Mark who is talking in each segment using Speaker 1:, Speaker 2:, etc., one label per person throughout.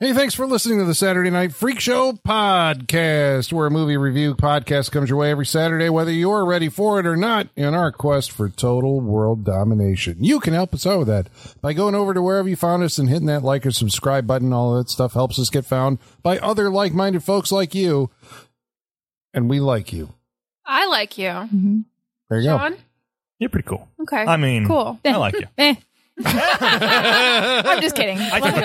Speaker 1: Hey, thanks for listening to the Saturday Night Freak Show podcast, where a movie review podcast comes your way every Saturday, whether you're ready for it or not, in our quest for total world domination. You can help us out with that by going over to wherever you found us and hitting that like or subscribe button. All that stuff helps us get found by other like minded folks like you. And we like you.
Speaker 2: I like you,
Speaker 1: There you
Speaker 2: John.
Speaker 3: You're pretty cool.
Speaker 2: Okay.
Speaker 3: I mean,
Speaker 2: cool.
Speaker 3: I like you.
Speaker 4: Eh. I'm just kidding. Love it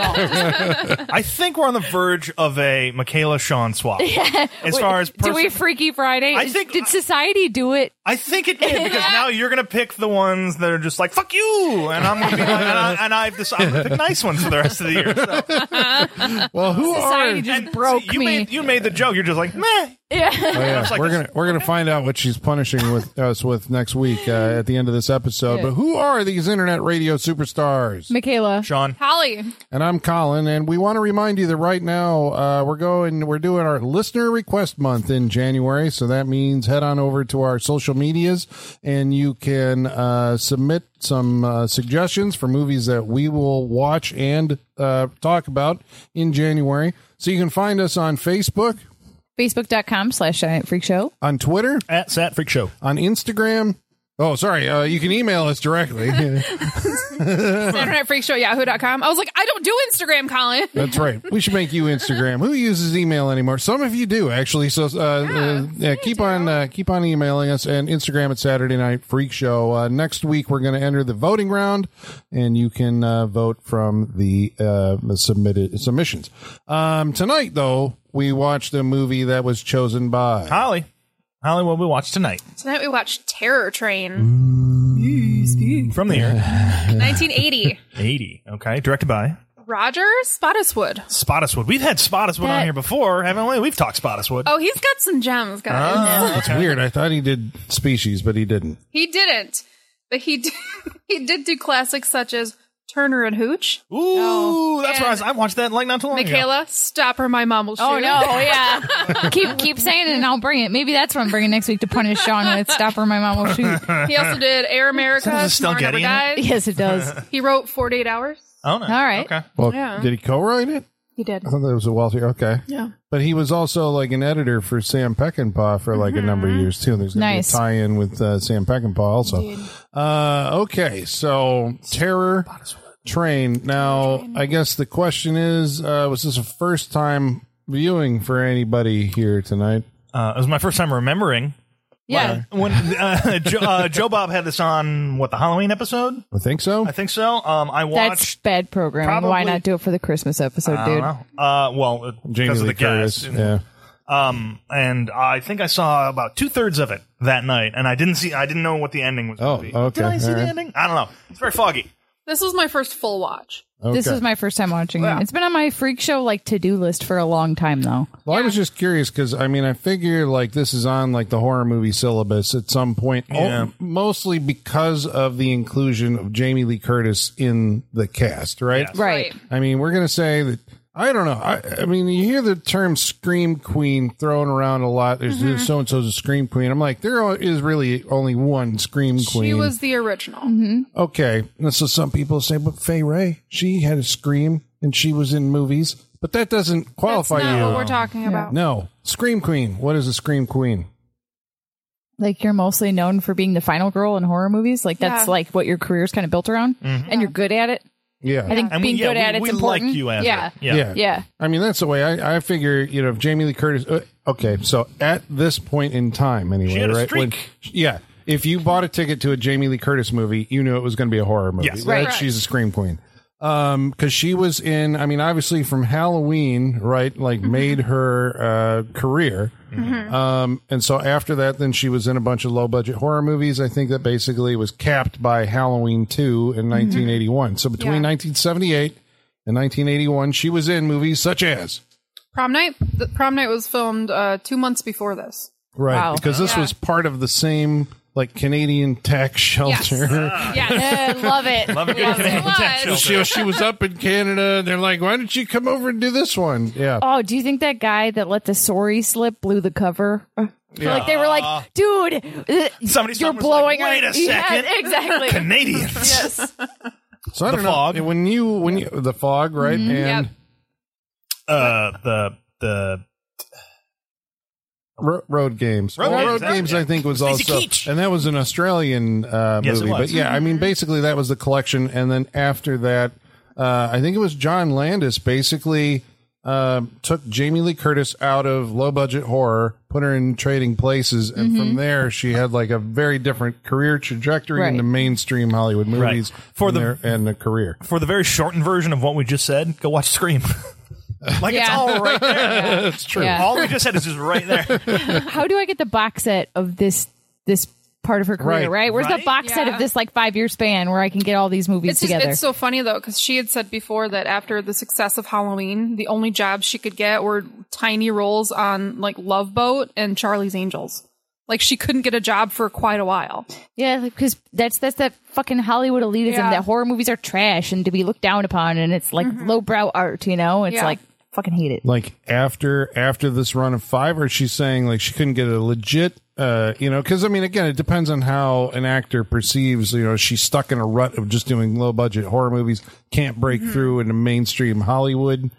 Speaker 4: all.
Speaker 3: I think we're on the verge of a Michaela Sean swap. As far as
Speaker 4: do
Speaker 3: person-
Speaker 4: we Freaky Friday?
Speaker 3: I think-
Speaker 4: did society do it?
Speaker 3: I think it did because now you're gonna pick the ones that are just like fuck you, and I'm gonna be like, and, I, and I've decided I'm gonna pick nice ones for the rest of the year. So,
Speaker 1: go. Well, who
Speaker 4: Society
Speaker 1: are.
Speaker 4: just
Speaker 3: Oh, and
Speaker 4: broke
Speaker 3: so you
Speaker 4: me.
Speaker 3: Made, you made the joke. You're just like meh.
Speaker 1: Oh, yeah.
Speaker 3: It's like
Speaker 1: we're
Speaker 3: this-
Speaker 1: gonna we're gonna find out what she's punishing with us with next week uh, at the end of this episode. But who are these internet radio superstars?
Speaker 4: Michaela.
Speaker 3: Sean,
Speaker 2: Holly.
Speaker 1: And I'm Colin, and we want to remind you that right now uh, we're going, we're doing our listener request month in January. So that means head on over to our social medias, and you can uh, submit some uh, suggestions for movies that we will watch and uh, talk about in January. So you can find us on Facebook,
Speaker 4: Facebook.com slash Giant Freak Show.
Speaker 1: on Twitter,
Speaker 3: at Sat Freak Show.
Speaker 1: on Instagram. Oh, sorry, uh, you can email us directly.
Speaker 2: Internet Freak Show, yahoo.com. I was like, I don't do Instagram, Colin.
Speaker 1: That's right. We should make you Instagram. Who uses email anymore? Some of you do actually. So uh, uh, yeah, keep on uh, keep on emailing us and Instagram at Saturday Night Freak Show. Uh, next week we're going to enter the voting round, and you can uh, vote from the uh, submitted submissions. Um, tonight though, we watched a movie that was chosen by.
Speaker 3: Holly, Holly, what we watch tonight
Speaker 2: Tonight we watched Terror Train,
Speaker 3: from the year
Speaker 2: 1980.
Speaker 3: eighty. Okay, directed by
Speaker 2: Roger Spottiswood.
Speaker 3: Spottiswood. We've had Spottiswood on
Speaker 4: That-
Speaker 3: here before, haven't we? We've talked Spottiswood.
Speaker 2: Oh, he's got some gems, guys.
Speaker 4: Oh.
Speaker 1: That's weird. I thought he did Species, but he didn't.
Speaker 2: He didn't, but he did, he did do classics such as Turner and Hooch.
Speaker 3: Oh, Ooh, that's
Speaker 2: And-
Speaker 3: where I, was, I watched that like not too long ago.
Speaker 2: Michaela, stop or my mom will shoot.
Speaker 4: Oh no, yeah. keep keep saying it and I'll bring it. Maybe that's what I'm bringing next week to punish Sean with Stop or My Mom Will Shoot.
Speaker 2: He also did Air America.
Speaker 3: Is this still
Speaker 2: Tomorrow Never
Speaker 3: Getty in it?
Speaker 2: Dies.
Speaker 4: yes, it does.
Speaker 2: He wrote 48 Hours.
Speaker 3: Oh, no.
Speaker 4: All right.
Speaker 3: Okay.
Speaker 1: Well,
Speaker 2: Yeah.
Speaker 1: did he co-write it?
Speaker 2: He did.
Speaker 1: I thought that was a wealthy. Okay.
Speaker 2: Yeah.
Speaker 1: But he was also like an editor for Sam Peckinpah for
Speaker 2: Mm-hmm.
Speaker 1: like a number of years too. There's going to
Speaker 4: Nice.
Speaker 1: be a tie-in with uh, Sam Peckinpah also. Uh, okay, so Terror Train. Now, I guess the question is, uh, was this a first time viewing for anybody here tonight?
Speaker 3: Uh, it was my first time remembering
Speaker 4: Yeah.
Speaker 3: when uh, Joe, uh, Joe Bob had this on what the Halloween episode.
Speaker 1: I think so.
Speaker 3: I think so. Um, I
Speaker 4: That's
Speaker 3: watched.
Speaker 4: bad programming. Why
Speaker 3: Probably-
Speaker 4: not do it for the Christmas episode,
Speaker 3: I
Speaker 4: dude?
Speaker 3: don't know. Uh, well, uh, because of the
Speaker 1: Curtis,
Speaker 3: guest.
Speaker 1: Yeah.
Speaker 3: Um, and I think I saw about two thirds of it that night, and I didn't see. I didn't know what the ending was.
Speaker 1: Oh,
Speaker 3: gonna be.
Speaker 1: okay,
Speaker 3: Did I see
Speaker 1: all
Speaker 3: the
Speaker 1: right.
Speaker 3: ending? I don't know. It's very foggy.
Speaker 2: This was my first full watch.
Speaker 3: Uh,
Speaker 1: Okay.
Speaker 4: This was my first time watching it. It's been on my freak show like to do list for a long time though.
Speaker 1: Well, I was just curious because I mean, I figure like this is on like the horror movie syllabus at some point, o-
Speaker 3: Yeah.
Speaker 1: mostly because of the inclusion of Jamie Lee Curtis in the cast, right?
Speaker 4: Right.
Speaker 1: I mean, we're gonna say that. I don't know. I, I mean, you hear the term "scream queen" thrown around a lot. There's
Speaker 2: Mm-hmm.
Speaker 1: so and so's a scream queen. I'm like, there is really only one scream queen.
Speaker 2: She was the original.
Speaker 1: Okay. And so some people say, but Faye Ray, she had a scream and she was in movies, but that doesn't
Speaker 2: That's
Speaker 1: qualify
Speaker 2: not
Speaker 1: you.
Speaker 2: what we're talking about.
Speaker 1: No. Scream Queen. What is a Scream Queen?
Speaker 4: Like you're mostly known for being the final girl in horror movies. Like that's
Speaker 2: Yeah.
Speaker 4: like what your career's kind of built around, and you're good at it.
Speaker 1: Yeah.
Speaker 4: I think
Speaker 3: And
Speaker 4: being
Speaker 3: we, Mm-hmm. yeah,
Speaker 4: good
Speaker 3: we,
Speaker 4: at it's
Speaker 3: we
Speaker 4: important.
Speaker 3: like you as
Speaker 4: yeah.
Speaker 3: it. yeah.
Speaker 1: Yeah.
Speaker 4: Yeah.
Speaker 1: I mean, that's the way I, I figure, you know, if Jamie Lee Curtis. Uh, okay. So at this point in time, anyway,
Speaker 3: had a
Speaker 1: right?
Speaker 3: streak.
Speaker 1: yeah. If you bought a ticket to a Jamie Lee Curtis movie, you knew it was going to be a horror movie.
Speaker 3: Yes.
Speaker 1: That-
Speaker 4: Right.
Speaker 1: She's a Scream Queen. Um, cause she was in, I mean, obviously from Halloween, right? Like
Speaker 4: Mm-hmm.
Speaker 1: made her, uh, career. Um, and so after that, then she was in a bunch of low budget horror movies. I think that basically was capped by Halloween 2 in
Speaker 4: Mm-hmm.
Speaker 1: 1981. So between 1978 and 1981, she was in movies such as.
Speaker 2: Prom night. The prom night was filmed uh, two months before this.
Speaker 1: Right.
Speaker 4: Wow.
Speaker 1: Because this was part of the same, like Canadian tax shelter.
Speaker 4: Yeah, love it.
Speaker 3: Love a good Canadian
Speaker 2: Why?
Speaker 3: tax
Speaker 1: She,
Speaker 3: shelter.
Speaker 1: she was up in Canada. And they're like, why don't you come over and do this one? Yeah.
Speaker 4: Oh, do you think that guy that let the sorry slip blew the cover?
Speaker 1: Yeah.
Speaker 4: Like they were like, dude, uh,
Speaker 3: Somebody
Speaker 4: you're
Speaker 3: somewhere was
Speaker 4: blowing.
Speaker 3: Like,
Speaker 4: our-
Speaker 3: Wait a
Speaker 4: Yeah,
Speaker 3: second,
Speaker 4: exactly.
Speaker 3: Canadians.
Speaker 2: Yes.
Speaker 1: So I
Speaker 3: The
Speaker 1: don't
Speaker 3: fog.
Speaker 1: know when you when you the fog right and
Speaker 2: Yep.
Speaker 3: Uh, the the
Speaker 1: ro- road games.
Speaker 3: Road
Speaker 1: Well,
Speaker 3: Games,
Speaker 1: road
Speaker 3: yeah.
Speaker 1: games, I think, was
Speaker 3: Stacy
Speaker 1: also
Speaker 3: Keach.
Speaker 1: and that was an Australian uh,
Speaker 3: Yes, it
Speaker 1: movie. But
Speaker 3: was.
Speaker 1: yeah, I mean, basically that was the collection, and then after that, uh, I think it was John Landis basically um, took Jamie Lee Curtis out of low budget horror, put her in Trading Places, and from there she had like a very different career trajectory
Speaker 4: Right.
Speaker 1: into mainstream Hollywood
Speaker 3: Right.
Speaker 1: movies
Speaker 3: For
Speaker 1: and
Speaker 3: the-
Speaker 1: their- and a career.
Speaker 3: for the very shortened version of what we just said, go watch Scream. like it's
Speaker 4: Yeah.
Speaker 3: all right there.
Speaker 1: That's true.
Speaker 4: Yeah.
Speaker 3: All we just said is just right there.
Speaker 4: How do I get the box set of this this part of her career?
Speaker 1: Right.
Speaker 4: Right? Where's
Speaker 3: Right?
Speaker 4: the box set
Speaker 2: Yeah.
Speaker 4: of this like five year span where I can get all these movies
Speaker 2: It's just,
Speaker 4: together?
Speaker 2: it's so funny though because she had said before that after the success of Halloween, the only jobs she could get were tiny roles on like Love Boat and Charlie's Angels. Like she couldn't get a job for quite a while.
Speaker 4: yeah, because that's that's that fucking Hollywood elitism
Speaker 2: Yeah.
Speaker 4: that horror movies are trash and to be looked down upon, and it's like lowbrow art. You know, it's
Speaker 2: Yeah.
Speaker 4: like fucking hate it.
Speaker 1: like after after this run of five or she's saying like she couldn't get a legit uh you know because i mean again it depends on how an actor perceives you know she's stuck in a rut of just doing low budget horror movies can't break
Speaker 2: Mm-hmm.
Speaker 1: through into mainstream hollywood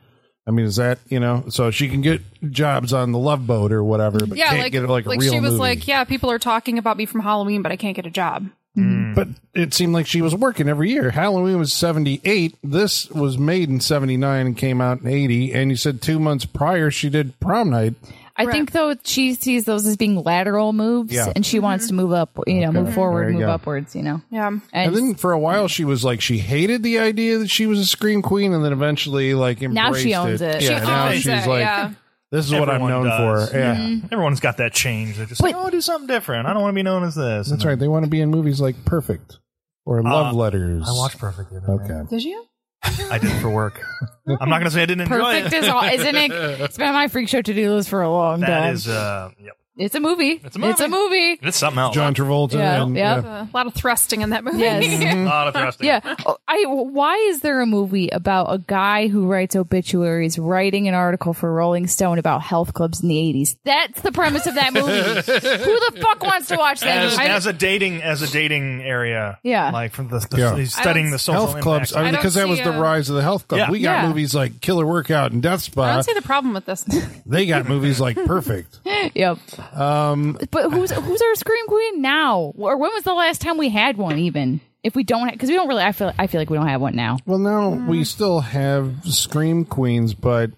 Speaker 1: i mean is that you know so she can get jobs on the love boat or whatever but
Speaker 2: Yeah,
Speaker 1: can't
Speaker 2: like
Speaker 1: get like, a real
Speaker 2: she was
Speaker 1: movie.
Speaker 2: like, yeah, people are talking about me from Halloween, but I can't get a job. hmm.
Speaker 1: but it seemed like she was working every year halloween was 78 this was made in 79 and came out in 80 and you said two months prior she did prom night
Speaker 4: I think though she sees those as being lateral moves,
Speaker 1: Yeah.
Speaker 4: and she wants to move up. You know, move
Speaker 1: There
Speaker 4: forward,
Speaker 1: you
Speaker 4: move
Speaker 1: go.
Speaker 4: upwards. You know.
Speaker 2: Yeah.
Speaker 4: And,
Speaker 1: And then for a while, she was like, she hated the idea that she was a scream queen, and then eventually, like, embraced
Speaker 4: Now she owns it.
Speaker 1: Yeah,
Speaker 2: She
Speaker 1: now
Speaker 2: owns
Speaker 1: she's
Speaker 2: it,
Speaker 1: like,
Speaker 2: yeah.
Speaker 1: this is what I'm
Speaker 3: Everyone
Speaker 1: known
Speaker 3: does.
Speaker 1: for. Yeah,
Speaker 3: Mm-hmm. Everyone's got that change. They're just
Speaker 4: But-
Speaker 3: like, oh, do something different. I don't want to be known as this.
Speaker 1: that's right. They want to be in movies like Perfect or Love Letters.
Speaker 3: Uh, I watched Perfect. The other night.
Speaker 1: Okay,
Speaker 2: Did you?
Speaker 3: I did it for work. I'm not gonna say I didn't enjoy
Speaker 4: Perfect
Speaker 3: it.
Speaker 4: is all, isn't it? It's been on my freak show to do list for a long
Speaker 3: That
Speaker 4: time.
Speaker 3: is, uh, yep.
Speaker 4: it's a movie.
Speaker 3: It's a movie.
Speaker 4: It's a movie.
Speaker 3: It's something else.
Speaker 1: John Travolta.
Speaker 4: Yeah,
Speaker 1: and,
Speaker 4: yeah.
Speaker 2: A lot of thrusting in that movie.
Speaker 4: Yes.
Speaker 3: a lot of thrusting.
Speaker 4: Yeah. Oh, I. Why is there a movie about a guy who writes obituaries writing an article for Rolling Stone about health clubs in the eighties? That's the premise of that movie. who the fuck wants to watch that?
Speaker 3: As,
Speaker 4: I-
Speaker 3: as a dating, as a dating area.
Speaker 4: Yeah.
Speaker 3: Like from the, the
Speaker 1: Yeah.
Speaker 3: he's studying the social
Speaker 1: Health clubs, I mean,
Speaker 3: impact.
Speaker 2: I don't
Speaker 1: because that
Speaker 2: see,
Speaker 1: was the
Speaker 2: uh,
Speaker 1: rise of the health club.
Speaker 3: Yeah.
Speaker 1: We got
Speaker 4: Yeah.
Speaker 1: movies like Killer Workout and Death
Speaker 2: I
Speaker 1: Spot.
Speaker 2: don't see the problem with this.
Speaker 1: they got movies like Perfect.
Speaker 4: yep. Um. But who's who's our scream queen now? Or when was the last time we had one? Even if we don't, because we don't really. I feel. I feel like we don't have one now.
Speaker 1: Well, now
Speaker 4: Mm.
Speaker 1: we still have scream queens, but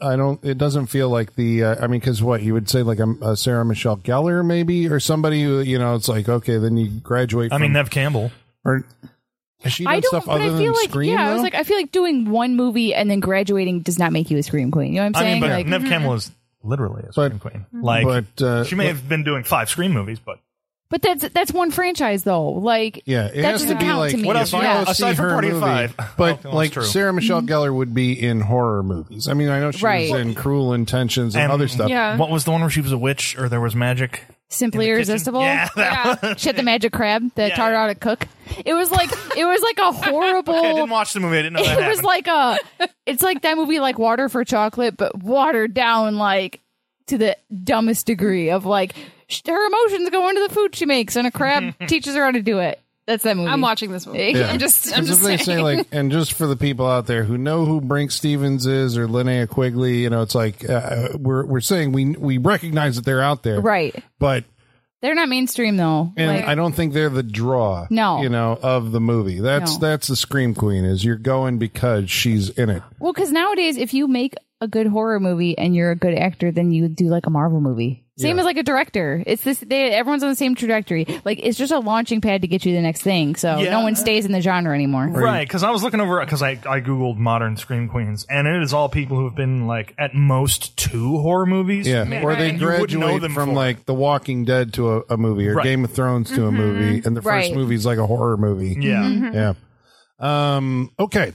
Speaker 1: I don't. It doesn't feel like the. Uh, I mean, because what you would say, like a, a Sarah Michelle Gellar, maybe, or somebody who you know. It's like okay, then you graduate.
Speaker 3: I mean,
Speaker 1: from-
Speaker 3: Nev Campbell.
Speaker 1: or has she
Speaker 4: I
Speaker 1: done
Speaker 4: don't.
Speaker 1: stuff
Speaker 4: but
Speaker 1: other
Speaker 4: I
Speaker 1: than
Speaker 4: feel like
Speaker 1: scream.
Speaker 4: yeah. I was
Speaker 1: though?
Speaker 4: like, I feel like doing one movie and then graduating does not make you a scream queen. You know what
Speaker 3: I
Speaker 4: I'm
Speaker 3: mean,
Speaker 4: saying?
Speaker 3: but
Speaker 4: like, mm-hmm.
Speaker 3: Nev Campbell is literally a scream queen. Like,
Speaker 1: but uh,
Speaker 3: she may have been doing five scream movies, but
Speaker 4: but that's that's one franchise though. Like,
Speaker 1: Yeah, it
Speaker 4: that
Speaker 1: has to
Speaker 4: doesn't
Speaker 1: be
Speaker 4: count
Speaker 1: like
Speaker 4: to me.
Speaker 3: What else
Speaker 1: if
Speaker 3: do you
Speaker 1: I
Speaker 4: Yeah.
Speaker 1: go
Speaker 3: have?
Speaker 1: see
Speaker 3: Aside from
Speaker 1: her
Speaker 3: Party of
Speaker 1: movie,
Speaker 3: Five. Oh,
Speaker 1: but
Speaker 3: that's
Speaker 1: like
Speaker 3: true.
Speaker 1: Sarah Michelle Gellar would be in horror movies. I mean, I know she
Speaker 4: Mm-hmm. Right.
Speaker 1: was in Cruel Intentions and,
Speaker 3: And-
Speaker 1: other stuff.
Speaker 2: Yeah.
Speaker 3: what was the one where she was a witch or there was magic?
Speaker 4: simply
Speaker 3: kitchen?
Speaker 4: irresistible.
Speaker 3: Yeah, that
Speaker 2: Yeah.
Speaker 4: Shit, the magic crab, the tartaric cook. It was like it was like a horrible.
Speaker 3: I didn't watch the movie. I didn't know
Speaker 4: it
Speaker 3: that
Speaker 4: was
Speaker 3: happened.
Speaker 4: like a. It's like that movie, like Water for Chocolate, but watered down like to the dumbest degree of like sh- her emotions go into the food she makes, and a crab teaches her how to do it. That's that movie.
Speaker 2: I'm watching this movie.
Speaker 4: Yeah.
Speaker 2: I'm just, I'm
Speaker 1: 'Cause
Speaker 2: just
Speaker 1: if they
Speaker 2: saying.
Speaker 1: say like, and just for the people out there who know who Brink Stevens is or Linnea Quigley, you know, it's like uh, we're we're saying we we recognize that they're out there,
Speaker 4: Right.
Speaker 1: But
Speaker 4: They're not mainstream though.
Speaker 1: and
Speaker 4: Like-
Speaker 1: I don't think they're the draw,
Speaker 4: No.
Speaker 1: you know, of the movie. That's
Speaker 4: No.
Speaker 1: that's the scream queen is you're going because she's in it.
Speaker 4: Well, because nowadays, if you make a good horror movie and you're a good actor, then you do like a Marvel movie. Same as like a director. It's this. They, everyone's on the same trajectory. Like it's just a launching pad to get you the next thing. So
Speaker 3: Yeah.
Speaker 4: no one stays in the genre anymore.
Speaker 3: Right, because I was looking over because I, I googled modern scream queens, and it is all people who've been like at most two horror movies.
Speaker 1: Yeah, or they
Speaker 3: And you would know
Speaker 1: graduate
Speaker 3: them
Speaker 1: from
Speaker 3: for
Speaker 1: like The Walking Dead to a, a movie, or
Speaker 3: Right.
Speaker 1: Game of Thrones to a movie, and the first
Speaker 4: Mm-hmm. Right. Mm-hmm.
Speaker 1: movie's like a horror movie.
Speaker 3: yeah,
Speaker 1: Yeah. Um, okay.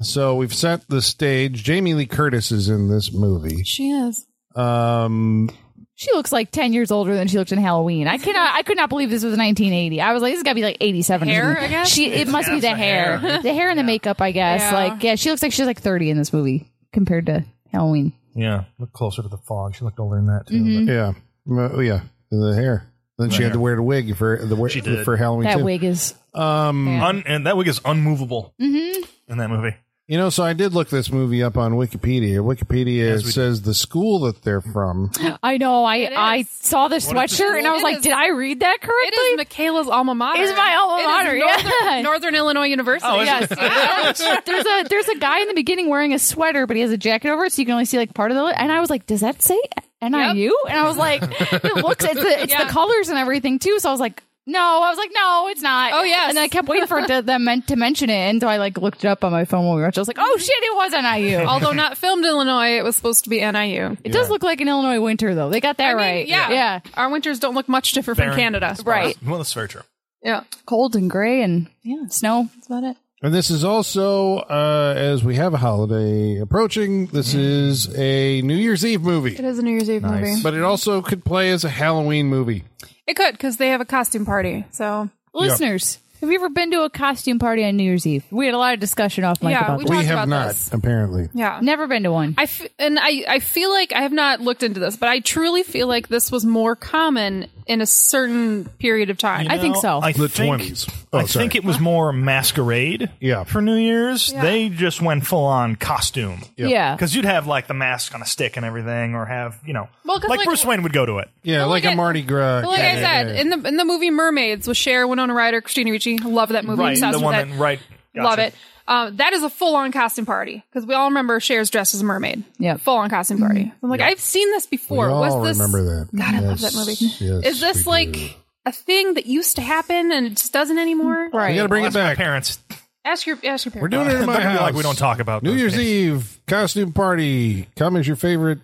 Speaker 1: So we've set the stage. Jamie Lee Curtis is in this movie.
Speaker 2: she is.
Speaker 1: Um,
Speaker 4: She looks like ten years older than she looked in Halloween. I cannot. I could not believe this was 1980. I was like, this has got to be like 87. or
Speaker 2: Hair,
Speaker 4: something.
Speaker 2: I guess?
Speaker 4: She. It must be
Speaker 3: it's
Speaker 4: the
Speaker 3: the
Speaker 4: hair.
Speaker 3: hair.
Speaker 4: the hair and the makeup. I guess.
Speaker 2: Yeah.
Speaker 4: Like, yeah, she looks like she's like 30 in this movie compared to Halloween.
Speaker 3: Yeah, look closer to the fog. She looked older than that too.
Speaker 1: Yeah, Well, yeah, the hair. Then she had to wear the wig for the wi-
Speaker 3: She did.
Speaker 1: for Halloween
Speaker 4: That
Speaker 1: too.
Speaker 4: wig is.
Speaker 3: but- Un- and that wig is unmovable in that movie.
Speaker 1: You know, so I did look this movie up on Wikipedia. Wikipedia says the school that they're from.
Speaker 4: I know. I
Speaker 2: is.
Speaker 4: I saw the sweatshirt and I was
Speaker 2: It
Speaker 4: like,
Speaker 2: is.
Speaker 4: did I read that correctly?
Speaker 2: It is Michaela's alma mater.
Speaker 4: It's my alma
Speaker 2: It is
Speaker 4: mater,
Speaker 2: Northern,
Speaker 4: yeah.
Speaker 2: Northern Illinois University.
Speaker 3: Oh, is
Speaker 2: yes.
Speaker 4: there's a there's a guy in the beginning wearing a sweater, but he has a jacket over it, so you can only see like part of the. And I was like, does that say NIU? And I was like, it looks it's the, it's
Speaker 2: Yeah.
Speaker 4: the colors and everything too. So I was like. No, I was like, no, it's not.
Speaker 2: Oh, yes.
Speaker 4: and then I kept waiting for it to, them meant to mention it, and so I like looked it up on my phone while we were watching. I was like, oh shit, it was NIU. it
Speaker 2: Although not filmed in Illinois, it was supposed to be NIU.
Speaker 4: does look like an Illinois winter though. They got that
Speaker 2: I mean,
Speaker 4: right.
Speaker 2: Yeah.
Speaker 4: yeah,
Speaker 2: Our winters don't look much different
Speaker 3: Barren.
Speaker 2: from Canada.
Speaker 4: right.
Speaker 3: Well, that's very true.
Speaker 2: Yeah.
Speaker 4: Cold and gray and yeah, snow. That's about it.
Speaker 1: And this is also, uh, as we have a holiday approaching, this is a New Year's Eve movie.
Speaker 2: It is a New Year's Eve movie.
Speaker 1: But it also could play as a Halloween movie.
Speaker 2: It could because they have a costume party. So
Speaker 4: Listeners, have you ever been to a costume party on New Year's Eve? We had a lot of discussion off mic
Speaker 2: Yeah,
Speaker 4: about
Speaker 2: we
Speaker 4: this.
Speaker 1: We
Speaker 2: Talked
Speaker 1: have
Speaker 2: about
Speaker 1: not,
Speaker 2: this.
Speaker 1: apparently.
Speaker 2: yeah.
Speaker 4: Never been to one.
Speaker 2: I f- and I, I feel like I have not looked into this, but I truly feel like this was more common in a certain period of time.
Speaker 4: I think so.
Speaker 3: I
Speaker 1: The
Speaker 3: think,
Speaker 1: 20s. Oh,
Speaker 3: I
Speaker 1: sorry.
Speaker 3: think it was more masquerade.
Speaker 1: Yeah.
Speaker 3: For New Year's,
Speaker 2: Yeah.
Speaker 3: they just went full on costume.
Speaker 4: Yeah.
Speaker 3: Because you'd have like the mask on a stick and everything, or have you know,
Speaker 2: Well, 'cause,
Speaker 3: like,
Speaker 2: like-
Speaker 3: Bruce Wayne would go to it.
Speaker 1: Yeah,
Speaker 2: Well,
Speaker 1: like
Speaker 2: like
Speaker 1: a
Speaker 2: I-
Speaker 1: Mardi Gras.
Speaker 2: Well, like
Speaker 1: yeah,
Speaker 2: I
Speaker 1: yeah,
Speaker 2: said,
Speaker 1: yeah.
Speaker 2: in the in the movie Mermaids with Cher, Winona Ryder, Christina Ricci, love that movie.
Speaker 3: Right.
Speaker 2: obsessed
Speaker 3: The
Speaker 2: with
Speaker 3: one
Speaker 2: that.
Speaker 3: that, right. gotcha.
Speaker 2: Love it. Um, that is a full on costume party because we all remember Cher's dressed as a mermaid.
Speaker 4: Yep.
Speaker 2: full on costume party.
Speaker 4: Mm-hmm.
Speaker 2: I'm like, I've seen this
Speaker 1: we
Speaker 2: before.
Speaker 1: all
Speaker 2: Was this?
Speaker 1: remember that.
Speaker 2: God, I love that
Speaker 1: Yes,
Speaker 2: movie.
Speaker 1: yes,
Speaker 2: is this
Speaker 1: we
Speaker 2: like
Speaker 1: do.
Speaker 2: a thing that used to happen and it just doesn't anymore?
Speaker 1: We
Speaker 4: Mm-hmm. right.
Speaker 1: got to bring
Speaker 3: Well,
Speaker 1: it
Speaker 3: that's my
Speaker 1: back.
Speaker 3: parents.
Speaker 2: Ask your ask your parents.
Speaker 1: We're doing it in my
Speaker 3: They're gonna
Speaker 1: house.
Speaker 3: be like, we don't talk about
Speaker 1: New
Speaker 3: those
Speaker 1: Year's
Speaker 3: things.
Speaker 1: Eve costume party. Come as your favorite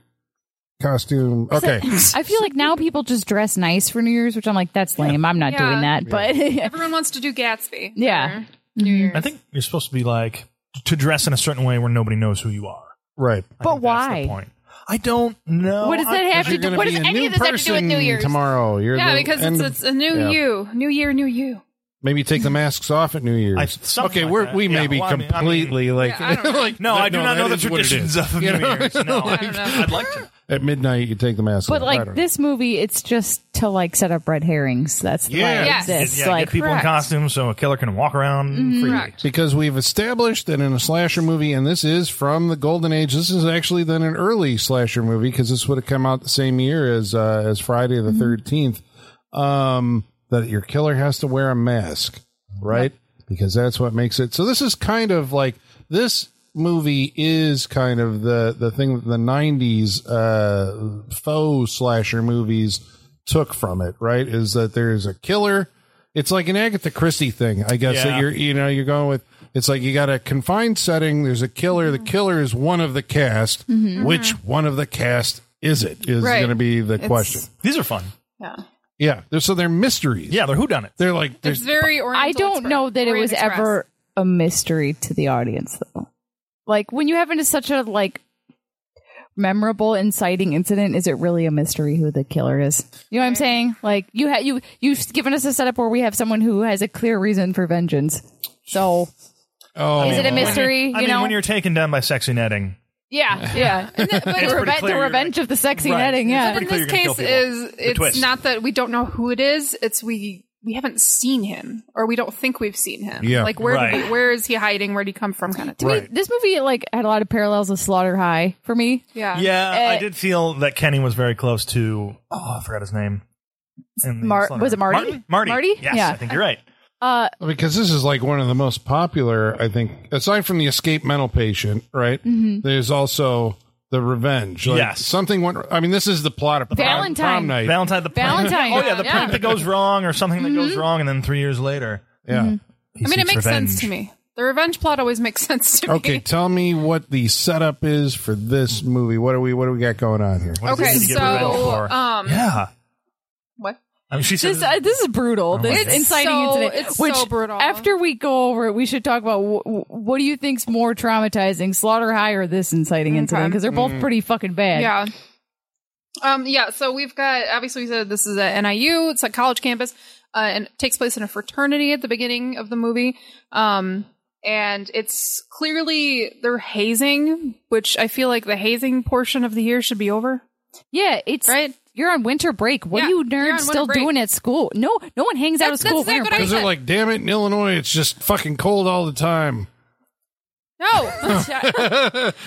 Speaker 1: costume. Okay.
Speaker 4: I feel like now people just dress nice for New Year's, which I'm like, that's lame. I'm not
Speaker 2: Yeah.
Speaker 4: doing that. But
Speaker 2: Everyone wants to do Gatsby.
Speaker 4: Yeah.
Speaker 2: New Year's.
Speaker 3: I think you're supposed to be like to dress in a certain way where nobody knows who you are.
Speaker 1: right.
Speaker 3: I
Speaker 4: But
Speaker 3: think that's the
Speaker 4: why?
Speaker 3: point. I don't know.
Speaker 4: what does
Speaker 3: I-
Speaker 4: that have
Speaker 1: You're
Speaker 4: to do?
Speaker 1: gonna
Speaker 4: What
Speaker 1: be
Speaker 4: does
Speaker 1: a
Speaker 4: any
Speaker 1: new
Speaker 4: of this have to do with New
Speaker 1: person
Speaker 4: Year's?
Speaker 1: Tomorrow. You're
Speaker 2: Yeah,
Speaker 1: the
Speaker 2: because
Speaker 1: end
Speaker 2: it's,
Speaker 1: of-
Speaker 2: it's a new
Speaker 1: yeah.
Speaker 2: you, new year, new you.
Speaker 1: Maybe take the masks off at New
Speaker 3: I-
Speaker 1: Year's.
Speaker 3: something
Speaker 1: okay,
Speaker 3: like
Speaker 1: we're,
Speaker 3: that.
Speaker 1: we may
Speaker 3: Yeah,
Speaker 1: be
Speaker 3: well, I mean- I mean-
Speaker 1: completely like,
Speaker 2: I don't know.
Speaker 1: like
Speaker 3: No, I do not know the
Speaker 1: that is what it is.
Speaker 3: traditions of New
Speaker 1: You know?
Speaker 3: Year's. No, I
Speaker 2: don't know.
Speaker 3: I'd like to.
Speaker 1: At midnight, you take the mask
Speaker 4: But
Speaker 1: off. I
Speaker 4: like
Speaker 1: don't
Speaker 4: this movie, it's just to like set up red herrings. That's the way
Speaker 1: Yeah.
Speaker 4: it
Speaker 1: Yes.
Speaker 4: exists.
Speaker 3: yeah,
Speaker 4: like
Speaker 3: get people
Speaker 2: correct.
Speaker 3: in costumes so a killer can walk around freely.
Speaker 1: know. because we've established that in a slasher movie, and this is from the golden age. This is actually then an early slasher movie because this would have come out the same year as uh, as Friday the 13th Um, that your killer has to wear a mask, right? Because that's what makes it. So this is kind of like this movie is kind of the the thing that the 90s uh faux slasher movies took from it, right? Is that there's a killer. It's like an Agatha Christie thing, I guess. That
Speaker 3: Yeah.
Speaker 1: you're you know you're going with. It's like you got a confined setting. There's a killer. The
Speaker 2: Mm-hmm.
Speaker 1: killer is one of the cast. Which one of the cast is it? Is
Speaker 2: Right.
Speaker 1: going to be the
Speaker 2: It's-
Speaker 1: question.
Speaker 3: These are fun.
Speaker 2: Yeah.
Speaker 1: Yeah. They're, so they're mysteries.
Speaker 3: Yeah, they're who done it.
Speaker 1: They're like,
Speaker 2: It's
Speaker 1: there's,
Speaker 2: very oriental.
Speaker 4: I don't
Speaker 2: Express-
Speaker 4: know that it
Speaker 2: Orient
Speaker 4: was
Speaker 2: Express.
Speaker 4: ever a mystery to the audience though. Like when you have into such a like memorable inciting incident, is it really a mystery who the killer is? You know what I'm saying? Like you ha- you you've given us a setup where we have someone who has a clear reason for vengeance. So
Speaker 1: oh,
Speaker 4: is it a
Speaker 3: When
Speaker 4: mystery?
Speaker 3: I
Speaker 4: you
Speaker 3: mean,
Speaker 4: know?
Speaker 3: when you're taken down by sexy netting,
Speaker 4: yeah, yeah.
Speaker 3: It's
Speaker 4: the,
Speaker 3: pretty
Speaker 4: revenge,
Speaker 3: clear
Speaker 4: the
Speaker 3: you're
Speaker 4: revenge of the sexy
Speaker 3: Right.
Speaker 4: netting. Yeah,
Speaker 3: It's
Speaker 2: But in
Speaker 3: pretty
Speaker 2: this
Speaker 3: clear you're
Speaker 2: case,
Speaker 3: gonna kill
Speaker 2: is
Speaker 3: people. The
Speaker 2: it's
Speaker 3: twist.
Speaker 2: not that we don't know who it is. It's we we haven't seen him, or we don't think we've seen him.
Speaker 1: Yeah.
Speaker 2: Like where
Speaker 3: Right.
Speaker 2: did we, where is he hiding? Where did he come from? Kind of thing.
Speaker 1: right.
Speaker 4: this movie like had a lot of parallels with Slaughter High for me.
Speaker 2: Yeah.
Speaker 3: yeah, I
Speaker 4: Uh,
Speaker 3: did feel that Kenny was very close to. Oh, I forgot his name. in the
Speaker 4: Mar-
Speaker 3: slaughter.
Speaker 4: was it Marty?
Speaker 3: Martin? Marty.
Speaker 4: Marty?
Speaker 3: Yes,
Speaker 4: Yeah.
Speaker 3: I think you're right.
Speaker 1: Because this is like one of the most popular, I think, aside from the escape mental patient, right?
Speaker 4: Mm-hmm.
Speaker 1: There's also the revenge. Like,
Speaker 3: Yes.
Speaker 1: Something went, I mean, this is the plot of prom-
Speaker 4: Valentine.
Speaker 1: Prom, night.
Speaker 3: Valentine the prank.
Speaker 4: Valentine,
Speaker 3: oh yeah, the
Speaker 4: yeah.
Speaker 3: prank that goes wrong or something that goes wrong, and then three years later,
Speaker 1: yeah.
Speaker 4: Mm-hmm.
Speaker 3: he
Speaker 2: I mean, it
Speaker 3: seeks
Speaker 2: makes
Speaker 3: revenge.
Speaker 2: sense to me. The revenge plot always makes sense to me.
Speaker 1: Okay. Tell me what the setup is for this movie. What do we, what do we got going on here?
Speaker 3: What does
Speaker 2: Okay,
Speaker 3: he get revenge
Speaker 2: so
Speaker 3: for?
Speaker 2: um,
Speaker 3: yeah,
Speaker 2: what?
Speaker 3: I mean, she said
Speaker 4: This, uh, this is brutal. This
Speaker 3: It's
Speaker 4: inciting
Speaker 2: so-
Speaker 4: incident.
Speaker 2: it's
Speaker 4: which
Speaker 2: so brutal.
Speaker 4: After we go over it, we should talk about wh- wh- what do you think's more Mm. traumatizing, Slaughter High or this inciting incident? Because they're both pretty fucking bad.
Speaker 2: Yeah. Um, yeah, so we've got obviously we said this is at NIU, it's a college campus, uh, and it takes place in a fraternity at the beginning of the movie. Um, and it's clearly they're hazing, which I feel like the hazing portion of the year should be over,
Speaker 4: Yeah, it's
Speaker 2: right?
Speaker 4: You're on winter break. What
Speaker 2: Yeah,
Speaker 4: are you
Speaker 2: you're on
Speaker 4: nerds
Speaker 2: winter
Speaker 4: still
Speaker 2: break.
Speaker 4: doing at school? No, no one hangs out
Speaker 2: That's-
Speaker 4: at school.
Speaker 2: that's exactly
Speaker 4: winter
Speaker 2: what I
Speaker 4: break.
Speaker 1: Because they're like, damn it, in Illinois, it's just fucking cold all the time.
Speaker 2: No,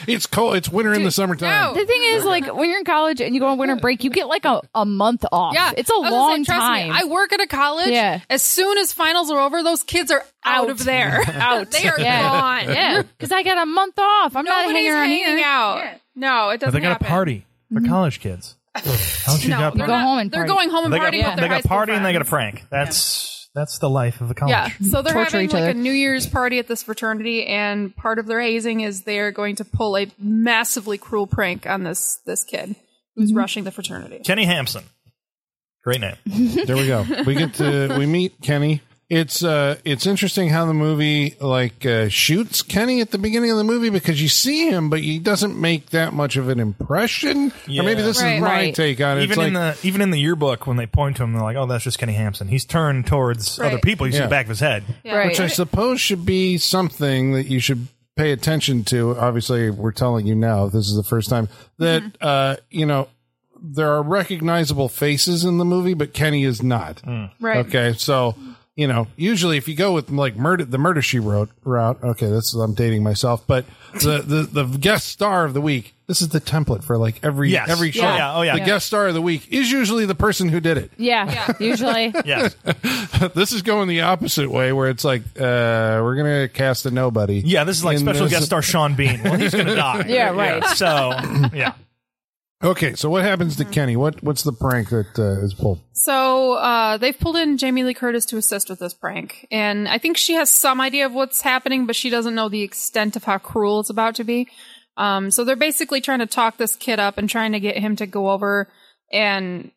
Speaker 1: It's cold. It's winter in the summertime.
Speaker 2: no.
Speaker 4: the thing is, like, when you're in college and you go on winter break, you get like a, a month off.
Speaker 2: yeah,
Speaker 4: it's a
Speaker 2: I was gonna
Speaker 4: long
Speaker 2: say, trust
Speaker 4: time.
Speaker 2: Me, I work at a college.
Speaker 4: Yeah.
Speaker 2: As soon as finals are over, those kids are out,
Speaker 4: Out.
Speaker 2: of there. out. They are
Speaker 4: Yeah.
Speaker 2: gone.
Speaker 4: yeah, because I got a month off. I'm not
Speaker 2: Nobody's
Speaker 4: hanging around
Speaker 2: hanging,
Speaker 4: here.
Speaker 2: out. No, it
Speaker 3: Are
Speaker 2: doesn't
Speaker 3: they gonna
Speaker 2: happen.
Speaker 3: party? They're college kids. How don't you
Speaker 2: No,
Speaker 3: got
Speaker 2: they're
Speaker 4: Go
Speaker 2: not-
Speaker 4: home and
Speaker 2: they're
Speaker 4: party.
Speaker 2: going home and
Speaker 3: They got,
Speaker 2: partying with
Speaker 3: they
Speaker 2: their high
Speaker 3: got
Speaker 2: school
Speaker 3: party and they
Speaker 2: friends.
Speaker 3: got a prank. That's that's the life of a college.
Speaker 2: Yeah. So they're
Speaker 4: Torture
Speaker 2: having
Speaker 4: each
Speaker 2: like
Speaker 4: other.
Speaker 2: a New Year's party at this fraternity, and part of their hazing is they're going to pull a massively cruel prank on this this kid who's rushing the fraternity.
Speaker 3: Kenny Hampson, great name.
Speaker 1: There we go. We get to we meet Kenny. It's uh it's interesting how the movie like uh, shoots Kenny at the beginning of the movie because you see him but he doesn't make that much of an impression. Or maybe this
Speaker 2: Right.
Speaker 1: is my
Speaker 4: Right.
Speaker 1: take on it.
Speaker 3: Even
Speaker 1: it's
Speaker 3: in
Speaker 1: like
Speaker 3: the even in the yearbook, when they point to him, they're like, "Oh, that's just Kenny Hampson." He's turned towards
Speaker 2: Right.
Speaker 3: other people. You see
Speaker 1: Yeah.
Speaker 3: the back of his head.
Speaker 2: Yeah.
Speaker 4: Right.
Speaker 1: which I suppose should be something that you should pay attention to. Obviously, we're telling you now, if this is the first time that uh you know there are recognizable faces in the movie but Kenny is not.
Speaker 3: Mm.
Speaker 2: Right.
Speaker 1: Okay, so you know, usually if you go with like murder, the murder she wrote route. Okay, this is, I'm dating myself, but the, the the guest star of the week. This is the template for like every
Speaker 3: Yes.
Speaker 1: every show.
Speaker 3: Yeah. Yeah, oh, yeah.
Speaker 1: The
Speaker 3: Yeah.
Speaker 1: guest star of the week is usually the person who did it.
Speaker 4: Yeah, usually.
Speaker 3: Yes,
Speaker 1: this is going the opposite way, where it's like uh, we're gonna cast a nobody.
Speaker 3: yeah. This is like
Speaker 1: in
Speaker 3: special
Speaker 1: this-
Speaker 3: guest star Sean Bean. Well, he's gonna die.
Speaker 4: Yeah, right.
Speaker 3: So yeah,
Speaker 1: Okay, so what happens
Speaker 2: Mm-hmm.
Speaker 1: to Kenny? What what's the prank that uh, is pulled?
Speaker 2: So uh, they've pulled in Jamie Lee Curtis to assist with this prank, and I think she has some idea of what's happening, but she doesn't know the extent of how cruel it's about to be. Um, so they're basically trying to talk this kid up and trying to get him to go over, and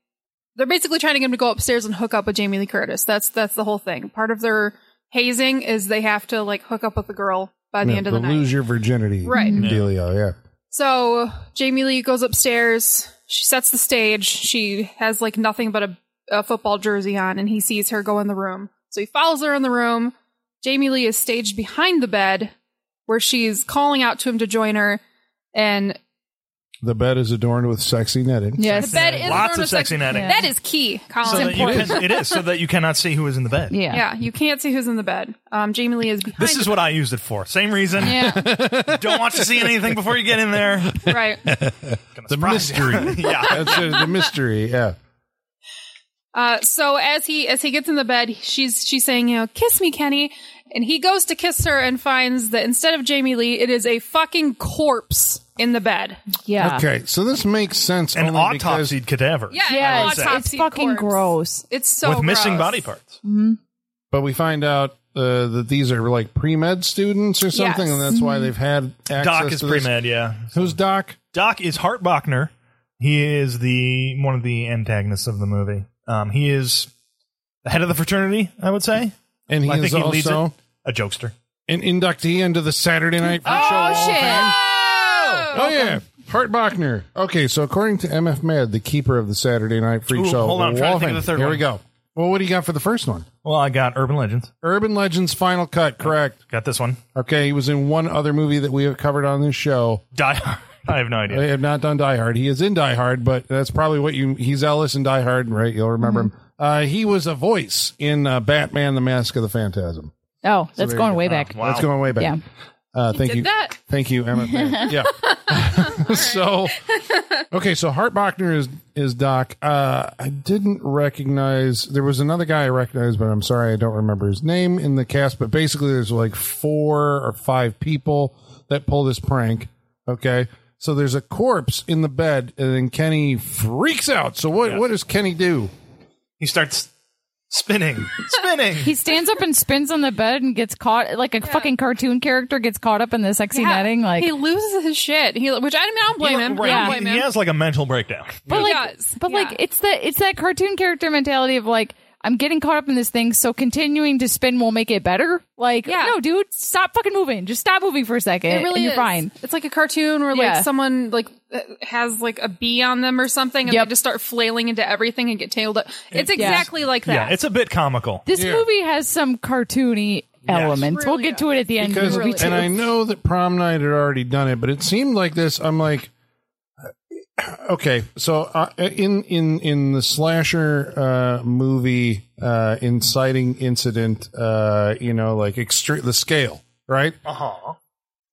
Speaker 2: they're basically trying to get him to go upstairs and hook up with Jamie Lee Curtis. That's that's the whole thing. Part of their hazing is they have to like hook up with the girl by the
Speaker 1: Yeah,
Speaker 2: end of the, night.
Speaker 1: lose your virginity,
Speaker 2: Right. Yeah.
Speaker 1: Dealio, yeah.
Speaker 2: So Jamie Lee goes upstairs. She sets the stage. She has like nothing but a, a football jersey on, and he sees her go in the room. So he follows her in the room. Jamie Lee is staged behind the bed where she's calling out to him to join her. And
Speaker 1: The bed is adorned with sexy netting.
Speaker 4: Yes.
Speaker 2: bed is
Speaker 3: Lots
Speaker 2: adorned
Speaker 3: of
Speaker 2: with
Speaker 3: sexy netting.
Speaker 2: That is key, Colin.
Speaker 3: so that you
Speaker 2: important.
Speaker 3: can, it is so that you cannot see who is in the bed.
Speaker 4: Yeah.
Speaker 2: yeah, you can't see who's in the bed. Um, Jamie Lee is behind.
Speaker 3: This is what I used it for. Same reason.
Speaker 4: Yeah.
Speaker 3: Don't want to see anything before you get in there.
Speaker 2: the- right.
Speaker 1: The mystery.
Speaker 3: yeah.
Speaker 1: That's uh, the mystery. Yeah.
Speaker 2: Uh, so as he as he gets in the bed, she's she's saying, you know, kiss me, Kenny, and he goes to kiss her and finds that instead of Jamie Lee, it is a fucking corpse in the bed.
Speaker 4: Yeah.
Speaker 1: Okay, so this makes sense.
Speaker 3: An
Speaker 1: only because-
Speaker 3: autopsied cadaver.
Speaker 2: Yeah,
Speaker 4: Yeah,
Speaker 2: an
Speaker 4: it's, it's
Speaker 2: autopsy
Speaker 4: fucking
Speaker 2: corpse.
Speaker 4: gross.
Speaker 2: It's so
Speaker 3: With missing
Speaker 2: gross.
Speaker 3: body parts.
Speaker 1: but we find out uh, that these are like pre med students or something,
Speaker 2: Yes.
Speaker 1: and that's why they've had access.
Speaker 3: Doc is
Speaker 1: to this.
Speaker 3: pre med, yeah.
Speaker 1: Who's Doc?
Speaker 3: Doc is Hart Bachner. He is the one of the antagonists of the movie. Um, he is the head of the fraternity, I would say.
Speaker 1: And he
Speaker 3: I
Speaker 1: is
Speaker 3: think he leads
Speaker 1: also
Speaker 3: it. A jokester.
Speaker 1: an inductee into the Saturday Night
Speaker 3: Oh,
Speaker 1: Freak Show. Hall of
Speaker 4: shit.
Speaker 1: Fame. Oh yeah, Hart Bachner. Okay, so according to MF Med, the keeper of the Saturday Night Freak
Speaker 3: Ooh,
Speaker 1: Show,
Speaker 3: hold on, I'm trying to
Speaker 1: Wall
Speaker 3: think
Speaker 1: Fame.
Speaker 3: of the third
Speaker 1: Here
Speaker 3: one.
Speaker 1: we go. Well, what do you got for the first one?
Speaker 3: Well, I got Urban Legends.
Speaker 1: Urban Legends Final Cut, correct?
Speaker 3: Got this one.
Speaker 1: Okay, he was in one other movie that we have covered on this show.
Speaker 3: Die Hard. I have no idea.
Speaker 1: I have not done Die Hard. He is in Die Hard, but that's probably what you. He's Ellis in Die Hard, right? You'll remember
Speaker 3: Mm-hmm.
Speaker 1: him. Uh, he was a voice in uh, Batman: The Mask of the Phantasm.
Speaker 4: Oh, that's
Speaker 1: there
Speaker 4: going
Speaker 1: you
Speaker 4: way back.
Speaker 3: Wow.
Speaker 1: That's going way back.
Speaker 4: Yeah.
Speaker 1: Uh, thank
Speaker 2: did
Speaker 1: you.
Speaker 2: that.
Speaker 1: Thank you, Emma. Thank- yeah. so, okay, so Hart Bachner is is Doc. Uh, I didn't recognize. There was another guy I recognized, but I'm sorry, I don't remember his name in the cast. But basically, there's like four or five people that pull this prank. Okay, so there's a corpse in the bed, and then Kenny freaks out. So what? What does Kenny do?
Speaker 3: He starts spinning. spinning.
Speaker 4: He stands up and spins on the bed and gets caught like a fucking cartoon character gets caught up in the sexy
Speaker 2: Yeah.
Speaker 4: netting. Like,
Speaker 2: he loses his shit. He, which I mean, I don't blame him.
Speaker 3: Right,
Speaker 2: I
Speaker 4: Yeah.
Speaker 2: don't
Speaker 3: he-
Speaker 2: blame
Speaker 3: he
Speaker 2: him.
Speaker 3: has like a mental breakdown.
Speaker 4: but
Speaker 2: he
Speaker 4: like,
Speaker 2: does.
Speaker 4: but
Speaker 2: Yeah.
Speaker 4: like, it's the it's that cartoon character mentality of like. I'm getting caught up in this thing, so continuing to spin will make it better. Like,
Speaker 2: Yeah.
Speaker 4: no, dude, stop fucking moving. Just stop moving for a second.
Speaker 2: It really
Speaker 4: and you're
Speaker 2: is.
Speaker 4: fine.
Speaker 2: It's like a cartoon where
Speaker 4: Yeah.
Speaker 2: like someone like uh, has like a bee on them or something, and
Speaker 4: Yep.
Speaker 2: they just start flailing into everything and get tangled up. It's exactly like that.
Speaker 3: Yeah, it's a bit comical.
Speaker 4: This
Speaker 1: Yeah.
Speaker 4: movie has some cartoony elements.
Speaker 2: Really
Speaker 4: we'll get to it at the end.
Speaker 1: because
Speaker 4: of the movie,
Speaker 2: Really.
Speaker 4: too.
Speaker 1: and I know that prom night had already done it, but it seemed like this. I'm like, okay, so uh, in in in the slasher uh, movie uh, inciting incident, uh, you know, like extre- the scale, right?
Speaker 3: Uh-huh.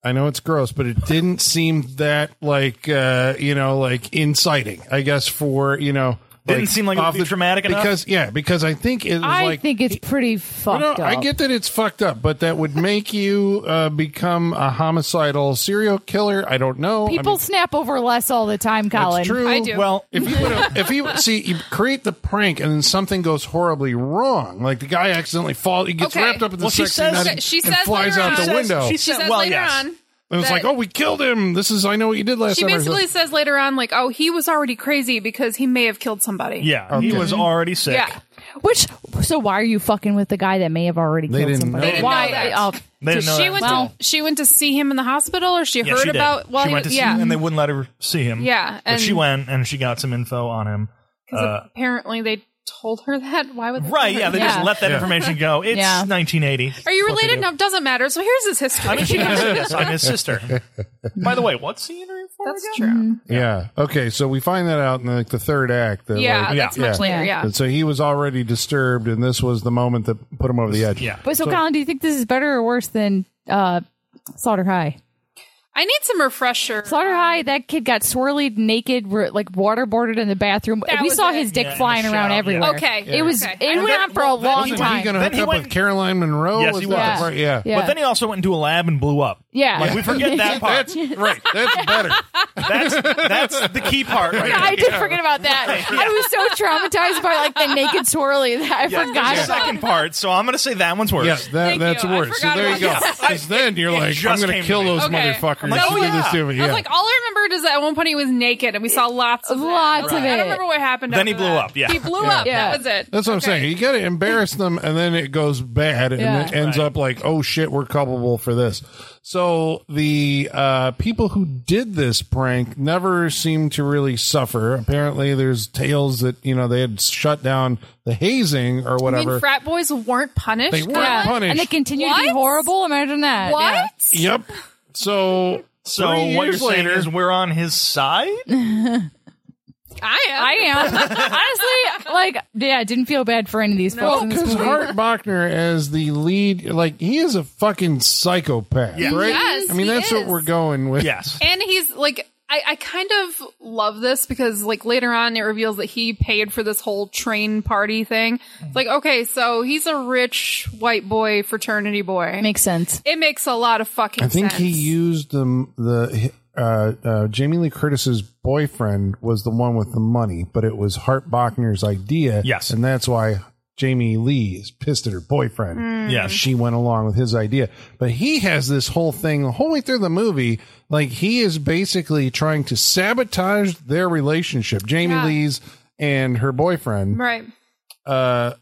Speaker 1: I know it's gross, but it didn't seem that like uh, you know like inciting. I guess for you know.
Speaker 3: Didn't seem like it would
Speaker 1: off
Speaker 3: be dramatic enough?
Speaker 1: because yeah, because I think it was
Speaker 4: I
Speaker 1: like
Speaker 4: think it's pretty fucked
Speaker 1: no,
Speaker 4: up.
Speaker 1: I get that it's fucked up, but that would make you uh, become a homicidal serial killer. I don't know. I mean,
Speaker 4: People snap over less all the time, Colin.
Speaker 1: it's true.
Speaker 2: I do.
Speaker 3: Well,
Speaker 1: If you would have, if you see, you create the prank and then something goes horribly wrong, like the guy accidentally falls, he gets
Speaker 2: Okay.
Speaker 1: wrapped up in the
Speaker 3: Well, she
Speaker 1: sexy
Speaker 3: says-
Speaker 1: net
Speaker 3: Okay,
Speaker 1: and,
Speaker 2: she
Speaker 1: and
Speaker 2: says
Speaker 1: flies
Speaker 2: later
Speaker 1: out
Speaker 2: on-
Speaker 1: the
Speaker 2: She says-
Speaker 1: window.
Speaker 3: she
Speaker 2: She says
Speaker 3: well,
Speaker 2: later
Speaker 3: yes.
Speaker 2: on.
Speaker 1: and it's
Speaker 2: that-
Speaker 1: like, oh, we killed him. This is, I know what you did last
Speaker 2: She
Speaker 1: summer.
Speaker 2: basically says later on, like, "Oh, he was already crazy because he may have killed somebody."
Speaker 3: Yeah, he was already sick.
Speaker 2: yeah.
Speaker 4: Which, so why are you fucking with the guy that may have already killed
Speaker 1: didn't
Speaker 4: somebody?
Speaker 1: know. They didn't
Speaker 4: why?
Speaker 2: know that.
Speaker 4: oh,
Speaker 3: They didn't know
Speaker 2: She
Speaker 3: that.
Speaker 2: went.
Speaker 4: Wow.
Speaker 2: To, she went to see him in the hospital, or she
Speaker 3: Yeah,
Speaker 2: heard
Speaker 3: she did.
Speaker 2: about. Well,
Speaker 3: she
Speaker 2: he-
Speaker 3: went to see
Speaker 2: yeah,
Speaker 3: him, and they wouldn't let her see him.
Speaker 2: Yeah,
Speaker 3: but she
Speaker 2: and-
Speaker 3: went, and she got some info on him.
Speaker 2: 'Cause apparently they told her that. Why would they
Speaker 3: Uh, Right?
Speaker 2: tell her
Speaker 3: Yeah, they
Speaker 2: that?
Speaker 3: just let that information go. It's
Speaker 4: Yeah.
Speaker 2: Are
Speaker 3: 1980.
Speaker 2: you
Speaker 3: That's what they
Speaker 2: related?
Speaker 3: do.
Speaker 2: No, it doesn't matter. So here's his history.
Speaker 3: I mean, she knows this. I'm his sister. By the way, what's he in her for?
Speaker 2: That's
Speaker 3: again?
Speaker 2: true.
Speaker 1: yeah. Okay. So we find that out in like the third act. That,
Speaker 2: Yeah,
Speaker 1: like-
Speaker 2: that's
Speaker 3: yeah.
Speaker 2: much later. Yeah.
Speaker 1: And so he was already disturbed, and this was the moment that put him over the edge.
Speaker 3: Yeah.
Speaker 4: But so, Colin, do you think this is better or worse than uh, Slaughter High?
Speaker 2: I need some refresher.
Speaker 4: Slaughter High, that kid got swirled naked, re- like waterboarded in the bathroom.
Speaker 2: That
Speaker 4: we
Speaker 2: was
Speaker 4: saw
Speaker 2: it.
Speaker 4: his dick
Speaker 3: Yeah, in the
Speaker 4: flying around
Speaker 3: shower,
Speaker 4: everywhere.
Speaker 3: yeah.
Speaker 2: Okay,
Speaker 4: it was.
Speaker 2: okay.
Speaker 4: It
Speaker 2: I-
Speaker 4: went on for a long
Speaker 3: wasn't he
Speaker 4: time.
Speaker 1: going to
Speaker 3: Then
Speaker 1: hook
Speaker 3: he
Speaker 1: up
Speaker 3: went-
Speaker 1: with Caroline Monroe?
Speaker 3: Yes, he
Speaker 1: that
Speaker 3: was.
Speaker 1: part? Yeah.
Speaker 4: Yeah.
Speaker 3: But then he also went into a lab and blew up.
Speaker 4: yeah,
Speaker 3: Like we forget that part.
Speaker 1: That's right. That's better.
Speaker 3: That's that's the key part. Right
Speaker 4: I
Speaker 3: there.
Speaker 4: did forget about that. I was so traumatized by like the naked swirly that I
Speaker 3: Yeah,
Speaker 4: forgot
Speaker 3: the
Speaker 4: about
Speaker 3: second part. So I'm going to say that one's worse.
Speaker 1: Yes, that,
Speaker 2: Thank
Speaker 1: that's
Speaker 2: you. I
Speaker 1: worse. So
Speaker 2: forgot
Speaker 1: there you go.
Speaker 2: about that.
Speaker 1: Because then you're like, I'm
Speaker 3: just
Speaker 1: going
Speaker 3: came
Speaker 1: to kill
Speaker 3: to me.
Speaker 1: those
Speaker 2: Okay.
Speaker 1: motherfuckers.
Speaker 3: I'm like,
Speaker 1: who
Speaker 3: oh,
Speaker 1: did this
Speaker 3: yeah.
Speaker 1: to me.
Speaker 2: I
Speaker 1: Yeah.
Speaker 2: was like, all I remembered is that at one point he was naked and we saw lots of
Speaker 4: Lots
Speaker 2: that.
Speaker 4: of
Speaker 2: I
Speaker 4: it.
Speaker 2: don't remember what happened.
Speaker 3: Then
Speaker 2: after
Speaker 3: he blew
Speaker 2: that.
Speaker 3: up, yeah.
Speaker 2: he blew up.
Speaker 4: Yeah.
Speaker 2: That was it.
Speaker 1: that's what I'm saying. You got to embarrass them, and then it goes bad, and
Speaker 4: Yeah.
Speaker 1: it ends
Speaker 3: Right.
Speaker 1: up like, oh shit, we're culpable for this. So the uh, people who did this prank never seem to really suffer. Apparently, there's tales that you know they had shut down the hazing or
Speaker 2: I
Speaker 1: whatever.
Speaker 2: mean, frat boys weren't punished.
Speaker 1: they weren't
Speaker 2: Yeah.
Speaker 1: punished.
Speaker 4: And they continue to be
Speaker 2: What?
Speaker 4: horrible. Imagine that. Yeah.
Speaker 2: What?
Speaker 1: Yep. So
Speaker 3: So
Speaker 1: three
Speaker 3: what you're
Speaker 1: years
Speaker 3: saying
Speaker 1: later,
Speaker 3: is we're on his side?
Speaker 2: I am.
Speaker 4: I am. Honestly, like, yeah, I didn't feel bad for any of these folks. in this
Speaker 1: because
Speaker 4: movie.
Speaker 1: Hart Bachner as the lead, like he is a fucking psychopath,
Speaker 3: Yeah.
Speaker 1: right?
Speaker 2: Yes,
Speaker 1: I mean,
Speaker 2: he
Speaker 1: that's what
Speaker 2: is.
Speaker 1: we're going with.
Speaker 3: Yes.
Speaker 2: And he's like, I, I kind of love this because like later on it reveals that he paid for this whole train party thing. It's like, okay, so he's a rich white boy fraternity boy.
Speaker 4: Makes sense.
Speaker 2: it makes a lot of fucking
Speaker 1: I think
Speaker 2: sense.
Speaker 1: he used the the uh, uh, Jamie Lee Curtis's boyfriend was the one with the money, but it was Hart Bachner's idea.
Speaker 3: Yes.
Speaker 1: and that's why Jamie Lee is pissed at her boyfriend.
Speaker 2: Hmm.
Speaker 3: Yes.
Speaker 1: she went along with his idea. But he has this whole thing the whole way through the movie. Like he is basically trying to sabotage their relationship, Jamie
Speaker 2: Yeah.
Speaker 1: Lee's and her boyfriend.
Speaker 2: right.
Speaker 1: Uh,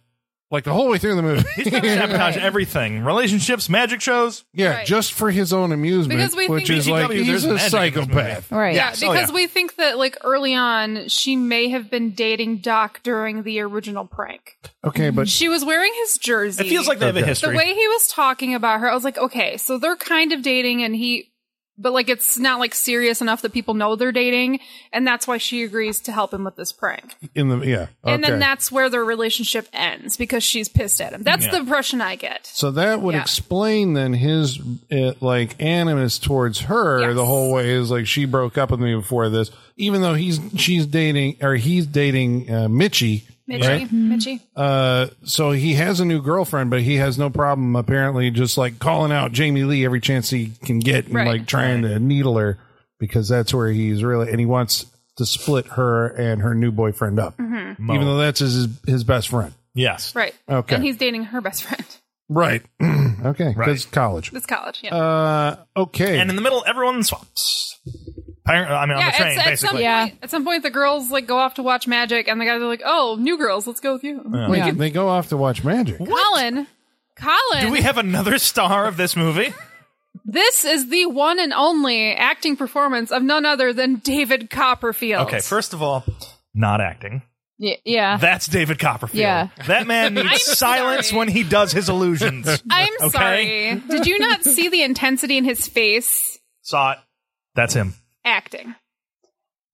Speaker 1: like the whole way through the movie.
Speaker 3: Sabotage everything. Relationships, magic shows.
Speaker 1: yeah,
Speaker 2: Right.
Speaker 1: just for his own amusement,
Speaker 2: Because we
Speaker 1: which
Speaker 2: think
Speaker 1: is
Speaker 2: BTW,
Speaker 1: like
Speaker 3: there's
Speaker 1: he's a
Speaker 3: magic in this
Speaker 1: psychopath.
Speaker 4: Right.
Speaker 2: Yeah,
Speaker 3: Oh,
Speaker 2: because
Speaker 3: yeah.
Speaker 2: we think that like early on she may have been dating Doc during the original prank.
Speaker 1: Okay, but
Speaker 2: She was wearing his jersey.
Speaker 3: It feels like they have a
Speaker 1: Okay.
Speaker 3: history.
Speaker 2: the way he was talking about her, I was like, okay, so they're kind of dating and he but like it's not like serious enough that people know they're dating and that's why she agrees to help him with this prank.
Speaker 1: in the yeah,
Speaker 2: And then
Speaker 1: okay.
Speaker 2: that's where their relationship ends because she's pissed at him. That's the impression I get.
Speaker 1: So that would
Speaker 2: Yeah.
Speaker 1: explain then his uh, like animus towards her
Speaker 2: Yes.
Speaker 1: the whole way is like she broke up with me before this, even though he's she's dating or he's dating uh, Mitchie,
Speaker 2: Mitchie,
Speaker 1: right?
Speaker 2: Mitchie.
Speaker 1: Uh, so he has a new girlfriend, but he has no problem apparently just like calling out Jamie Lee every chance he can get and
Speaker 2: Right.
Speaker 1: like trying to needle her because that's where he's really and he wants to split her and her new boyfriend up,
Speaker 2: Mm-hmm.
Speaker 3: Mo.
Speaker 1: even though that's his his best friend.
Speaker 3: yes.
Speaker 2: Right.
Speaker 1: Okay.
Speaker 2: And he's dating her best friend.
Speaker 1: Right. okay. Because
Speaker 3: Right.
Speaker 1: college.
Speaker 2: This college. Yeah.
Speaker 1: Uh, okay.
Speaker 3: And in the middle, everyone swaps. Apparently, I mean, on
Speaker 2: yeah,
Speaker 3: the train,
Speaker 2: at, at some
Speaker 3: basically.
Speaker 2: point,
Speaker 4: Yeah.
Speaker 2: at some point, the girls like go off to watch magic, and the guys are like, "Oh, new girls, let's go with you."
Speaker 1: Wait,
Speaker 4: Yeah.
Speaker 1: they go off to watch magic.
Speaker 2: Colin, Colin,
Speaker 3: Do we have another star of this movie?
Speaker 2: this is the one and only acting performance of none other than David Copperfield.
Speaker 3: Okay, first of all, not acting.
Speaker 4: Yeah. yeah.
Speaker 3: That's David Copperfield.
Speaker 4: Yeah.
Speaker 3: That man
Speaker 2: I'm
Speaker 3: needs silence
Speaker 2: sorry.
Speaker 3: when he does his illusions.
Speaker 2: I'm
Speaker 3: Okay.
Speaker 2: sorry. Did you not see the intensity in his face
Speaker 3: Saw it. That's him.
Speaker 2: acting?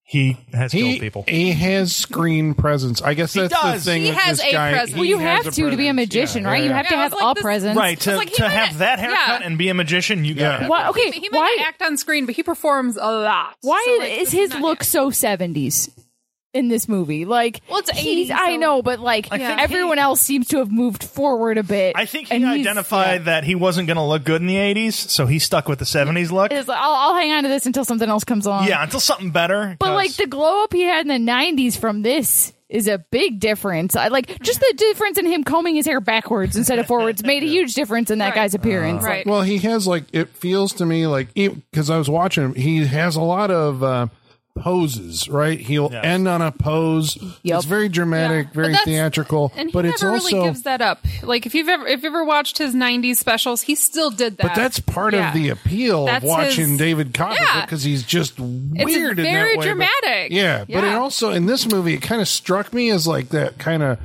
Speaker 3: He has
Speaker 1: He,
Speaker 3: killed people.
Speaker 1: he has screen presence. I guess that's
Speaker 3: does.
Speaker 1: the thing.
Speaker 2: He
Speaker 1: with
Speaker 2: has
Speaker 1: this
Speaker 2: a
Speaker 1: guy.
Speaker 2: presence.
Speaker 1: He
Speaker 2: Well,
Speaker 4: you
Speaker 1: has
Speaker 4: have
Speaker 1: a
Speaker 4: to to be a
Speaker 1: presence.
Speaker 4: magician,
Speaker 1: Yeah,
Speaker 4: right?
Speaker 1: yeah,
Speaker 4: You
Speaker 1: yeah.
Speaker 4: have
Speaker 2: Yeah,
Speaker 4: to
Speaker 2: I
Speaker 4: have
Speaker 2: was like,
Speaker 4: all
Speaker 2: this-
Speaker 4: presence.
Speaker 3: Right. To,
Speaker 2: It's like he
Speaker 3: to
Speaker 2: might
Speaker 3: have
Speaker 2: not-
Speaker 3: that haircut
Speaker 2: yeah.
Speaker 3: and be a magician, you
Speaker 1: Yeah.
Speaker 3: got it.
Speaker 4: Why, okay,
Speaker 2: But he might
Speaker 4: why
Speaker 2: not act on screen, but he performs a lot.
Speaker 4: why
Speaker 2: So, like,
Speaker 4: is
Speaker 2: this
Speaker 4: his
Speaker 2: not
Speaker 4: look
Speaker 2: it.
Speaker 4: so 70s in this movie? Like
Speaker 2: Well, it's
Speaker 4: he's-
Speaker 2: 80s,
Speaker 4: I
Speaker 2: so-
Speaker 4: know, but like
Speaker 3: I think
Speaker 4: everyone
Speaker 3: he-
Speaker 4: else seems to have moved forward a bit.
Speaker 3: I think he
Speaker 4: and he's-
Speaker 3: identified that he wasn't going to look good in the 80s, so he stuck with the 70s look.
Speaker 4: It's like, I'll, I'll hang on to this until something else comes on.
Speaker 3: Yeah, until something better.
Speaker 4: But
Speaker 3: 'cause-
Speaker 4: like the glow up he had in the 90s from this is a big difference. I like just the difference in him combing his hair backwards instead of forwards made a huge difference in that
Speaker 2: Right.
Speaker 4: guy's appearance.
Speaker 2: Right.
Speaker 1: Well, he has like it feels to me like because I was watching him, he has a lot of uh, poses. Right, he'll
Speaker 3: Yes.
Speaker 1: end on a pose.
Speaker 4: Yep.
Speaker 1: It's very dramatic,
Speaker 2: Yeah. But
Speaker 1: very
Speaker 2: that's-
Speaker 1: theatrical,
Speaker 2: And he
Speaker 1: but
Speaker 2: never
Speaker 1: it's also
Speaker 2: really gives that up. Like if you've ever if you've ever watched his '90s specials, he still did that.
Speaker 1: But that's part
Speaker 2: Yeah.
Speaker 1: of the appeal
Speaker 2: That's
Speaker 1: of watching
Speaker 2: his-
Speaker 1: David Copperfield
Speaker 2: Yeah.
Speaker 1: because he's just weird in that
Speaker 2: very
Speaker 1: way, but-
Speaker 2: dramatic.
Speaker 1: yeah, but it
Speaker 2: Yeah.
Speaker 1: also in this movie it kind of struck me as like that kind of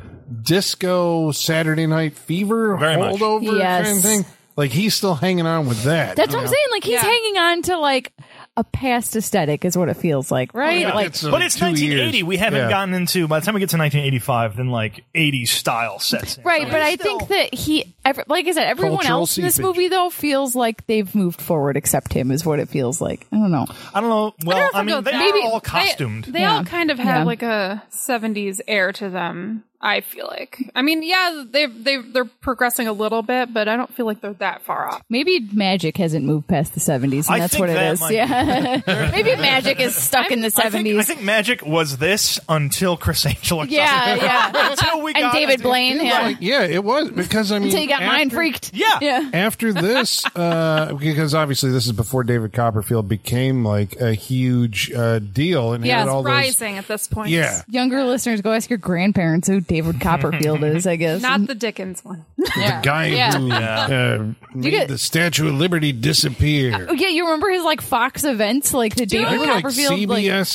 Speaker 1: disco Saturday Night Fever
Speaker 3: Very much.
Speaker 1: holdover kind
Speaker 4: Yes.
Speaker 1: of thing. Like he's still hanging on with that.
Speaker 4: That's
Speaker 1: you
Speaker 4: what I'm
Speaker 1: know?
Speaker 4: saying. Like he's
Speaker 2: Yeah.
Speaker 4: hanging on to like a past aesthetic is what it feels like, right?
Speaker 1: yeah.
Speaker 4: Like
Speaker 1: It's uh,
Speaker 3: but it's
Speaker 1: two
Speaker 3: 1980.
Speaker 1: years.
Speaker 3: We haven't
Speaker 1: Yeah.
Speaker 3: gotten into by the time we get to 1985, then like 80s style sets. in.
Speaker 4: Right,
Speaker 3: So
Speaker 4: but I
Speaker 3: still-
Speaker 4: think that he, ever, like I said, everyone
Speaker 1: Cultural
Speaker 4: else in this
Speaker 1: seepage.
Speaker 4: movie though feels like they've moved forward, except him is what it feels like. I don't know.
Speaker 3: I don't know. Well,
Speaker 2: don't know
Speaker 3: I,
Speaker 2: if I'll go
Speaker 3: mean, they
Speaker 2: that
Speaker 3: are
Speaker 2: far.
Speaker 3: all
Speaker 2: They-
Speaker 3: costumed.
Speaker 2: They, all kind of have
Speaker 4: Yeah.
Speaker 2: like a '70s air to them. I feel like. I mean, yeah, they they they're progressing a little bit, but I don't feel like they're that far off.
Speaker 4: Maybe magic hasn't moved past the seventies, and
Speaker 3: I
Speaker 4: that's
Speaker 3: think
Speaker 4: what it
Speaker 3: that
Speaker 4: is.
Speaker 3: might be-
Speaker 4: Yeah, maybe magic is stuck in the
Speaker 3: I think, I
Speaker 4: seventies.
Speaker 3: think Magic was this until Chris Angel. or
Speaker 4: Yeah,
Speaker 3: something.
Speaker 4: yeah.
Speaker 3: until we
Speaker 4: And
Speaker 3: got
Speaker 4: David Blaine,
Speaker 1: It's
Speaker 4: yeah.
Speaker 1: like, yeah, it was because I mean
Speaker 4: Until you got
Speaker 1: after-
Speaker 4: mind freaked.
Speaker 3: Yeah.
Speaker 4: yeah.
Speaker 1: after this, uh, because obviously this is before David Copperfield became like a huge uh, deal and he
Speaker 4: Yeah,
Speaker 1: had all those
Speaker 2: Rising at this point.
Speaker 1: yeah.
Speaker 4: Younger listeners, go ask your grandparents who David Copperfield is. I guess
Speaker 2: Not the Dickens one.
Speaker 1: the guy
Speaker 4: Yeah.
Speaker 1: who uh, made
Speaker 4: get-
Speaker 1: the Statue of Liberty disappear.
Speaker 4: Oh, yeah, you remember his like Fox events, like the
Speaker 1: They
Speaker 4: David
Speaker 1: were like
Speaker 4: Copperfield,
Speaker 1: CBS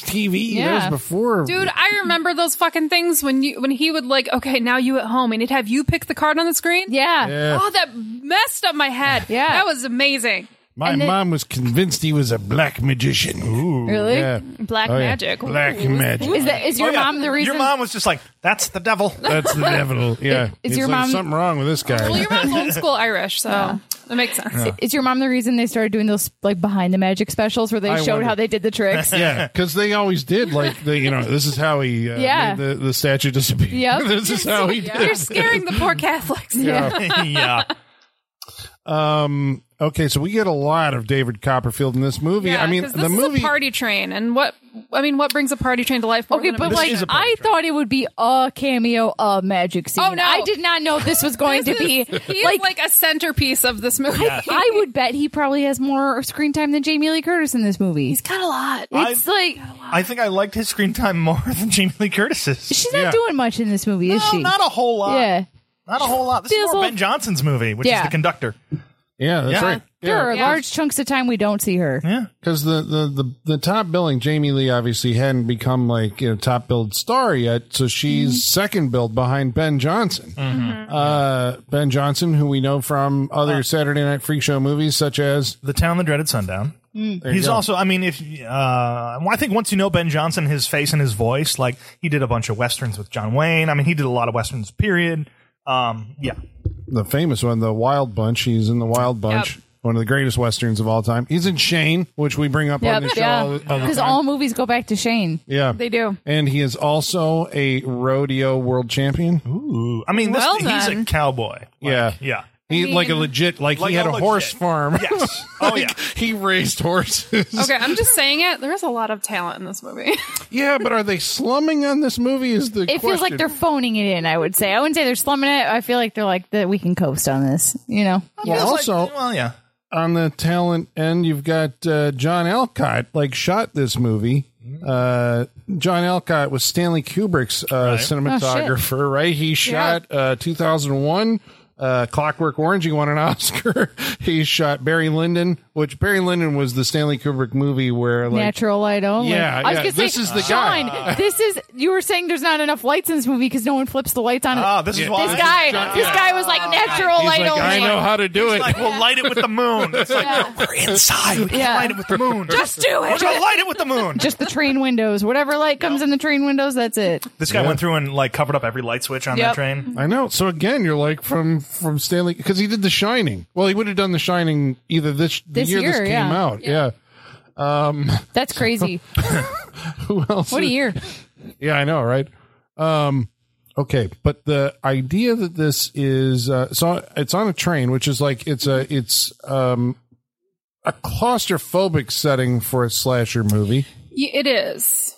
Speaker 4: like
Speaker 1: TV. That
Speaker 4: Yeah.
Speaker 1: was before.
Speaker 2: Dude, I remember those fucking things when you when he would like, okay, now you at home, and he'd have you pick the card on the screen.
Speaker 4: yeah.
Speaker 1: Yeah.
Speaker 2: Oh, that messed up my head.
Speaker 4: Yeah.
Speaker 2: that was amazing.
Speaker 1: My
Speaker 4: and then-
Speaker 1: mom was convinced he was a black magician. Ooh.
Speaker 4: Really?
Speaker 1: Yeah.
Speaker 2: Black
Speaker 1: Oh, yeah.
Speaker 2: magic.
Speaker 1: Black
Speaker 2: Ooh.
Speaker 1: magic.
Speaker 4: Is that is your
Speaker 3: Oh, yeah.
Speaker 4: mom the reason?
Speaker 3: Your mom was just like, "That's the devil."
Speaker 1: That's the devil. Yeah.
Speaker 4: is
Speaker 1: He's
Speaker 4: your
Speaker 1: like,
Speaker 4: mom-
Speaker 1: something wrong with this guy?
Speaker 2: Well, your mom's old school Irish, so it makes sense.
Speaker 4: Is your mom the reason they started doing those like behind the magic specials where they
Speaker 1: I
Speaker 4: showed
Speaker 1: wonder.
Speaker 4: how they did the tricks?
Speaker 1: yeah, because they always did like they, you know this is how he uh,
Speaker 4: Yeah.
Speaker 1: made the the statue disappear.
Speaker 4: Yep.
Speaker 1: this is how he
Speaker 2: You're
Speaker 1: did.
Speaker 2: scaring the poor Catholics.
Speaker 3: yeah.
Speaker 1: Um. Okay, so we get a lot of David Copperfield in this movie. I mean,
Speaker 2: 'cause
Speaker 1: the
Speaker 2: this is
Speaker 1: movie
Speaker 2: a party train, and what I mean, what brings a party train to life? more
Speaker 4: Okay,
Speaker 2: than a
Speaker 4: but
Speaker 2: movie?
Speaker 4: like
Speaker 3: is a party
Speaker 4: I
Speaker 3: trick.
Speaker 4: thought it would be a cameo, a magic scene.
Speaker 2: Oh, no.
Speaker 4: I did not know this was going to be
Speaker 2: he
Speaker 4: like.
Speaker 2: is like a centerpiece of this movie.
Speaker 4: I would bet he probably has more screen time than Jamie Lee Curtis in this movie. He's
Speaker 2: got a lot.
Speaker 4: it's like
Speaker 3: I think I liked his screen time more than Jamie Lee Curtis's.
Speaker 4: she's not
Speaker 1: Yeah.
Speaker 4: doing much in this movie, is
Speaker 3: No,
Speaker 4: she?
Speaker 3: not a whole lot.
Speaker 4: yeah,
Speaker 3: Not a whole lot. This
Speaker 4: Feels
Speaker 3: is more
Speaker 4: like-
Speaker 3: Ben Johnson's movie, which
Speaker 4: Yeah.
Speaker 3: is the conductor.
Speaker 1: yeah, that's
Speaker 3: Yeah.
Speaker 1: right.
Speaker 4: there
Speaker 1: Yeah,
Speaker 4: are large chunks of time we don't see her.
Speaker 3: Yeah.
Speaker 1: because the, the the the top billing Jamie Lee obviously hadn't become like you know top billed star yet, so she's second billed behind Ben Johnson. Uh, ben Johnson, who we know from other Saturday Night Freak Show movies such as
Speaker 3: The Town That Dreaded Sundown.
Speaker 4: Mm.
Speaker 3: He's also, I mean, if uh, well, I think once you know Ben Johnson, his face and his voice, like he did a bunch of westerns with John Wayne. I mean, he did a lot of westerns. Period. Um, yeah,
Speaker 1: the famous one, The Wild Bunch. He's in The Wild Bunch.
Speaker 2: Yep.
Speaker 1: One of the greatest westerns of all time. He's in Shane, which we bring up on the
Speaker 4: Yep,
Speaker 1: show all,
Speaker 4: yeah, Oh,
Speaker 1: the- all the
Speaker 4: because
Speaker 1: time.
Speaker 4: all movies go back to Shane.
Speaker 1: yeah,
Speaker 2: They do.
Speaker 1: And he is also a rodeo world champion.
Speaker 3: Ooh. I mean, this,
Speaker 2: Well
Speaker 3: he's a
Speaker 2: then.
Speaker 3: cowboy. Like,
Speaker 1: Yeah.
Speaker 3: yeah,
Speaker 1: He like a legit like,
Speaker 3: Like
Speaker 1: he had a,
Speaker 3: a
Speaker 1: horse
Speaker 3: legit-
Speaker 1: farm.
Speaker 3: yes. Oh yeah.
Speaker 1: he raised horses.
Speaker 2: Okay, I'm just saying it. There's a lot of talent in this movie.
Speaker 1: Yeah, but are they slumming on this movie? Is the
Speaker 4: It feels like
Speaker 1: question.
Speaker 4: they're phoning it in. I would say. I wouldn't say they're slumming it. I feel like they're like that. We can coast on this. You know.
Speaker 1: Well,
Speaker 3: Feels like-
Speaker 1: also
Speaker 3: well, yeah.
Speaker 1: on the talent end, you've got uh, John Alcott, like shot this movie. Uh, John Alcott was Stanley Kubrick's uh,
Speaker 3: Right.
Speaker 4: Oh,
Speaker 1: cinematographer, right? He shot uh, 2001. Uh, Clockwork Orange, he won an Oscar. he shot Barry Lyndon, which Barry Lyndon was the Stanley Kubrick movie where, like,
Speaker 4: Natural light only.
Speaker 1: Yeah,
Speaker 4: I was
Speaker 1: yeah,
Speaker 4: gonna say,
Speaker 1: this is the guy.
Speaker 4: Sean, this is you were saying there's not enough lights in this movie because no one flips the lights on.
Speaker 3: Ah, this is why
Speaker 4: this guy,
Speaker 3: John-
Speaker 4: this guy was like natural
Speaker 1: he's
Speaker 4: light
Speaker 1: like,
Speaker 4: only.
Speaker 1: I know how to do it.
Speaker 3: Like we'll light it with the moon. It's like
Speaker 4: Yeah.
Speaker 3: we're inside. We can
Speaker 4: Yeah.
Speaker 3: light it with the moon.
Speaker 4: Just do
Speaker 3: we're
Speaker 4: it.
Speaker 3: gonna light it with the moon.
Speaker 4: Just the train windows. Whatever light comes in the train windows, that's it.
Speaker 3: This guy went through and like covered up every light switch on
Speaker 4: Yep.
Speaker 3: that train.
Speaker 1: I know. So again, you're like from from Stanley because he did The Shining. Well, he would have done The Shining either this, the
Speaker 4: This
Speaker 1: year, this
Speaker 4: year,
Speaker 1: came
Speaker 4: yeah.
Speaker 1: out. Yeah.
Speaker 4: That's crazy.
Speaker 1: Who else?
Speaker 4: what a
Speaker 1: is-
Speaker 4: year.
Speaker 1: Yeah, I know, right? Um, okay, but the idea that this is uh, so it's on a train, which is like it's a it's um a claustrophobic setting for a slasher movie.
Speaker 2: Y- It is.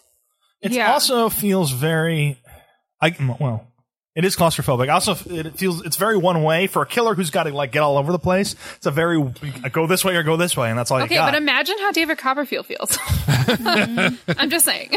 Speaker 3: It
Speaker 2: Yeah.
Speaker 3: also feels very, I well, it is claustrophobic. Also, it feels it's very one way for a killer who's got to like get all over the place. It's a very go this way or go this way, and that's all
Speaker 2: Okay,
Speaker 3: you got.
Speaker 2: but imagine how David Copperfield feels. Mm-hmm. I'm just saying.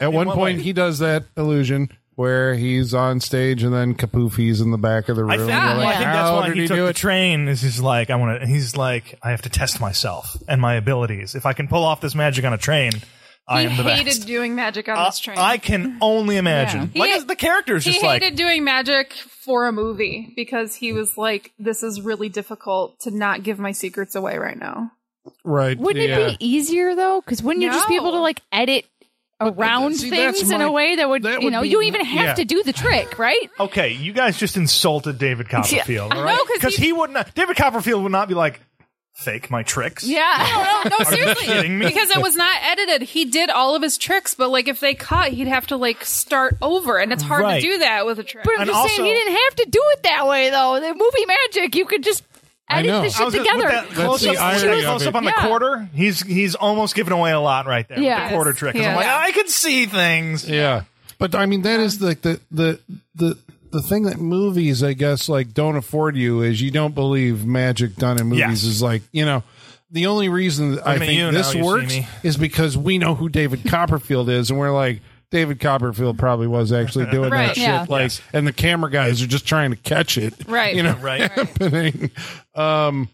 Speaker 1: At one
Speaker 3: what
Speaker 1: point,
Speaker 3: way?
Speaker 1: he does that illusion. Where he's on stage and then kapoof, he's in the back of the room.
Speaker 3: I think,
Speaker 1: You're
Speaker 3: well, I
Speaker 1: like,
Speaker 3: think that's
Speaker 1: "How
Speaker 3: why
Speaker 1: did
Speaker 3: he took
Speaker 1: do
Speaker 3: the
Speaker 1: it?"
Speaker 3: train. Is he's like, I want to. He's like, I have to test myself and my abilities. If I can pull off this magic on a train, I
Speaker 2: He
Speaker 3: am the
Speaker 2: hated
Speaker 3: best.
Speaker 2: doing magic on
Speaker 3: I-
Speaker 2: this train.
Speaker 3: I can only imagine.
Speaker 2: He-
Speaker 3: Like the characters
Speaker 2: he
Speaker 3: just
Speaker 2: hated
Speaker 3: like
Speaker 2: doing magic for a movie because he was like, "This is really difficult to not give my secrets away right now."
Speaker 1: Right.
Speaker 4: Wouldn't
Speaker 1: yeah.
Speaker 4: it be easier though? Because wouldn't you just be able to
Speaker 2: No.
Speaker 4: like edit around
Speaker 1: see, that's
Speaker 4: things in
Speaker 1: my-
Speaker 4: a way that would,
Speaker 1: that
Speaker 4: you
Speaker 1: would
Speaker 4: know,
Speaker 1: be-
Speaker 4: you don't even have
Speaker 1: yeah.
Speaker 4: to do the trick, right?
Speaker 3: Okay, you guys just insulted David Copperfield.
Speaker 2: I
Speaker 3: all right?
Speaker 2: know, 'cause
Speaker 3: he, would not. David Copperfield would not be like, fake my tricks.
Speaker 4: Yeah.
Speaker 2: No, no,
Speaker 3: you
Speaker 2: seriously,
Speaker 3: kidding me?
Speaker 2: because it was not edited. He did all of his tricks, but like if they cut, he'd have to like start over, and it's hard to
Speaker 3: Right.
Speaker 2: do that with a trick.
Speaker 4: But I'm
Speaker 3: And
Speaker 4: just saying
Speaker 3: also-
Speaker 4: he didn't have to do it that way though. The movie magic, you could just edit
Speaker 1: know.
Speaker 4: the
Speaker 1: I
Speaker 4: shit
Speaker 3: I was just- with
Speaker 4: together.
Speaker 3: that close
Speaker 1: the
Speaker 3: up,
Speaker 1: irony
Speaker 3: with that
Speaker 1: of
Speaker 3: close up
Speaker 1: it.
Speaker 3: on the
Speaker 4: Yeah.
Speaker 3: quarter. He's he's almost giving away a lot right there. with
Speaker 4: Yes.
Speaker 3: the quarter trick. 'Cause I'm
Speaker 2: Yeah.
Speaker 3: like,
Speaker 2: Yeah.
Speaker 3: I could see things.
Speaker 1: Yeah. But I mean that is like the the the the thing that movies I guess like don't afford you is you don't believe magic done in movies
Speaker 3: Yes.
Speaker 1: is like, you know, the only reason that I,
Speaker 3: mean,
Speaker 1: think
Speaker 3: you know,
Speaker 1: this
Speaker 3: you see
Speaker 1: works
Speaker 3: me.
Speaker 1: is because we know who David Copperfield is and we're like David Copperfield probably was actually doing
Speaker 2: Right.
Speaker 1: that
Speaker 4: Yeah.
Speaker 1: shit like
Speaker 3: Yes.
Speaker 1: and the camera guys are just trying to catch it.
Speaker 2: Right.
Speaker 1: You know
Speaker 3: Right.
Speaker 1: happening. Um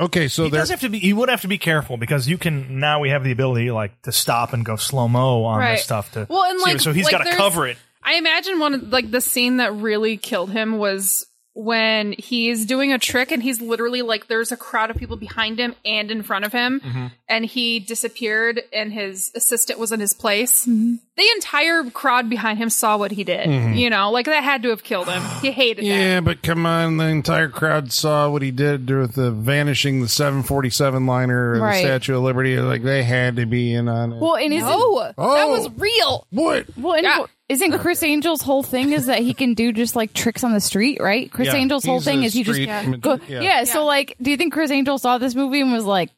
Speaker 1: okay, so
Speaker 3: He
Speaker 1: there
Speaker 3: does have to be. He would have to be careful because you can now. We have the ability like to stop and go slow mo on
Speaker 2: Right.
Speaker 3: this stuff. To
Speaker 2: Well, and,
Speaker 3: see-
Speaker 2: like-
Speaker 3: so he's
Speaker 2: like,
Speaker 3: got to
Speaker 2: there's-
Speaker 3: cover it.
Speaker 2: I imagine one of like the scene that really killed him was when he's doing a trick and he's literally like there's a crowd of people behind him and in front of him
Speaker 3: Mm-hmm.
Speaker 2: and he disappeared and his assistant was in his place. The entire crowd behind him saw what he did.
Speaker 3: Mm-hmm.
Speaker 2: You know, like that had to have killed him. He hated that.
Speaker 1: Yeah, but come on, the entire crowd saw what he did with the vanishing the 747 liner and
Speaker 4: Right.
Speaker 1: the Statue of Liberty. Like they had to be in on it.
Speaker 4: Well, and isn't
Speaker 2: Oh, that
Speaker 1: Oh.
Speaker 2: was real.
Speaker 1: what?
Speaker 4: well, and
Speaker 2: Yeah.
Speaker 4: isn't Chris Angel's whole thing is that he can do just like tricks on the street, right? Chris
Speaker 3: Yeah.
Speaker 4: Angel's whole
Speaker 1: He's
Speaker 4: thing
Speaker 1: a
Speaker 4: is you just
Speaker 1: street mag-
Speaker 4: go, yeah.
Speaker 1: yeah.
Speaker 4: So like, do you think Chris Angel saw this movie and was like,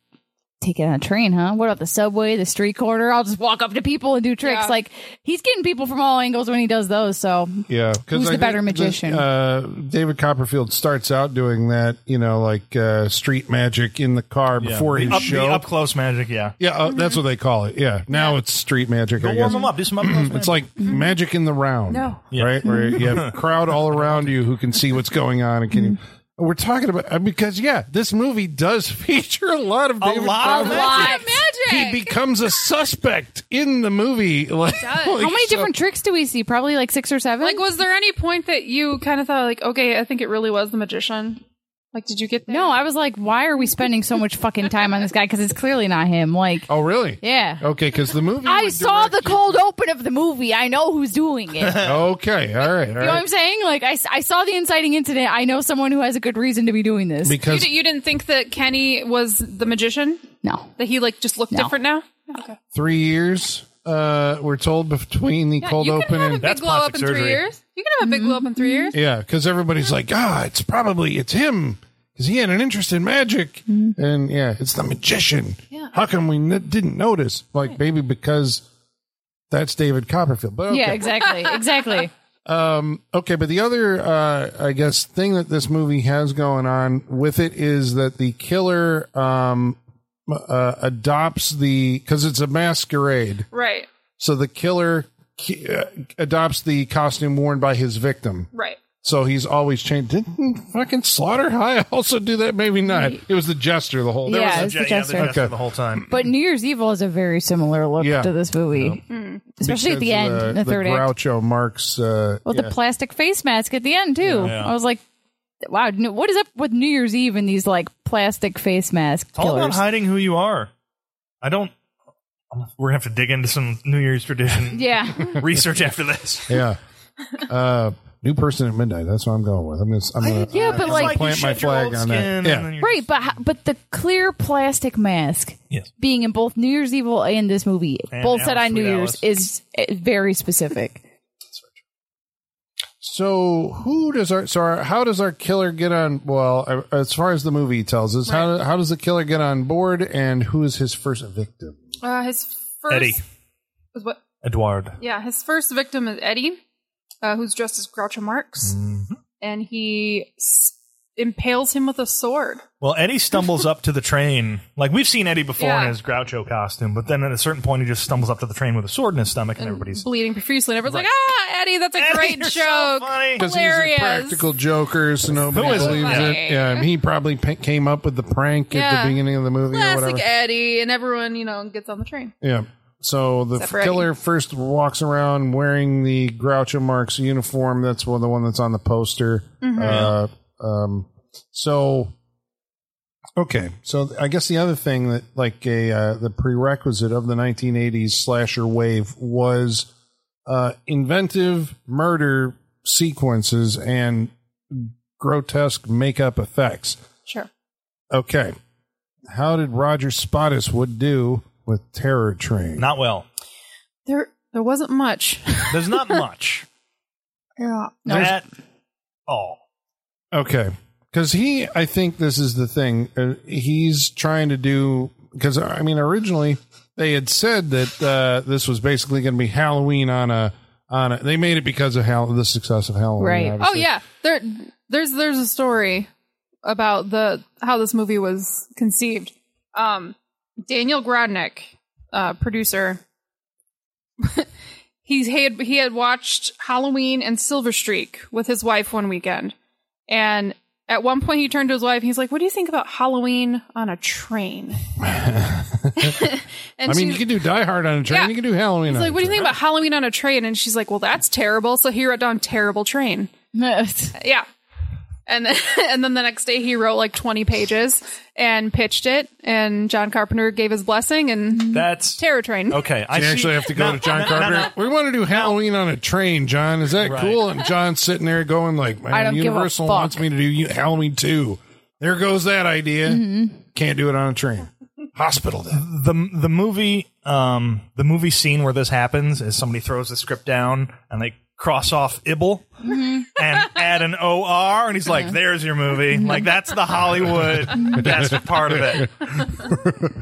Speaker 4: "Take it on a train, huh? What about the subway, the street corner? I'll just walk up to people and do tricks."
Speaker 2: Yeah.
Speaker 4: Like he's getting people from all angles when he does those. So
Speaker 1: Yeah,
Speaker 4: Who's the better magician?
Speaker 1: uh, David Copperfield starts out doing that, you know, like uh, street magic in the car before
Speaker 3: The
Speaker 1: his
Speaker 3: up, the
Speaker 1: show.
Speaker 3: up close magic. Yeah,
Speaker 1: yeah, uh, that's what they call it. Yeah, now it's street magic. I
Speaker 3: Go
Speaker 1: guess
Speaker 3: warm him up. Do some up close. magic.
Speaker 1: it's like
Speaker 4: Mm-hmm.
Speaker 1: magic in the round.
Speaker 2: No.
Speaker 1: right? Where you have a crowd all around you who can see what's going on and can.
Speaker 3: Mm-hmm.
Speaker 1: We're talking about uh, because yeah, this movie does feature a lot of David
Speaker 3: lot of
Speaker 1: Copperfield.
Speaker 3: magic.
Speaker 4: Lot.
Speaker 1: he
Speaker 2: Magic.
Speaker 1: becomes a suspect in the movie. Like,
Speaker 4: how many different tricks do we see? Probably like six or seven.
Speaker 2: like was there any point that you kind of thought like, okay, I think it really was the magician? Like did you get that?
Speaker 4: no, I was like, why are we spending so much fucking time on this guy? Because it's clearly not him. Like,
Speaker 1: Oh, really?
Speaker 4: yeah.
Speaker 1: Okay, because the movie.
Speaker 4: I
Speaker 1: would
Speaker 4: saw the
Speaker 1: direct-
Speaker 4: cold open of the movie. I know who's doing it.
Speaker 1: Okay, all right, all
Speaker 4: You know what I'm
Speaker 1: right.
Speaker 4: saying? Like, I, I saw the inciting incident. I know someone who has a good reason to be doing this.
Speaker 2: You,
Speaker 1: Because
Speaker 2: di- you didn't think that Kenny was the magician?
Speaker 4: no.
Speaker 2: That he like just looked different now?
Speaker 1: three years, uh, we're told between the cold
Speaker 2: you can
Speaker 1: open
Speaker 2: have a
Speaker 1: and
Speaker 2: big
Speaker 3: That's
Speaker 2: glow up
Speaker 3: plastic
Speaker 2: in three
Speaker 3: surgery.
Speaker 2: years. You can have a big glow up in
Speaker 4: Mm-hmm.
Speaker 2: three years.
Speaker 1: yeah, because everybody's like, ah, it's probably it's him because he had an interest in magic, and yeah, it's the magician. Yeah. How come we n- didn't notice? Like, maybe because that's David Copperfield. But okay.
Speaker 4: Yeah, exactly. Exactly.
Speaker 1: Um, okay, but the other, uh, I guess, thing that this movie has going on with it is that the killer um, uh, adopts the because it's a masquerade,
Speaker 2: Right.
Speaker 1: so the killer ki- uh, adopts the costume worn by his victim.
Speaker 2: Right.
Speaker 1: So he's always changed. Didn't fucking Slaughter High also do that? Maybe not. It was the jester the whole.
Speaker 4: Yeah.
Speaker 3: There was
Speaker 4: it's
Speaker 3: a
Speaker 4: the
Speaker 3: ge- yeah,
Speaker 4: jester.
Speaker 3: the jester
Speaker 1: Okay.
Speaker 3: the whole time.
Speaker 4: But New Year's Evil has a very similar look
Speaker 1: Yeah.
Speaker 4: to this movie, especially at the end,
Speaker 1: Because uh,
Speaker 4: in the, third act.
Speaker 1: Groucho Marx. Uh,
Speaker 4: Well, the plastic face mask at the end too.
Speaker 5: Yeah.
Speaker 4: I was like, wow, no- what is up with New Year's Eve and these like plastic face mask
Speaker 3: It's all about
Speaker 4: killers?
Speaker 3: hiding who you are. I don't. We're gonna have to dig into some New Year's tradition
Speaker 4: yeah,
Speaker 3: research after this.
Speaker 1: yeah. Uh, new person at midnight. That's what I'm going with. I'm gonna. I'm gonna
Speaker 4: yeah, but
Speaker 3: It's
Speaker 4: like,
Speaker 3: you
Speaker 1: Plant my
Speaker 3: shed your
Speaker 1: flag
Speaker 3: old
Speaker 1: on that.
Speaker 3: skin and
Speaker 1: Yeah.
Speaker 3: then you're-
Speaker 4: right, but ho- but the clear plastic mask
Speaker 3: Yes.
Speaker 4: being in both New Year's Evil and this movie,
Speaker 3: And
Speaker 4: both set
Speaker 3: Alice
Speaker 4: on New
Speaker 3: with
Speaker 4: Year's, is uh, very specific.
Speaker 1: So who does our so our, how does our killer get on? Well, uh, as far as the movie tells us, how how does the killer get on board, and who is his first victim?
Speaker 2: Uh, his first.
Speaker 3: Eddie.
Speaker 2: was What?
Speaker 3: Edward.
Speaker 2: Yeah, his first victim is Eddie, uh, who's dressed as Groucho Marx,
Speaker 3: Mm-hmm.
Speaker 2: and he s- impales him with a sword.
Speaker 3: Well, Eddie stumbles up to the train. Like we've seen Eddie before
Speaker 2: Yeah.
Speaker 3: in his Groucho costume, but then at a certain point he just stumbles up to the train with a sword in his stomach, and, everybody's
Speaker 2: bleeding profusely, and everyone's like, "Ah, Eddie, that's a
Speaker 3: Eddie,
Speaker 2: great
Speaker 3: you're
Speaker 2: joke."
Speaker 3: so funny.
Speaker 1: Because he's a
Speaker 2: Hilarious.
Speaker 1: practical joker, so nobody
Speaker 3: Who is it?
Speaker 1: believes it.
Speaker 2: Right.
Speaker 1: Yeah, and he probably p- came up with the prank at
Speaker 2: Yeah.
Speaker 1: the beginning of the movie or
Speaker 2: Classic
Speaker 1: whatever.
Speaker 2: Eddie, and everyone, you know, gets on the train.
Speaker 1: Yeah. So the
Speaker 2: Except for
Speaker 1: killer first walks around wearing the Groucho Marx uniform. That's one, the one that's on the poster.
Speaker 2: Mm-hmm.
Speaker 1: Uh, um, so okay. So I guess the other thing that, like a uh, the prerequisite of the 1980s slasher wave was uh, inventive murder sequences and grotesque makeup effects.
Speaker 2: Sure.
Speaker 1: Okay, how did Roger Spottiswoode do with Terror Train?
Speaker 3: not well.
Speaker 2: There, there wasn't much.
Speaker 3: There's not much
Speaker 2: yeah.
Speaker 3: at all.
Speaker 1: Okay. Because he, I think this is the thing. Uh, he's trying to do, because I mean, originally they had said that uh, this was basically going to be Halloween on a, on a, they made it because of Hall- the success of Halloween.
Speaker 4: Right.
Speaker 2: Oh
Speaker 1: obviously.
Speaker 2: yeah. There, there's there's a story about the how this movie was conceived. Um, Daniel Grodnick, uh, producer, he's he had he had watched Halloween and Silver Streak with his wife one weekend, and at one point he turned to his wife. He's like, "What do you think about Halloween on a train?" and
Speaker 1: I mean,
Speaker 2: she-
Speaker 1: you can do Die Hard on a train.
Speaker 2: Yeah.
Speaker 1: You can do Halloween
Speaker 2: He's
Speaker 1: on
Speaker 2: like,
Speaker 1: a
Speaker 2: what do you
Speaker 1: train.
Speaker 2: think about Halloween on a train? And she's like, well, that's terrible. So he wrote down terrible train. Yeah. And then, and then the next day he wrote like 20 pages and pitched it. And John Carpenter gave his blessing and
Speaker 3: That's
Speaker 2: terror train.
Speaker 3: okay. I
Speaker 1: You
Speaker 3: see-
Speaker 1: actually have to go
Speaker 3: no,
Speaker 1: to John
Speaker 3: no, no, no.
Speaker 1: Carpenter. We want to do Halloween on a train, John. Is that
Speaker 3: Right.
Speaker 1: cool? And John's sitting there going like,
Speaker 4: I
Speaker 1: man,
Speaker 4: don't give a
Speaker 1: Universal
Speaker 4: fuck."
Speaker 1: wants me to do U- Halloween 2. There goes that idea.
Speaker 2: Mm-hmm.
Speaker 1: Can't do it on a train. Hospital then.
Speaker 3: the the movie um the movie scene where this happens is somebody throws the script down and they cross off Ibble
Speaker 2: Mm-hmm.
Speaker 3: and add an OR and he's like, "There's your movie." Like that's the Hollywood. that's the part of it.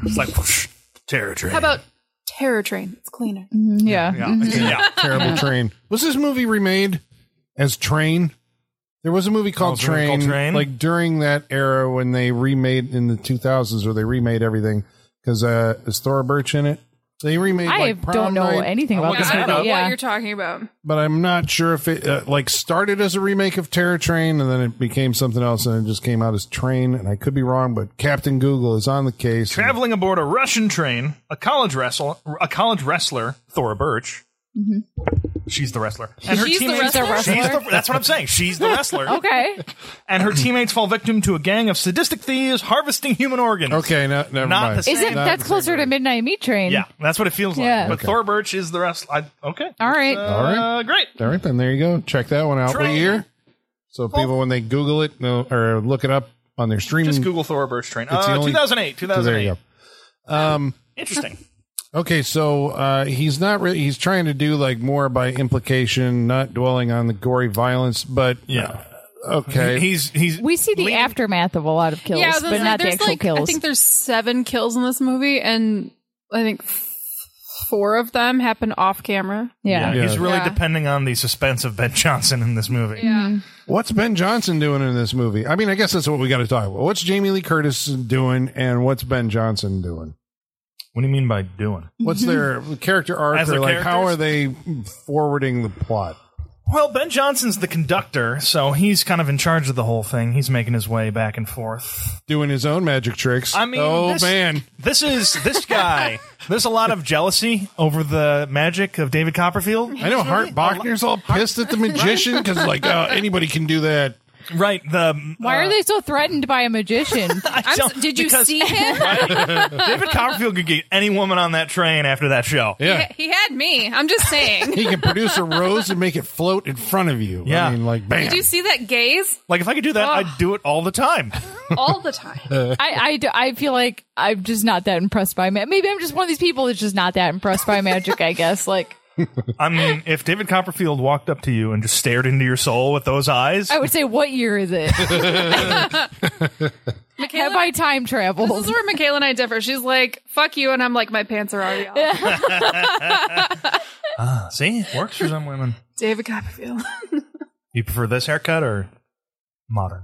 Speaker 3: It's like whoosh, terror train.
Speaker 2: How about terror train? It's cleaner.
Speaker 4: yeah,
Speaker 3: yeah,
Speaker 2: Mm-hmm.
Speaker 3: yeah.
Speaker 1: terrible train. Was this movie remade as Train? There was a movie called,
Speaker 3: was a movie
Speaker 1: train,
Speaker 3: Oh, called Train?
Speaker 1: like during that era when they remade in the 2000s, where they remade everything because uh, is Thora Birch in it? They remade.
Speaker 4: I
Speaker 1: like, Prom
Speaker 4: don't know
Speaker 1: Night,
Speaker 4: anything about
Speaker 2: Yeah,
Speaker 4: this
Speaker 2: I don't know
Speaker 4: movie.
Speaker 2: what
Speaker 4: Yeah,
Speaker 2: you're talking about.
Speaker 1: but I'm not sure if it uh, like started as a remake of Terror Train and then it became something else and it just came out as Train. And I could be wrong, but Captain Google is on the case.
Speaker 3: Traveling aboard a Russian train, a college wrestler, a college wrestler, Thora Birch. She's the wrestler, and
Speaker 2: Mm-hmm. She's the wrestler?
Speaker 3: She's the, that's what I'm saying. She's the wrestler.
Speaker 4: okay,
Speaker 3: and her teammates fall victim to a gang of sadistic thieves harvesting human organs.
Speaker 1: okay, no, never
Speaker 3: Not
Speaker 1: mind.
Speaker 3: the same-
Speaker 4: is it
Speaker 3: Not
Speaker 4: that's
Speaker 1: the
Speaker 4: closer to Midnight Meat Train?
Speaker 3: Yeah, that's what it feels like.
Speaker 4: Yeah.
Speaker 3: But
Speaker 1: Okay.
Speaker 3: Thor Birch is the rest. I, okay.
Speaker 4: All right.
Speaker 3: Uh,
Speaker 1: All right.
Speaker 3: Great.
Speaker 1: All right, then there you go. Check that one out. What
Speaker 3: Train.
Speaker 1: year? So people, when they Google it no, or look it up on their streaming,
Speaker 3: Just Google Thor Birch train.
Speaker 1: It's the
Speaker 3: Uh,
Speaker 1: only-
Speaker 3: 2008.
Speaker 1: so
Speaker 3: 2008.
Speaker 1: there you go. Um,
Speaker 3: Interesting.
Speaker 1: okay, so uh, he's not really. He's trying to do like more by implication, not dwelling on the gory violence, but uh,
Speaker 3: Yeah.
Speaker 1: okay,
Speaker 3: He's he's.
Speaker 4: We see the
Speaker 3: lean-
Speaker 4: aftermath of a lot of kills,
Speaker 2: yeah, I was
Speaker 4: but
Speaker 2: gonna say,
Speaker 4: not the
Speaker 2: there's
Speaker 4: actual
Speaker 2: like, I
Speaker 4: kills.
Speaker 2: think there's seven kills in this movie, and I think f- four of them happen off camera.
Speaker 4: Yeah.
Speaker 3: He's really
Speaker 2: Yeah.
Speaker 3: depending on the suspense of Ben Johnson in this movie.
Speaker 1: What's Ben Johnson doing in this movie? I mean, I guess that's what we got to talk about. What's Jamie Lee Curtis doing, and what's Ben Johnson doing?
Speaker 3: What do you mean by doing?
Speaker 1: What's their character arc,
Speaker 3: As
Speaker 1: or
Speaker 3: their
Speaker 1: like how
Speaker 3: characters?
Speaker 1: are they forwarding the plot?
Speaker 3: Well, Ben Johnson's the conductor, so he's kind of in charge of the whole thing. He's making his way back and forth.
Speaker 1: Doing his own magic tricks.
Speaker 3: I mean,
Speaker 1: oh
Speaker 3: this,
Speaker 1: man,
Speaker 3: this is this guy. There's a lot of jealousy over the magic of David Copperfield.
Speaker 1: I know Hart Bachner's all pissed at the magician because like oh, anybody can do that.
Speaker 3: Right. The uh,
Speaker 4: Why are they so threatened by a magician?
Speaker 5: I'm
Speaker 3: So-
Speaker 5: s- did you
Speaker 3: because-
Speaker 5: see him?
Speaker 3: David Copperfield could get any woman on that train after that show.
Speaker 1: Yeah,
Speaker 2: He had me. I'm just saying.
Speaker 1: he can produce a rose and make it float in front of you.
Speaker 3: Yeah.
Speaker 1: I mean, like bam.
Speaker 2: Did you see that gaze
Speaker 3: Like if I could do that,
Speaker 2: Ugh.
Speaker 3: I'd do it all the time.
Speaker 2: all the time?
Speaker 4: I, I, d- I feel like I'm just not that impressed by magic. Maybe I'm just one of these people that's just not that impressed by magic, I guess. Like,
Speaker 3: I mean, if David Copperfield walked up to you and just stared into your soul with those eyes,
Speaker 4: I would say, what year is it? Have I time
Speaker 2: This
Speaker 4: traveled?
Speaker 2: is where Michaela and I differ. She's like, "Fuck you," and I'm like, "My pants are already off."
Speaker 3: see, it works for some women.
Speaker 2: David Copperfield,
Speaker 3: You prefer this haircut or modern?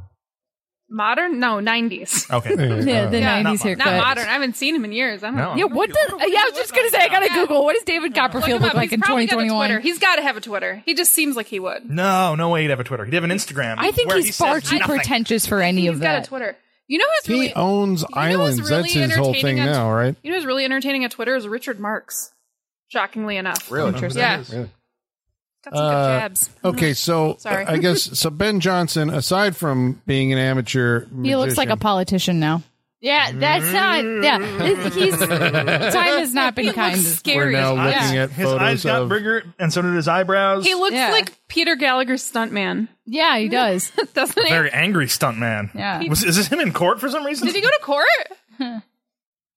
Speaker 2: modern? No, 90s.
Speaker 3: Okay.
Speaker 4: Yeah, the
Speaker 2: Yeah,
Speaker 4: 90s
Speaker 3: not
Speaker 4: haircut.
Speaker 2: Not modern. I haven't seen him in years. I don't
Speaker 3: No.
Speaker 2: know.
Speaker 4: Yeah, what does? Yeah, I was just gonna say. I gotta Google. What does David Copperfield
Speaker 2: Look him
Speaker 4: look
Speaker 2: up.
Speaker 4: like
Speaker 2: He's
Speaker 4: in
Speaker 2: probably got a
Speaker 4: 2021?
Speaker 2: Twitter. He's got to have a Twitter. He just seems like he would.
Speaker 3: No, no way he'd have a Twitter. He'd have an Instagram.
Speaker 4: I think
Speaker 3: where
Speaker 4: he's
Speaker 3: he
Speaker 4: far
Speaker 3: says
Speaker 4: too
Speaker 3: nothing.
Speaker 4: pretentious for any
Speaker 2: He's
Speaker 4: of
Speaker 2: got a
Speaker 4: that.
Speaker 2: Twitter. You know who's really
Speaker 1: he owns
Speaker 2: know what's
Speaker 1: islands. That's
Speaker 2: really
Speaker 1: his whole
Speaker 2: entertaining
Speaker 1: thing
Speaker 2: on-
Speaker 1: now, right?
Speaker 2: You know who's really entertaining at Twitter is Richard Marx. Shockingly enough.
Speaker 1: Really?
Speaker 2: Yeah.
Speaker 1: Really?
Speaker 2: Got some good
Speaker 1: Uh,
Speaker 2: jabs.
Speaker 1: Okay, so uh,
Speaker 2: Sorry.
Speaker 1: I guess so. Ben Johnson, aside from being an amateur,
Speaker 4: He looks like a
Speaker 1: magician-
Speaker 4: politician now. Yeah, that's not. Yeah, he's time has not been kind.
Speaker 2: looks
Speaker 1: We're
Speaker 2: scary.
Speaker 1: now
Speaker 2: as-
Speaker 1: looking
Speaker 4: Yeah.
Speaker 1: at
Speaker 3: His
Speaker 1: photos
Speaker 3: eyes got
Speaker 1: of
Speaker 3: bigger, and so did his eyebrows.
Speaker 2: He looks
Speaker 4: Yeah.
Speaker 2: like Peter Gallagher's stuntman,
Speaker 4: Yeah, he does.
Speaker 2: doesn't he?
Speaker 3: very angry stuntman.
Speaker 4: Yeah.
Speaker 3: Was, is this him in court for some reason?
Speaker 2: Did he go to court?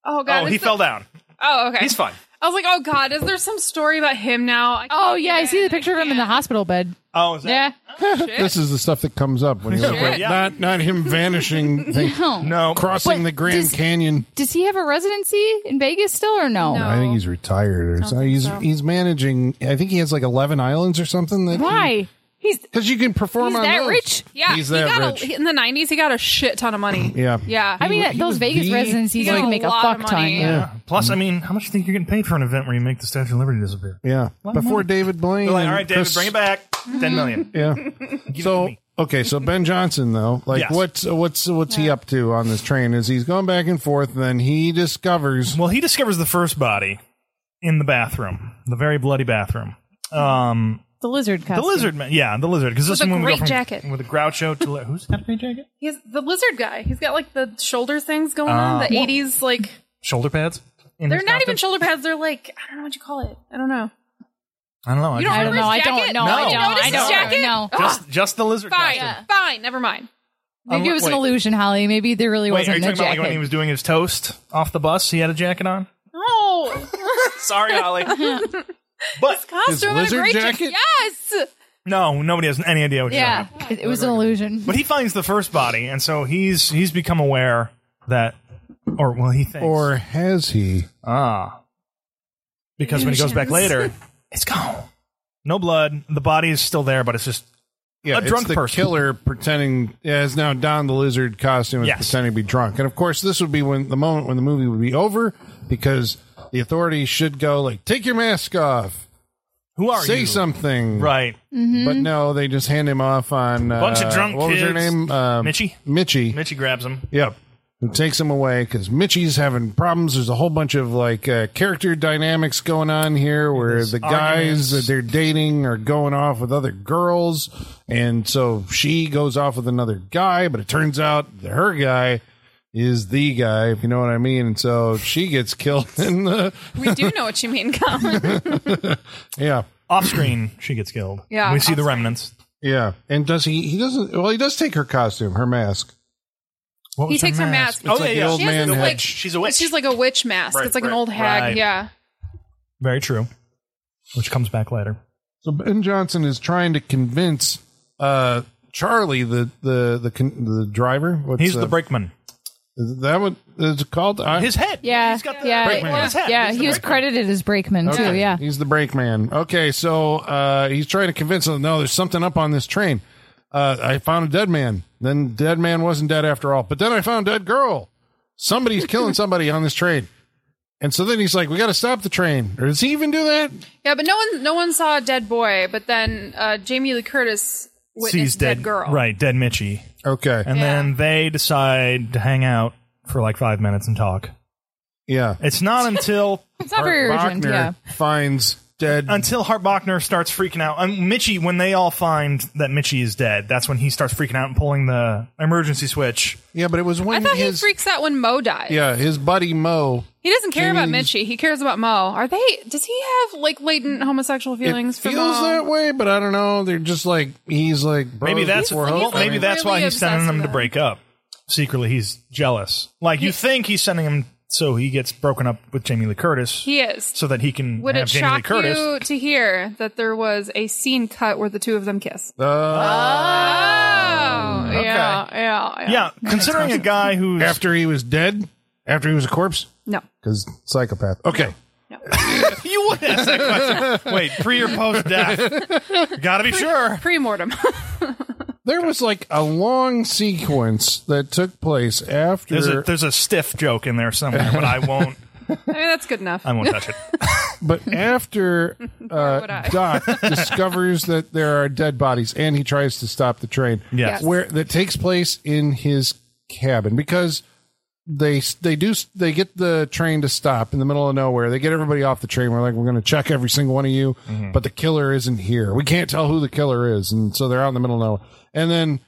Speaker 2: oh god.
Speaker 3: oh,
Speaker 2: is
Speaker 3: he
Speaker 2: the-
Speaker 3: fell down.
Speaker 2: Oh okay.
Speaker 3: He's fine.
Speaker 2: I was like, oh god, is there some story about him now? I
Speaker 4: Oh yeah, I see the picture of him in the hospital bed.
Speaker 3: Oh, is that-
Speaker 4: Yeah,
Speaker 1: This is the stuff that comes up when you look at
Speaker 3: Yeah.
Speaker 1: not not him vanishing, thing,
Speaker 3: No.
Speaker 1: crossing
Speaker 4: But
Speaker 1: the Grand
Speaker 4: does-
Speaker 1: Canyon.
Speaker 4: does he have a residency in Vegas still or no?
Speaker 2: No.
Speaker 1: I think he's retired or something. He's he's managing. I think he has like eleven islands or something. That
Speaker 4: Why? He's
Speaker 1: Because you can perform
Speaker 4: He's
Speaker 1: on
Speaker 4: that
Speaker 1: those.
Speaker 4: rich?
Speaker 2: yeah,
Speaker 1: he's
Speaker 2: he
Speaker 1: that
Speaker 2: got
Speaker 1: rich.
Speaker 2: A, in the nineties. He got a shit ton of money.
Speaker 1: yeah,
Speaker 2: yeah.
Speaker 4: I mean,
Speaker 1: he
Speaker 4: those
Speaker 1: was
Speaker 4: Vegas
Speaker 1: the-
Speaker 4: residencies
Speaker 2: He got
Speaker 4: like
Speaker 2: a
Speaker 4: make a
Speaker 2: lot
Speaker 4: fuck
Speaker 2: of
Speaker 4: ton.
Speaker 2: money,
Speaker 4: Yeah.
Speaker 3: Plus, I mean, how much do you think you're getting paid for an event where you make the Statue of Liberty disappear?
Speaker 1: yeah. Before David Blaine.
Speaker 3: They're like,
Speaker 1: and
Speaker 3: all right, David,
Speaker 1: Chris-
Speaker 3: bring it back. Ten million.
Speaker 1: Yeah.
Speaker 3: Give it to
Speaker 1: So
Speaker 3: me.
Speaker 1: okay, so Ben Johnson though, like
Speaker 3: Yes.
Speaker 1: what's what's what's he up to on this train? Is he's going back and forth? Then he discovers
Speaker 3: Well, he discovers the first body in the bathroom, the very bloody bathroom. Um,
Speaker 4: The lizard costume.
Speaker 3: the lizard man, yeah, the lizard. Because this
Speaker 2: With a
Speaker 3: is when we go
Speaker 2: great
Speaker 3: from,
Speaker 2: jacket.
Speaker 3: with a Groucho to li- who's got a great jacket?
Speaker 2: He's the lizard guy. He's got like the shoulder things going on. The eighties, like
Speaker 3: Shoulder pads. In
Speaker 2: they're
Speaker 3: his
Speaker 2: not even
Speaker 3: costume?
Speaker 2: shoulder pads. They're like I don't know what you call it. I don't know.
Speaker 3: I don't know.
Speaker 2: You
Speaker 3: I just-
Speaker 4: I don't know.
Speaker 2: Remember
Speaker 4: I
Speaker 2: his
Speaker 4: don't know. I
Speaker 3: jacket?
Speaker 4: don't.
Speaker 3: No.
Speaker 4: I
Speaker 2: Notice his
Speaker 4: don't
Speaker 2: jacket?
Speaker 4: know.
Speaker 1: Oh,
Speaker 3: just just the lizard.
Speaker 2: Fine,
Speaker 3: costume. Um,
Speaker 2: fine. Never mind.
Speaker 4: Maybe it was an
Speaker 3: Wait.
Speaker 4: illusion, Holly. Maybe there really
Speaker 3: Wait, are you
Speaker 4: wasn't a
Speaker 3: talking about like when he
Speaker 4: jacket.
Speaker 3: was doing his toast off the bus? He had a jacket on.
Speaker 2: No,
Speaker 3: Sorry, Ollie. but
Speaker 1: His
Speaker 2: costume and a
Speaker 1: lizard
Speaker 2: great
Speaker 1: jacket?
Speaker 2: Yes.
Speaker 3: no, nobody has any idea what.
Speaker 4: Yeah,
Speaker 3: You're talking about.
Speaker 4: it was an illusion.
Speaker 3: but he finds the first body, and so he's he's become aware that, or well, he thinks,
Speaker 1: or has he?
Speaker 3: ah, because when he goes back later, it's gone. No blood. The body is still there, but it's just
Speaker 1: Yeah,
Speaker 3: A drunk
Speaker 1: it's the
Speaker 3: person.
Speaker 1: killer pretending yeah, is now Don the Lizard costume is
Speaker 3: Yes.
Speaker 1: pretending to be drunk. And of course, this would be when the moment when the movie would be over because the authorities should go like, "Take your mask off,
Speaker 3: who are
Speaker 1: say
Speaker 3: you?
Speaker 1: something."
Speaker 3: Right.
Speaker 1: But no, they just hand him off on uh,
Speaker 3: Bunch of drunk
Speaker 1: What was her
Speaker 3: kids.
Speaker 1: name? Uh,
Speaker 3: Mitchie.
Speaker 1: Mitchie.
Speaker 3: Mitchie grabs him.
Speaker 1: Yep. Who takes him away because Mitchie's having problems. There's a whole bunch of like uh, character dynamics going on here where the guys
Speaker 3: arguments.
Speaker 1: that they're dating are going off with other girls. And so she goes off with another guy, but it turns out that her guy is the guy, if you know what I mean. And so she gets killed in the.
Speaker 2: We do know what you mean, Colin.
Speaker 1: Yeah.
Speaker 3: Off screen, she gets killed.
Speaker 2: Yeah,
Speaker 3: We see the
Speaker 2: off-screen.
Speaker 3: remnants.
Speaker 1: Yeah. And does he? He doesn't. Well, he does take her costume, her mask.
Speaker 3: What
Speaker 2: He
Speaker 3: was
Speaker 2: takes her mask.
Speaker 3: Oh
Speaker 1: It's
Speaker 3: yeah,
Speaker 1: like the
Speaker 3: yeah.
Speaker 1: old
Speaker 2: She has
Speaker 1: man
Speaker 2: this,
Speaker 1: had-
Speaker 2: like-
Speaker 3: She's a witch.
Speaker 2: She's like a witch mask.
Speaker 3: Right,
Speaker 2: it's like an
Speaker 3: right,
Speaker 2: old hag.
Speaker 3: right.
Speaker 2: Yeah.
Speaker 3: Very true. Which comes back later.
Speaker 1: So Ben Johnson is trying to convince uh, Charlie, the the the con- the driver. What's,
Speaker 3: He's
Speaker 1: uh,
Speaker 3: the brakeman.
Speaker 1: Is That one is called I,
Speaker 3: His head.
Speaker 4: Yeah,
Speaker 3: He's got the
Speaker 4: yeah,
Speaker 3: brakeman on his head.
Speaker 4: yeah.
Speaker 3: He's the
Speaker 4: He was
Speaker 3: brakeman.
Speaker 4: credited as brakeman too. Yeah,
Speaker 1: He's the brake man. Okay, so uh, he's trying to convince him. No, there's something up on this train. Uh, I found a dead man. Then dead man wasn't dead after all. But then I found dead girl. Somebody's killing somebody on this train. And so then he's like, "We got to stop the train." Or does he even do that?
Speaker 2: Yeah, but no one no one saw a dead boy, but then uh, Jamie Lee Curtis witnessed
Speaker 3: Sees
Speaker 2: dead, girl.
Speaker 3: Right, dead Mitchie.
Speaker 1: Okay,
Speaker 3: And
Speaker 2: Yeah.
Speaker 3: then they decide to hang out for like five minutes and talk.
Speaker 1: yeah.
Speaker 3: It's not until
Speaker 4: it's not very urgent.
Speaker 1: Bachner
Speaker 4: Yeah,
Speaker 1: finds dead.
Speaker 3: until Hartbachner starts freaking out. And Mitchie, when they all find that Mitchie is dead, that's when he starts freaking out and pulling the emergency switch.
Speaker 1: yeah, but it was
Speaker 2: I
Speaker 1: when
Speaker 2: thought
Speaker 1: his
Speaker 2: he freaks out when Mo dies.
Speaker 1: yeah his buddy Mo.
Speaker 2: He doesn't care about
Speaker 1: Jamie's-
Speaker 2: Mitchie. He cares about Mo. Are they? Does he have like latent homosexual
Speaker 1: It
Speaker 2: feelings for
Speaker 1: feels
Speaker 2: Mo?
Speaker 1: that way, but I don't know. They're just like he's like bros
Speaker 3: Maybe that's
Speaker 1: before hoes.
Speaker 2: Oh, he's
Speaker 3: well,
Speaker 2: like
Speaker 3: maybe that's
Speaker 2: really
Speaker 3: why he's sending
Speaker 2: obsessed
Speaker 3: them
Speaker 2: with
Speaker 3: to
Speaker 2: him.
Speaker 3: break up. Secretly, he's jealous. Like you think he's sending him so he gets broken up with Jamie Lee Curtis,
Speaker 2: He is.
Speaker 3: so that he can
Speaker 2: Would
Speaker 3: have
Speaker 2: it
Speaker 3: Jamie Lee
Speaker 2: shock
Speaker 3: Curtis.
Speaker 2: you to hear that there was a scene cut where the two of them kiss?
Speaker 1: Uh,
Speaker 2: Oh, yeah, yeah, yeah.
Speaker 3: Yeah, considering a guy who's
Speaker 1: after he was dead, after he was a corpse,
Speaker 2: No.
Speaker 1: because psychopath. Okay,
Speaker 3: you would ask that question. Wait, pre or post death? Gotta be sure.
Speaker 2: Pre-mortem.
Speaker 1: there was like a long sequence that took place after.
Speaker 3: There's a there's a stiff joke in there somewhere, but I won't.
Speaker 2: I mean, that's good enough.
Speaker 3: I won't touch it.
Speaker 1: but after
Speaker 2: would
Speaker 1: uh,
Speaker 2: I?
Speaker 1: Doc discovers that there are dead bodies and he tries to stop the train.
Speaker 3: Yes.
Speaker 1: where that takes place in his cabin because they they do they get the train to stop in the middle of nowhere. They get everybody off the train. We're like, we're going to check every single one of you, but the killer isn't here. We can't tell who the killer is, and so they're out in the middle of nowhere. And then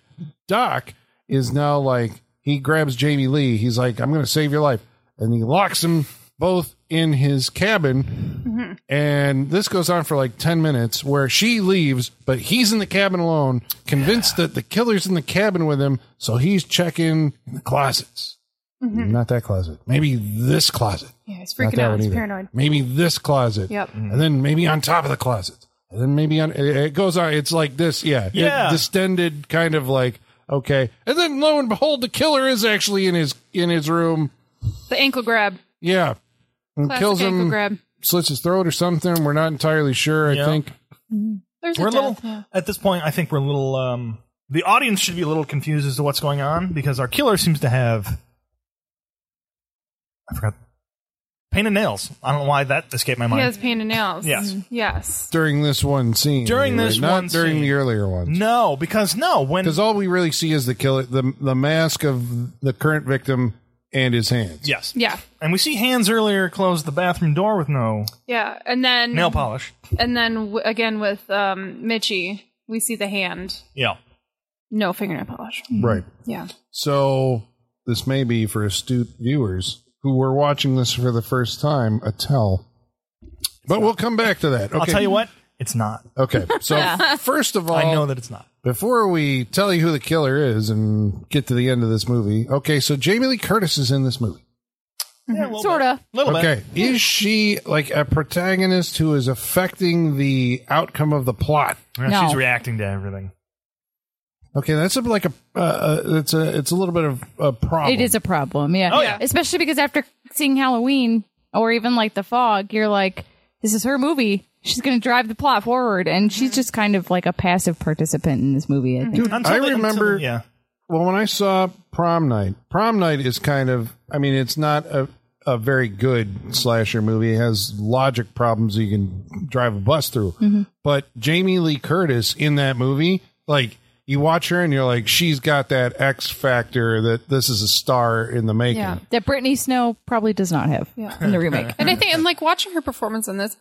Speaker 1: Doc is now like he grabs Jamie Lee. He's like, I'm going to save your life, and he locks them both in his cabin. And this goes on for like 10 minutes where she leaves, but he's in the cabin alone, convinced that the killer's in the cabin with him. So he's checking in the closets. Not that closet. Maybe this closet.
Speaker 2: Mm-hmm. Yeah, he's
Speaker 1: Not
Speaker 2: freaking
Speaker 1: that
Speaker 2: out.
Speaker 1: one
Speaker 2: He's
Speaker 1: either.
Speaker 2: paranoid.
Speaker 1: Maybe this closet.
Speaker 2: Yep.
Speaker 1: And then maybe on top of the closet. And then maybe on, it it goes on. It's like this. Yeah. It
Speaker 3: Yeah.
Speaker 1: distended kind of like, okay. And then lo and behold, the killer is actually in his, in his room.
Speaker 2: The ankle grab.
Speaker 1: Yeah. And
Speaker 2: Classic
Speaker 1: kills
Speaker 2: ankle
Speaker 1: him,
Speaker 2: grab.
Speaker 1: slits his throat or something. We're not entirely sure.
Speaker 3: Yeah.
Speaker 1: I think.
Speaker 2: There's
Speaker 3: we're
Speaker 2: a
Speaker 3: a little
Speaker 2: death, yeah.
Speaker 3: at this point i think we're a little um the audience should be a little confused as to what's going on because our killer seems to have i forgot painted nails i don't know why that escaped my
Speaker 2: He
Speaker 3: mind
Speaker 2: has pain and nails. Mm-hmm.
Speaker 3: Yes.
Speaker 2: Yes.
Speaker 1: during this one scene.
Speaker 3: During this
Speaker 1: not
Speaker 3: one
Speaker 1: during
Speaker 3: scene.
Speaker 1: the earlier ones.
Speaker 3: no because no when
Speaker 1: Because all we really see is the killer, the the mask of the current victim and his hands.
Speaker 3: yes
Speaker 2: Yeah.
Speaker 3: and we see hands earlier close the bathroom door with no
Speaker 2: Yeah. And then
Speaker 3: nail polish
Speaker 2: and then w- again with um Mitchie, we see the hand.
Speaker 3: yeah
Speaker 2: No fingernail polish.
Speaker 1: Right.
Speaker 2: Yeah.
Speaker 1: So this may be for astute viewers who were watching this for the first time a tell. But we'll come back to that. Okay.
Speaker 3: i'll tell you what it's not
Speaker 1: Okay. So first of all,
Speaker 3: i know that it's not
Speaker 1: before we tell you who the killer is and get to the end of this movie. Okay, so Jamie Lee Curtis is in this movie.
Speaker 3: mm-hmm.
Speaker 4: sorta.
Speaker 3: little bit
Speaker 1: Okay. Is she like a protagonist who is affecting the outcome of the plot?
Speaker 3: Yeah,
Speaker 4: No.
Speaker 3: she's reacting to everything
Speaker 1: Okay, that's a, like a uh, uh, it's a it's a little bit of a problem.
Speaker 4: It is a problem. Yeah.
Speaker 3: Oh, yeah.
Speaker 4: Especially because after seeing Halloween or even like The Fog, you're like, this is her movie. She's going to drive the plot forward. And she's just kind of like a passive participant in this movie, I think.
Speaker 3: Until
Speaker 1: I
Speaker 3: the- until-
Speaker 1: remember-
Speaker 3: yeah
Speaker 1: Well, when I saw Prom Night, Prom Night is kind of I mean, it's not a a very good slasher movie. It has logic problems you can drive a bus through.
Speaker 4: Mm-hmm.
Speaker 1: But Jamie Lee Curtis in that movie, like you watch her and you're like, she's got that X factor that this is a star in the making.
Speaker 2: Yeah.
Speaker 4: That Brittany Snow probably does not have in the remake.
Speaker 2: And I think and like watching her performance in this,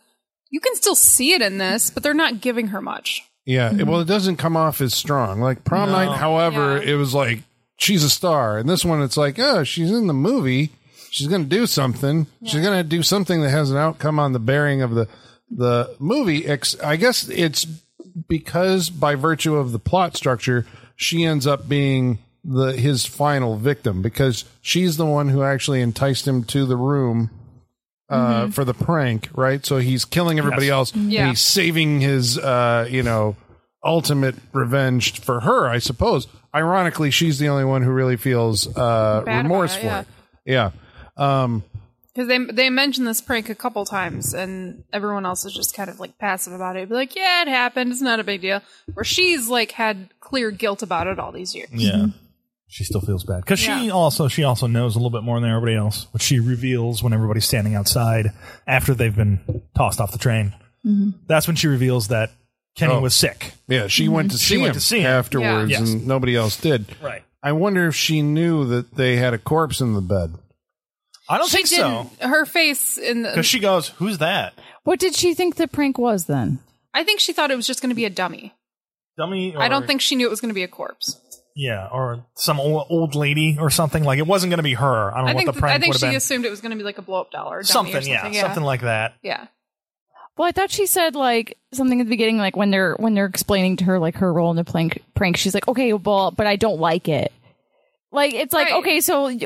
Speaker 2: you can still see it in this, but they're not giving her much.
Speaker 1: Yeah. it- Well, it doesn't come off as strong. Like prom night, however, it
Speaker 2: Yeah.
Speaker 1: was like she's a star. And this one, it's like, oh, she's in the movie. She's going to do something. She's going to do something that has an outcome on the bearing of the the movie. Ex- I guess it's because by virtue of the plot structure, she ends up being the his final victim because she's the one who actually enticed him to the room uh,
Speaker 3: Mm-hmm.
Speaker 1: for the prank, right? So he's killing everybody else. and
Speaker 2: Yeah.
Speaker 1: he's saving his, uh, you know, ultimate revenge for her, I suppose. Ironically, she's the only one who really feels uh,
Speaker 2: about
Speaker 1: remorse
Speaker 2: it,
Speaker 1: for it. Yeah. Um,
Speaker 2: Because they they mentioned this prank a couple times, and everyone else is just kind of like passive about it. Be like, yeah, it happened. It's not a big deal. Where she's like had clear guilt about it all these years.
Speaker 3: Yeah. Mm-hmm. She still feels bad because she also she also knows a little bit more than everybody else, which she reveals when everybody's standing outside after they've been tossed off the train.
Speaker 2: Mm-hmm.
Speaker 3: That's when she reveals that Kenny
Speaker 1: Oh.
Speaker 3: was sick.
Speaker 1: yeah, she went to see
Speaker 3: Mm-hmm. went
Speaker 1: him
Speaker 3: to see him.
Speaker 1: afterwards,
Speaker 3: Yeah. Yes.
Speaker 1: and nobody else did.
Speaker 3: Right.
Speaker 1: I wonder if she knew that they had a corpse in the bed.
Speaker 3: I don't
Speaker 2: She
Speaker 3: think so
Speaker 2: didn't. Her face in the.
Speaker 3: because she goes, "Who's that
Speaker 4: What did she think the prank was then?
Speaker 2: I think she thought it was just going to be a dummy.
Speaker 3: dummy?"
Speaker 2: I
Speaker 3: or-
Speaker 2: don't think she knew it was going to be a corpse.
Speaker 3: Yeah, or some old, old lady or something like it wasn't going to be her. I don't know
Speaker 2: I
Speaker 3: what
Speaker 2: think
Speaker 3: the
Speaker 2: th- I
Speaker 3: prank
Speaker 2: think
Speaker 3: would
Speaker 2: she
Speaker 3: have been.
Speaker 2: assumed it was going to be like a blow up dollar, or dummy
Speaker 3: Something,
Speaker 2: or something,
Speaker 3: yeah, something like that.
Speaker 2: yeah.
Speaker 4: Well, I thought she said like something at the beginning, like when they're when they're explaining to her like her role in the prank. Prank, she's like, okay, well, but I don't like it. Like it's like
Speaker 2: Right.
Speaker 4: okay, so y-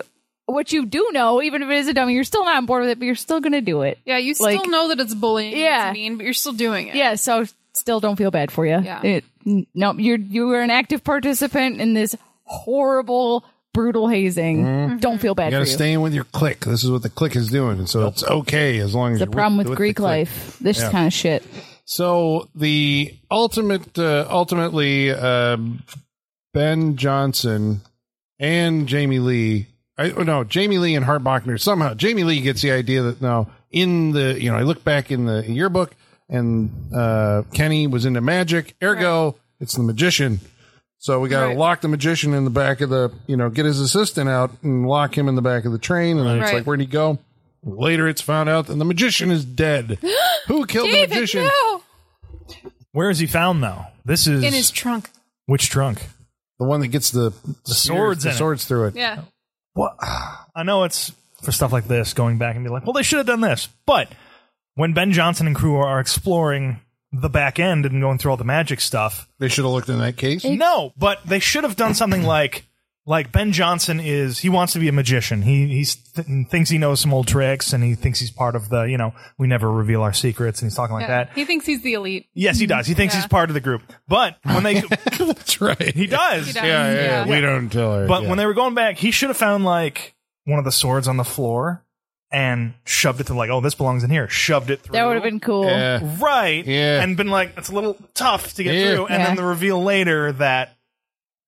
Speaker 4: what you do know, even if it is a dummy, you're still not on board with it, but you're still gonna do it.
Speaker 2: Yeah, you still
Speaker 4: Like-
Speaker 2: know that it's bullying. Yeah,
Speaker 4: Yeah.
Speaker 2: it's mean, but you're still doing it.
Speaker 4: Yeah, so still don't feel bad for you.
Speaker 2: Yeah.
Speaker 4: It- n- no, you're you were an active participant in this horrible, brutal hazing.
Speaker 2: Mm-hmm.
Speaker 4: Don't feel bad
Speaker 1: You got
Speaker 4: for
Speaker 1: to
Speaker 4: you.
Speaker 1: stay in with your click. This is what the click is doing, and so it's okay as long as
Speaker 4: the
Speaker 1: you're
Speaker 4: problem with,
Speaker 1: the
Speaker 4: Greek
Speaker 1: click.
Speaker 4: life, this kind of shit.
Speaker 1: So the ultimate, uh, ultimately, um, Ben Johnson and Jamie Lee. I, oh, no, Jamie Lee and Hart Bachner. Somehow, Jamie Lee gets the idea that now in the you know I look back in the yearbook and uh, Kenny was into magic. Ergo, it's the magician. So we got to
Speaker 2: Right.
Speaker 1: lock the magician in the back of the you know get his assistant out and lock him in the back of the train. And then it's
Speaker 2: Right.
Speaker 1: like where'd he go? Later, it's found out that the magician is dead. Who killed the
Speaker 2: David,
Speaker 1: magician?
Speaker 2: no,
Speaker 3: Where is he found though? This is
Speaker 2: in his trunk.
Speaker 3: which trunk?
Speaker 1: The one that gets the, the
Speaker 3: swords
Speaker 1: the
Speaker 3: in it.
Speaker 1: swords through it.
Speaker 2: Yeah,
Speaker 3: Oh, What? I know it's for stuff like this, going back and be like, well, they should have done this. But when Ben Johnson and crew are exploring the back end and going through all the magic stuff,
Speaker 1: They should have looked in that case.
Speaker 3: no, but they should have done something like. Like Ben Johnson is, he wants to be a magician. He he's th- thinks he knows some old tricks, and he thinks he's part of the, you know, we never reveal our secrets, and he's talking like
Speaker 2: yeah.
Speaker 3: that.
Speaker 2: He thinks he's the elite.
Speaker 3: Yes, he does. He thinks he's part of the group. But when they,
Speaker 1: That's right.
Speaker 3: he does.
Speaker 2: He does.
Speaker 1: Yeah, yeah, yeah.
Speaker 2: Yeah.
Speaker 1: We don't tell her.
Speaker 3: But
Speaker 1: yeah.
Speaker 3: when they were going back, he should have found like one of the swords on the floor and shoved it to like, oh, this belongs in here. Shoved it through.
Speaker 4: That would have been cool.
Speaker 1: Yeah.
Speaker 3: right.
Speaker 1: Yeah.
Speaker 3: And been like, it's a little tough to get
Speaker 1: Yeah.
Speaker 3: through. And
Speaker 4: Yeah.
Speaker 3: then the reveal later that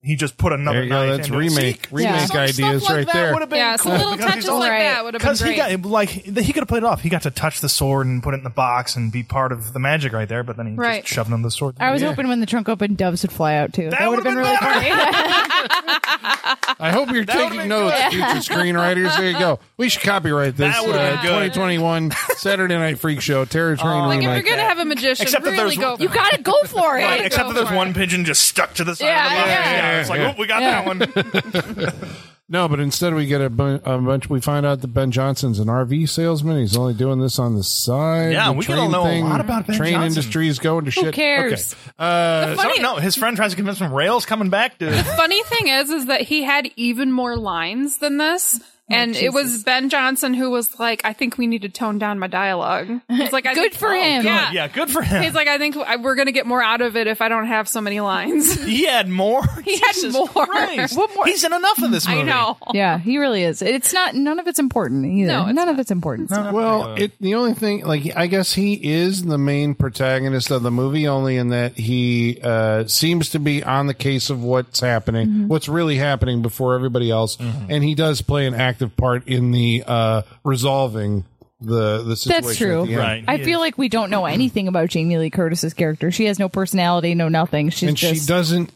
Speaker 3: he just put another
Speaker 1: There you go.
Speaker 3: knife
Speaker 1: That's
Speaker 3: into it.
Speaker 1: remake.
Speaker 3: See?
Speaker 1: Remake
Speaker 4: Yeah.
Speaker 3: Some stuff
Speaker 1: ideas
Speaker 3: like
Speaker 1: right
Speaker 3: that
Speaker 1: there.
Speaker 3: would have been
Speaker 2: yeah,
Speaker 3: cool
Speaker 2: some little
Speaker 3: because
Speaker 2: touches
Speaker 3: he's
Speaker 4: all
Speaker 2: like
Speaker 4: right.
Speaker 2: that would have been
Speaker 3: because
Speaker 2: great.
Speaker 3: he got like he could have played it off. He got to touch the sword and put it in the box and be part of the magic right there. But then he
Speaker 2: Right.
Speaker 3: just shoved on the sword.
Speaker 4: I was hoping when the trunk opened, doves would fly out too. That,
Speaker 3: would've
Speaker 4: would have been,
Speaker 3: been
Speaker 4: really funny.
Speaker 1: I hope you're
Speaker 3: would've
Speaker 1: taking
Speaker 3: been
Speaker 1: notes, future screenwriters. There you go. We should copyright this.
Speaker 3: That would've been good.
Speaker 1: 2021 Saturday Night Freak Show, Terror Train
Speaker 2: like if
Speaker 1: Remake.
Speaker 2: you're gonna have a magician,
Speaker 3: Except that
Speaker 2: really
Speaker 3: there's-
Speaker 2: go. for
Speaker 4: you
Speaker 2: it.
Speaker 4: gotta go for it.
Speaker 2: Right,
Speaker 3: Except
Speaker 2: go
Speaker 3: that there's
Speaker 2: for
Speaker 3: one
Speaker 2: it.
Speaker 3: pigeon just stuck to the side
Speaker 4: Yeah,
Speaker 3: of the box.
Speaker 4: yeah,
Speaker 3: it's like,
Speaker 1: yeah.
Speaker 3: oh, we got that one.
Speaker 1: no, but instead we get a, bu- a bunch. We find out that Ben Johnson's an RV salesman. He's only doing this on the side.
Speaker 3: Yeah,
Speaker 1: The
Speaker 3: we gotta
Speaker 1: train
Speaker 3: know a
Speaker 1: thing-
Speaker 3: lot about Ben
Speaker 1: Train
Speaker 3: Johnson.
Speaker 1: industry is going to shit.
Speaker 4: cares?
Speaker 1: Okay. Uh,
Speaker 3: I
Speaker 2: Funny,
Speaker 3: don't know. His friend tries to convince him rails coming back to
Speaker 2: funny thing is, is that he had even more lines than
Speaker 4: Oh,
Speaker 2: this. And it was Ben Johnson who was like, "I think we need to tone down my dialogue." It's like, I
Speaker 4: Good
Speaker 2: think-
Speaker 4: for him.
Speaker 2: Yeah.
Speaker 3: yeah, good for him.
Speaker 2: He's like, "I think I- we're gonna get more out of it if I don't have so many lines."
Speaker 3: he had more.
Speaker 2: He had
Speaker 3: Jesus
Speaker 2: more.
Speaker 3: Christ. He's in enough of this movie.
Speaker 2: I know.
Speaker 4: Yeah, he really is. It's not. None of it's important either.
Speaker 2: No, it's
Speaker 4: none of it's important.
Speaker 1: Well, it, the only thing, like, I guess he is the main protagonist of the movie, only in that he uh, seems to be on the case of what's happening,
Speaker 4: Mm-hmm.
Speaker 1: what's really happening before everybody else, and he does play an active part in the uh, resolving the the situation.
Speaker 4: That's true.
Speaker 1: at the end.
Speaker 3: Right.
Speaker 4: I feel like we don't know anything about Jamie Lee Curtis's character. She has no personality, no nothing. She's
Speaker 1: and
Speaker 4: just
Speaker 1: she doesn't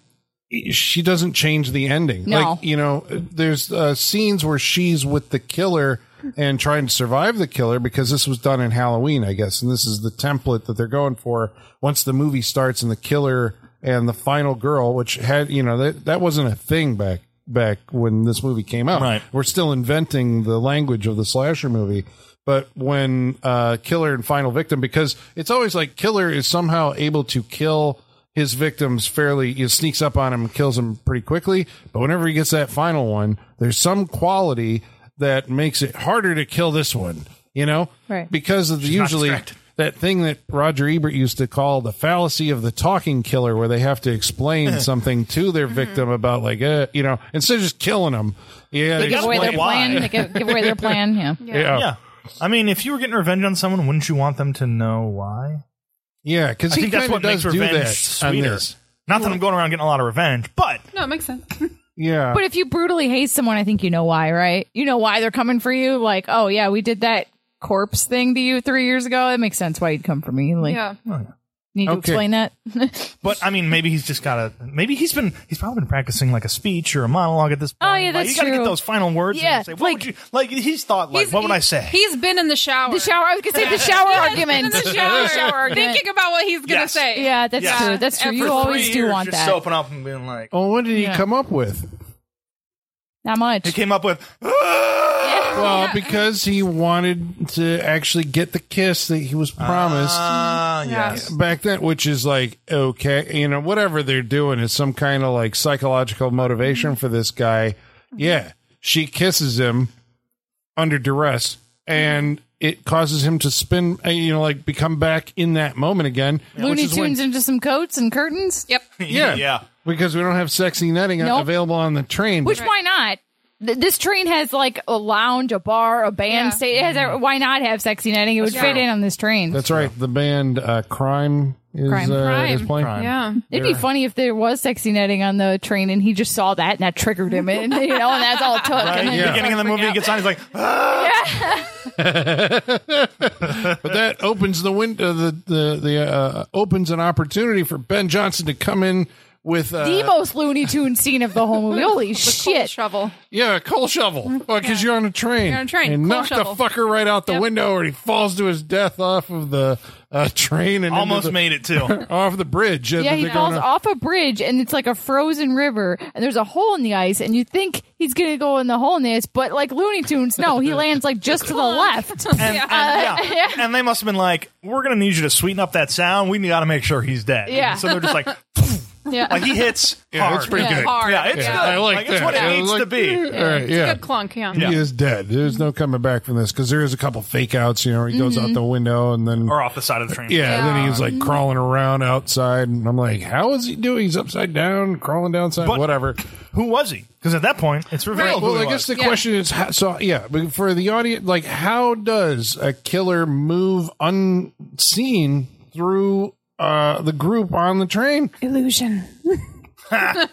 Speaker 1: she doesn't change the ending
Speaker 4: No.
Speaker 1: like you know there's uh, scenes where she's with the killer and trying to survive the killer because this was done in halloween i guess and this is the template that they're going for once the movie starts and the killer and the final girl which had you know that, that wasn't a thing back back when this movie came out
Speaker 3: Right.
Speaker 1: we're still inventing the language of the slasher movie but when uh, killer and final victim because it's always like killer is somehow able to kill his victims fairly you know, sneaks up on him and kills him pretty quickly but whenever he gets that final one there's some quality that makes it harder to kill this one you know
Speaker 4: Right.
Speaker 1: because of the usually
Speaker 3: distracted.
Speaker 1: that thing that Roger Ebert used to call the fallacy of the talking killer, where they have to explain something to their
Speaker 3: Mm-hmm.
Speaker 1: victim about like, uh, you know, instead of just killing them. Yeah,
Speaker 3: They
Speaker 4: give away their
Speaker 3: Explain why.
Speaker 4: plan. They give, give away their plan. Yeah.
Speaker 1: yeah, yeah,
Speaker 3: Yeah. I mean, if you were getting revenge on someone, wouldn't you want them to know why?
Speaker 1: Because
Speaker 3: I
Speaker 1: he
Speaker 3: think that's
Speaker 1: kind of
Speaker 3: what
Speaker 1: does
Speaker 3: makes
Speaker 1: do
Speaker 3: revenge
Speaker 1: that on
Speaker 3: sweeter.
Speaker 1: this.
Speaker 3: Not that I'm going around getting a lot of revenge, but
Speaker 2: No, it makes sense.
Speaker 1: Yeah,
Speaker 4: But if you brutally hate someone, I think you know why, right? You know why they're coming for you. Like, oh yeah, we did that corpse thing to you three years ago. That makes sense why you'd come for me. Like,
Speaker 2: yeah.
Speaker 4: need to
Speaker 1: Okay.
Speaker 4: explain that.
Speaker 3: but I mean, maybe he's just got to. Maybe he's been he's probably been practicing like a speech or a monologue at this point.
Speaker 4: Oh, yeah,
Speaker 3: Like,
Speaker 4: that's
Speaker 3: you gotta
Speaker 4: true.
Speaker 3: get those final words.
Speaker 4: Yeah,
Speaker 3: and say, what would
Speaker 4: like-
Speaker 3: you like? He's thought like,
Speaker 2: He's-
Speaker 3: what would I
Speaker 2: he-
Speaker 3: say?
Speaker 2: He's been in the shower.
Speaker 4: the shower. I was gonna say the shower argument.
Speaker 2: In the shower,
Speaker 4: Shower argument.
Speaker 2: thinking about what he's gonna
Speaker 3: Yes.
Speaker 2: say.
Speaker 4: Yeah, that's
Speaker 3: Yes.
Speaker 4: true. That's true.
Speaker 2: And
Speaker 4: You
Speaker 2: for
Speaker 3: For
Speaker 4: always
Speaker 3: three
Speaker 4: do
Speaker 3: years,
Speaker 4: want
Speaker 3: just
Speaker 4: that.
Speaker 3: soaping up and being
Speaker 2: Oh.
Speaker 3: like,
Speaker 1: well, what did he
Speaker 4: Yeah.
Speaker 1: come up with?
Speaker 4: Not much.
Speaker 3: he came up with. "Ah!"
Speaker 1: Well, because he wanted to actually get the kiss that he was promised.
Speaker 3: Ah,
Speaker 2: Yeah.
Speaker 3: yes.
Speaker 1: back then, which is like, okay, you know, whatever they're doing is some kind of like psychological
Speaker 4: Mm-hmm.
Speaker 1: motivation for this guy. Yeah. She kisses him under duress and
Speaker 4: Mm-hmm.
Speaker 1: it causes him to spin, uh, you know, like become back in that moment again.
Speaker 4: Looney
Speaker 1: which is when-
Speaker 4: Tunes into some coats and curtains.
Speaker 2: Yep.
Speaker 1: yeah.
Speaker 3: Yeah.
Speaker 1: Because we don't have sexy netting
Speaker 4: Nope.
Speaker 1: available on the train.
Speaker 4: Which why not? Th- This train has like a lounge, a bar, a band.
Speaker 2: Yeah.
Speaker 4: State. It has. A, why not have sexy netting? It would fit in on this train.
Speaker 1: That's right. The band uh, Crime is,
Speaker 4: Crime.
Speaker 1: uh,
Speaker 2: Crime.
Speaker 1: is playing.
Speaker 2: Yeah.
Speaker 4: It'd be funny if there was sexy netting on the train and he just saw that and that triggered him, and you know, and that's all it took.
Speaker 3: Right?
Speaker 4: And
Speaker 3: At
Speaker 4: then
Speaker 3: the
Speaker 4: he
Speaker 3: Uh, Beginning of the
Speaker 4: freaked
Speaker 3: movie, he
Speaker 4: out.
Speaker 3: gets on. He's like, "Ah!"
Speaker 1: But that opens the window. The the the uh, opens an opportunity for Ben Johnson to come in with uh,
Speaker 4: the most Looney Tune scene of the whole movie. Holy
Speaker 2: Cold
Speaker 4: shit!
Speaker 2: shovel.
Speaker 1: yeah a coal shovel because you're on a train.
Speaker 2: Mm-hmm. You're on a train.
Speaker 1: and
Speaker 2: Coal
Speaker 1: knock
Speaker 2: shovel.
Speaker 1: the fucker right out the
Speaker 2: Yep.
Speaker 1: window, or he falls to his death off of the uh, train and into
Speaker 3: almost
Speaker 1: the-
Speaker 3: made it too.
Speaker 1: off the bridge.
Speaker 4: Yeah, he falls off a bridge and it's like a frozen river and there's a hole in the ice and you think he's gonna go in the hole in the ice, but like Looney Tunes, no, he lands like just to the left.
Speaker 3: And,
Speaker 2: Yeah.
Speaker 3: and, yeah. and they must have been like, we're going to need you to sweeten up that sound. We got to make sure he's dead.
Speaker 4: Yeah.
Speaker 3: And so they're just like,
Speaker 4: Yeah.
Speaker 3: like he hits
Speaker 1: Yeah,
Speaker 3: hard.
Speaker 1: it's pretty
Speaker 4: Yeah.
Speaker 1: good.
Speaker 2: Hard.
Speaker 3: Yeah, it's
Speaker 1: Yeah,
Speaker 3: good.
Speaker 1: I like,
Speaker 3: it's
Speaker 1: that.
Speaker 3: what it
Speaker 1: I
Speaker 3: needs
Speaker 1: like-
Speaker 3: to be.
Speaker 1: All right, yeah.
Speaker 2: Good clunk. Yeah.
Speaker 3: Yeah.
Speaker 1: He is dead. There's no coming back from this because there is a couple fake outs, you know, where he goes
Speaker 2: Mm-hmm.
Speaker 1: out the window and then
Speaker 3: Or off the side of the train.
Speaker 1: Yeah, and then he's like crawling around outside, and I'm like, how is he doing? He's upside down, crawling downside,
Speaker 3: But-
Speaker 1: whatever.
Speaker 3: Who was he? Because at that point, it's revealed.
Speaker 2: Right.
Speaker 3: Who
Speaker 1: Well,
Speaker 3: he
Speaker 1: I guess the
Speaker 3: was.
Speaker 2: Yeah.
Speaker 1: question is, how, so yeah, but for the audience, like, how does a killer move unseen through uh, the group on the train?
Speaker 4: Illusion.
Speaker 1: Yeah,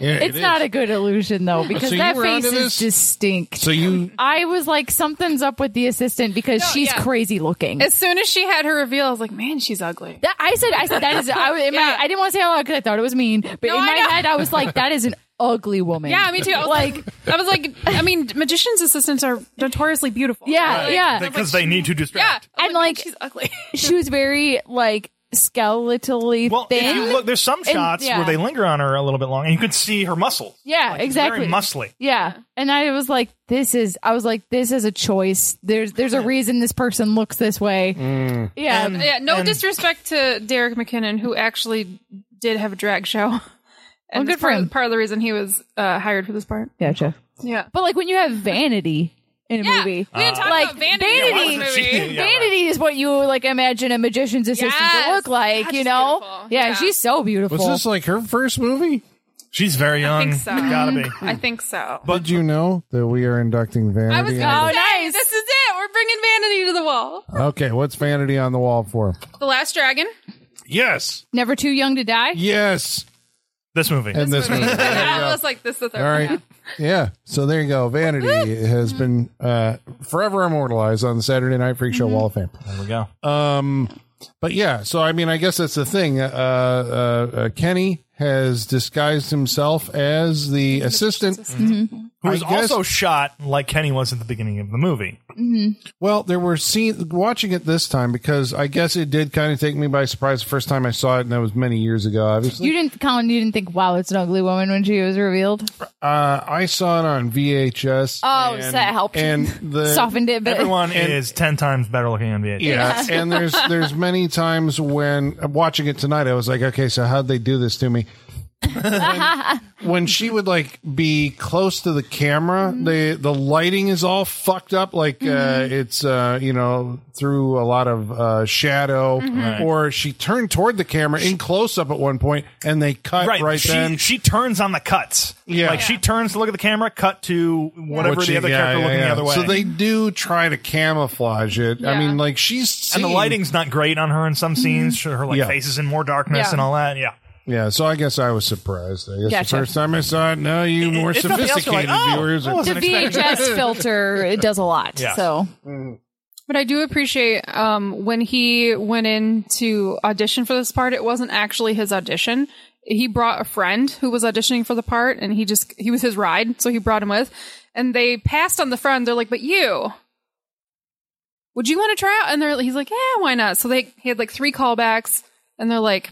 Speaker 4: It's not a good illusion though, because
Speaker 1: you
Speaker 4: that
Speaker 1: were
Speaker 4: face
Speaker 1: onto
Speaker 4: is
Speaker 1: this?
Speaker 4: distinct.
Speaker 1: So you,
Speaker 4: I was like, something's up with the assistant because
Speaker 2: No,
Speaker 4: she's
Speaker 2: yeah.
Speaker 4: crazy looking.
Speaker 2: As soon as she had her reveal, I was like, man, she's ugly.
Speaker 4: That I said, I said that is. I, was- in my,
Speaker 2: Yeah.
Speaker 4: I didn't want to say it out loud because I thought it was mean, but
Speaker 2: No,
Speaker 4: in
Speaker 2: I
Speaker 4: my
Speaker 2: know.
Speaker 4: head, I was like, that is an ugly woman.
Speaker 2: Yeah, me too. I was like, I was like, I mean, magicians' assistants are notoriously beautiful.
Speaker 4: Yeah, yeah.
Speaker 3: Because they need to
Speaker 2: yeah.
Speaker 3: distract.
Speaker 2: I was
Speaker 4: And,
Speaker 2: man,
Speaker 4: like-
Speaker 2: she's ugly.
Speaker 4: she was very like skeletally
Speaker 3: Well, if
Speaker 4: thin.
Speaker 3: you look, there's some shots
Speaker 4: yeah.
Speaker 3: where they linger on her a little bit long, and you could see her muscles.
Speaker 4: yeah,
Speaker 3: Like, she's
Speaker 4: exactly.
Speaker 3: Very muscly.
Speaker 4: yeah, and I was like, this is. I was like, this is a choice. There's there's a reason this person looks this way.
Speaker 3: Mm.
Speaker 4: Yeah,
Speaker 3: And-
Speaker 2: Yeah, no
Speaker 3: and-
Speaker 2: disrespect to Derek McKinnon, who actually did have a drag show. And
Speaker 4: good
Speaker 2: it's
Speaker 4: for
Speaker 2: part,
Speaker 4: him.
Speaker 2: part of the reason he was uh, hired for this part.
Speaker 4: gotcha.
Speaker 2: Yeah.
Speaker 4: But like when you have vanity in a movie,
Speaker 1: Uh,
Speaker 2: We didn't talk
Speaker 4: like,
Speaker 2: about vanity,
Speaker 4: vanity-
Speaker 2: in
Speaker 3: Yeah,
Speaker 2: this
Speaker 3: why wasn't
Speaker 2: movie.
Speaker 3: she- yeah, right.
Speaker 4: vanity is what you like imagine a magician's assistant
Speaker 2: Yes.
Speaker 4: to look like.
Speaker 2: God,
Speaker 4: you
Speaker 2: she's
Speaker 4: know?
Speaker 2: beautiful.
Speaker 4: Yeah,
Speaker 2: Yeah.
Speaker 4: she's so beautiful.
Speaker 1: was this like her first movie?
Speaker 3: She's very young.
Speaker 2: think so.
Speaker 3: Gotta be.
Speaker 2: I think so.
Speaker 1: Did you know that we are inducting Vanity?
Speaker 2: I was
Speaker 1: on
Speaker 2: gonna
Speaker 4: Oh,
Speaker 2: say,
Speaker 4: nice.
Speaker 2: this is it. We're bringing vanity to the wall.
Speaker 1: the- okay, what's Vanity on the Wall for?
Speaker 2: The Last Dragon.
Speaker 1: Yes,
Speaker 4: Never too young to die.
Speaker 1: yes,
Speaker 3: This movie.
Speaker 1: and this movie. There you
Speaker 2: I
Speaker 1: go.
Speaker 2: was like, this is the third
Speaker 1: All right.
Speaker 2: one.
Speaker 1: Yeah. So there you go. Vanity has been uh, forever immortalized on the Saturday Night Freak Show Wall of Fame.
Speaker 3: there we go.
Speaker 1: Um, but yeah. So I mean, I guess that's the thing. Uh, uh, uh, Kenny has disguised himself as the assistant. Mm-hmm.
Speaker 3: Who was
Speaker 1: I guess-
Speaker 3: also shot like Kenny was at the beginning of the movie.
Speaker 1: Well, there were scenes watching it this time because I guess it did kind of take me by surprise the first time I saw it, and that was many years ago. Obviously,
Speaker 4: You didn't, Colin. You didn't think, "Wow, it's an ugly woman" when she was revealed.
Speaker 1: uh, I saw it on VHS.
Speaker 4: Oh, so
Speaker 1: and,
Speaker 4: that helped.
Speaker 1: And the
Speaker 4: Softened it, but
Speaker 3: Uh, Everyone is ten times better looking on VH.
Speaker 1: Yeah, and there's there's many times when watching it tonight, I was like, okay, so how'd they do this to me? when she would like be close to the camera,
Speaker 3: Mm-hmm.
Speaker 1: the the lighting is all fucked up. Like uh, it's uh, you know through a lot of uh, shadow.
Speaker 3: Mm-hmm.
Speaker 1: Or she turned toward the camera in close up at one point, and they cut right,
Speaker 3: Right,
Speaker 1: right
Speaker 3: she,
Speaker 1: then.
Speaker 3: she turns on the cuts.
Speaker 1: Yeah.
Speaker 3: like she turns to look at the camera, cut to whatever
Speaker 1: Which
Speaker 3: the
Speaker 1: is-
Speaker 3: other
Speaker 1: yeah,
Speaker 3: character
Speaker 1: yeah,
Speaker 3: looking
Speaker 1: yeah.
Speaker 3: the other way.
Speaker 1: So they do try to camouflage it. I
Speaker 2: Yeah.
Speaker 1: mean, like she's
Speaker 3: and the
Speaker 1: seeing-
Speaker 3: lighting's not great on her in some scenes. Sure, Her like
Speaker 1: Yeah.
Speaker 3: face is in more darkness
Speaker 2: Yeah.
Speaker 3: and all that. Yeah,
Speaker 1: Yeah, so I guess I was surprised. I guess
Speaker 4: Gotcha.
Speaker 1: the first time I saw it, no, you more
Speaker 3: if nothing else, you're like,
Speaker 1: sophisticated
Speaker 3: "Oh,
Speaker 1: viewers.
Speaker 3: I
Speaker 1: are-
Speaker 4: The
Speaker 3: wasn't expecting that.
Speaker 4: VHS filter it does a lot.
Speaker 3: Yeah.
Speaker 4: So
Speaker 2: But I do appreciate um, when he went in to audition for this part. It wasn't actually his audition. He brought a friend who was auditioning for the part, and he just he was his ride, so he brought him with. And they passed on the friend. They're like, "But you, would you want to try out?" And they're he's like, "Yeah, why not?" So they he had like three callbacks, and they're like,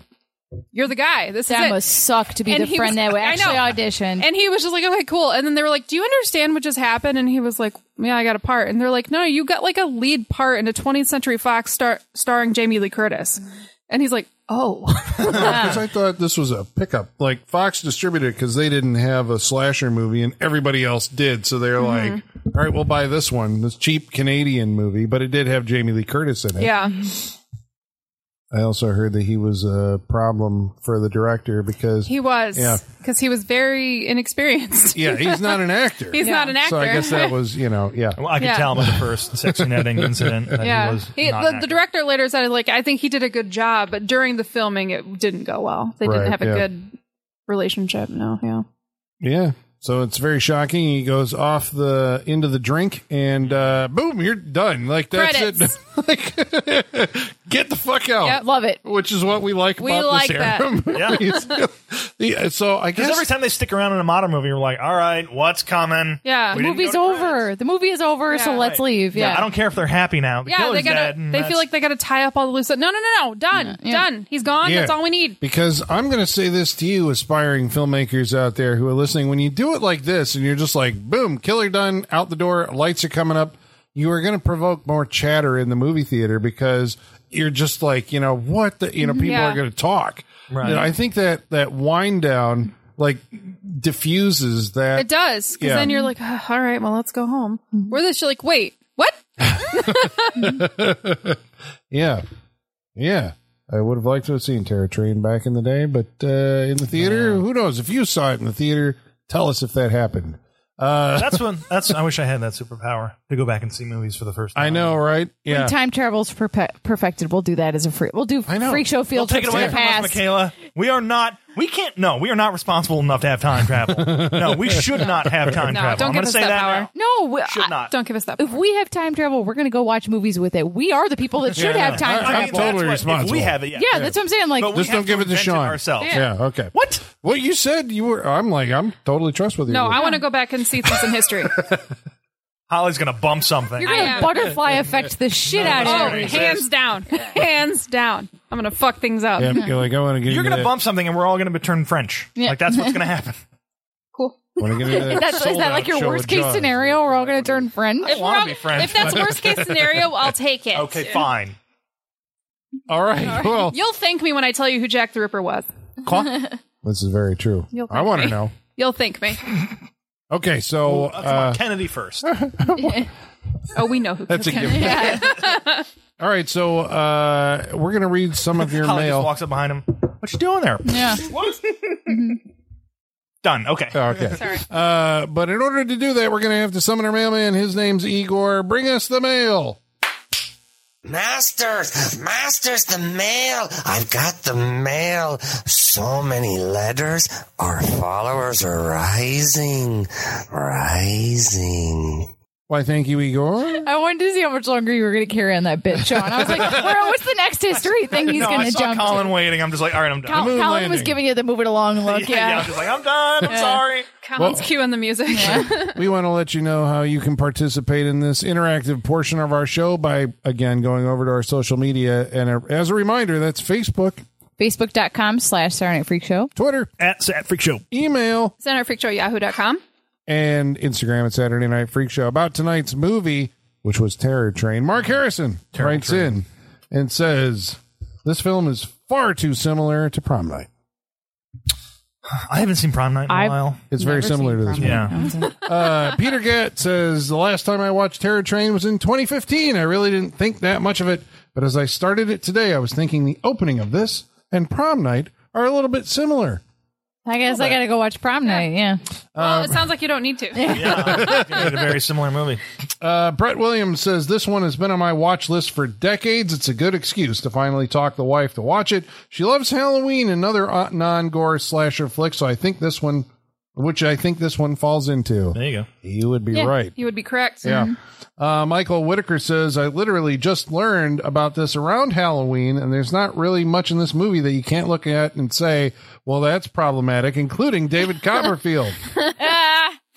Speaker 2: "You're the guy. This
Speaker 4: that
Speaker 2: is it."
Speaker 4: must suck to be
Speaker 2: And
Speaker 4: the
Speaker 2: he
Speaker 4: friend
Speaker 2: was-
Speaker 4: that
Speaker 2: I know.
Speaker 4: actually auditioned.
Speaker 2: And he was just like, okay, cool. And then they were like, do you understand what just happened? And he was like, yeah, I got a part. And they're like, no, you got like a lead part in a 20th Century Fox star- starring Jamie Lee Curtis. And he's like, oh,
Speaker 1: Because I thought this was a pickup. Like Fox distributed because they didn't have a slasher movie and everybody else did. So they're like, all right, we'll buy this one, this cheap Canadian movie, but it did have Jamie Lee Curtis in it.
Speaker 2: yeah.
Speaker 1: I also heard that he was a problem for the director because
Speaker 2: He was.
Speaker 1: Yeah.
Speaker 2: Because he was very inexperienced.
Speaker 1: yeah, he's not an actor.
Speaker 2: He's not an actor.
Speaker 1: So I guess that was you know yeah.
Speaker 3: well, I could
Speaker 2: Yeah.
Speaker 3: tell by the first sexy netting incident that
Speaker 2: yeah.
Speaker 3: he was
Speaker 2: He-
Speaker 3: not
Speaker 2: the,
Speaker 3: an
Speaker 2: the
Speaker 3: actor.
Speaker 2: director later said, like, I think he did a good job, but during the filming, it didn't go well. They
Speaker 1: Right,
Speaker 2: didn't have a
Speaker 1: yeah.
Speaker 2: good relationship. No, yeah.
Speaker 1: Yeah. So it's very shocking. He goes off the into the drink and uh, boom, you're done. Like that's
Speaker 2: Credits.
Speaker 1: it. like get the fuck out.
Speaker 2: Yep.
Speaker 4: Love it.
Speaker 1: Which is what we like
Speaker 2: We
Speaker 1: about
Speaker 2: like
Speaker 1: this
Speaker 2: that.
Speaker 1: era. movies. yeah. So I
Speaker 3: Because
Speaker 1: guess
Speaker 3: every time they stick around in a modern movie, we're like, all right, what's coming?
Speaker 2: Yeah.
Speaker 3: We didn't
Speaker 4: movie's
Speaker 3: go to
Speaker 4: over. The movie is over, so
Speaker 2: Yeah.
Speaker 4: let's leave. Yeah.
Speaker 3: I don't care if they're happy now. The
Speaker 2: Yeah, they
Speaker 3: killer's
Speaker 2: gotta.
Speaker 3: dead, and
Speaker 2: They
Speaker 3: that's-
Speaker 2: feel like they gotta tie up all the loose. No, no, no, no. Done. Done. He's gone.
Speaker 1: Yeah.
Speaker 2: That's all we need.
Speaker 1: Because I'm going to say this to you, aspiring filmmakers out there who are listening. When you do it like this and you're just like, boom, killer done, out the door, lights are coming up, you are going to provoke more chatter in the movie theater because you're just like, you know, what the, you know, people
Speaker 2: Yeah.
Speaker 1: are going to talk.
Speaker 3: Right.
Speaker 1: You know, I think that that wind down like diffuses that.
Speaker 2: It does. Because
Speaker 1: Yeah.
Speaker 2: then you're like, "Ah, all right, well, let's go home. Where this? You're like, wait, what?
Speaker 1: Yeah. Yeah. I would have liked to have seen Terror Train back in the day, but uh, in the theater, who knows? If you saw it in the theater, tell us if that happened.
Speaker 3: that's when that's. I wish I had that superpower to go back and see movies for the first time.
Speaker 1: I know, right? Yeah.
Speaker 4: Time travel's perpe- perfected. We'll do that as a free. We'll do
Speaker 1: know.
Speaker 4: freak show
Speaker 3: Well,
Speaker 4: field
Speaker 3: take it
Speaker 4: trips to
Speaker 3: away
Speaker 4: the
Speaker 3: from us,
Speaker 4: past.
Speaker 3: Michaela. We are not. We can't. No, we are not responsible enough to have time travel. No, we should not have time
Speaker 2: No,
Speaker 3: travel.
Speaker 2: don't
Speaker 3: I'm
Speaker 2: give
Speaker 3: gonna
Speaker 2: us
Speaker 3: say
Speaker 2: that
Speaker 3: that
Speaker 2: power.
Speaker 3: now.
Speaker 4: No, we,
Speaker 3: Should
Speaker 4: I-
Speaker 3: not.
Speaker 2: Ah, Don't give us that.
Speaker 4: if we have time travel, we're going to go watch movies with it. We are the people that should have time
Speaker 1: I- I'm
Speaker 4: travel.
Speaker 1: totally
Speaker 3: that's what-
Speaker 1: responsible.
Speaker 3: If we have it. Yeah.
Speaker 4: yeah, that's what I'm saying. Like,
Speaker 3: But we
Speaker 1: Just
Speaker 3: have
Speaker 1: don't give it to
Speaker 3: invent
Speaker 1: Sean.
Speaker 3: ourselves.
Speaker 1: Yeah. Okay.
Speaker 3: What?
Speaker 1: Well, you said you were. I'm like, I'm totally trustworthy.
Speaker 2: no,
Speaker 1: with
Speaker 2: I
Speaker 1: you.
Speaker 2: want to go back and see through some history.
Speaker 3: Holly's gonna bump something.
Speaker 4: you're going
Speaker 2: I
Speaker 4: to
Speaker 2: am.
Speaker 4: butterfly effect the shit out
Speaker 2: oh,
Speaker 4: of
Speaker 3: Sorry.
Speaker 4: it.
Speaker 2: hands down, hands down. I'm gonna fuck things up.
Speaker 1: Yeah, you're like, I want to get.
Speaker 3: You're
Speaker 1: into
Speaker 3: gonna
Speaker 1: that-
Speaker 3: bump something, and we're all gonna be turned French.
Speaker 4: Yeah.
Speaker 3: Like that's what's gonna happen.
Speaker 2: Cool.
Speaker 1: Wanna get into that
Speaker 4: That's, is that
Speaker 1: sold-out
Speaker 4: like your
Speaker 1: show
Speaker 4: worst
Speaker 1: with
Speaker 4: case
Speaker 1: John.
Speaker 4: scenario? We're all going to turn friends.
Speaker 2: If,
Speaker 3: wanna
Speaker 2: we're all-
Speaker 3: be friends.
Speaker 2: if that's worst case scenario, I'll take it.
Speaker 3: Okay, fine.
Speaker 1: All right. Well,
Speaker 2: You'll thank me when I tell you who Jack the Ripper was.
Speaker 3: uh,
Speaker 1: this is very true.
Speaker 2: You'll
Speaker 1: I want to
Speaker 2: thank me.
Speaker 1: know.
Speaker 2: You'll thank me.
Speaker 1: Okay, so
Speaker 3: Come on,
Speaker 1: uh,
Speaker 3: Kennedy first.
Speaker 2: Oh, we know who.
Speaker 1: that's a given. All right, so uh, we're gonna read some of your
Speaker 3: Holly just
Speaker 1: mail.
Speaker 3: walks up behind him. What you doing there?
Speaker 4: Yeah. Mm-hmm.
Speaker 3: Done. Okay.
Speaker 1: Oh, okay. Uh, but in order to do that, we're gonna have to summon our mailman. His name's Igor. Bring us the mail.
Speaker 5: Masters, masters, the mail. I've got the mail. So many letters. Our followers are rising, rising.
Speaker 1: Why? Thank you, Igor.
Speaker 4: I wanted to see how much longer you were going to carry on that bit, Sean. I was like, "Where- what's the next history thing he's
Speaker 3: no,
Speaker 4: going
Speaker 3: I
Speaker 4: to
Speaker 3: saw
Speaker 4: jump
Speaker 3: Colin
Speaker 4: to?
Speaker 3: waiting. I'm just like, all right, I'm done.
Speaker 4: Col-
Speaker 1: moon
Speaker 4: Colin was
Speaker 1: landing.
Speaker 4: giving you the move it along look. Yeah.
Speaker 3: I'm just like, I'm done. I'm sorry.
Speaker 2: Colin's cueing the music.
Speaker 1: we want to let you know how you can participate in this interactive portion of our show by again going over to our social media and uh, as a reminder that's facebook
Speaker 4: Facebook.com slash Saturday Night Freak Show.
Speaker 1: twitter
Speaker 3: At Sat Freak Show.
Speaker 1: email
Speaker 2: Centerfreakshowyahoo.com.
Speaker 3: Um,
Speaker 1: and instagram at saturday night freak show about tonight's movie which was terror train mark harrison writes in and says this film is far too similar to prom night
Speaker 3: I haven't seen Prom Night in a
Speaker 4: I've-
Speaker 3: while.
Speaker 1: It's very similar to this one.
Speaker 3: Yeah.
Speaker 1: Uh, Peter Gett says the last time I watched Terror Train was in 2015. I really didn't think that much of it, but as I started it today, I was thinking the opening of this and Prom Night are a little bit similar.
Speaker 4: I guess I gotta go watch prom night. Yeah.
Speaker 2: Well, it sounds like you don't need to.
Speaker 3: Yeah. They made a very similar movie.
Speaker 1: Uh, Brett Williams says this one has been on my watch list for decades. It's a good excuse to finally talk the wife to watch it. She loves Halloween, another uh, non-gore slasher flick, so I think this one, which I think this one falls into.
Speaker 3: There you go.
Speaker 1: You would be right.
Speaker 2: You would be correct.
Speaker 1: Yeah. Uh, Michael Whitaker says, I literally just learned about this around Halloween, and there's not really much in this movie that you can't look at and say, well, that's problematic, including David Copperfield.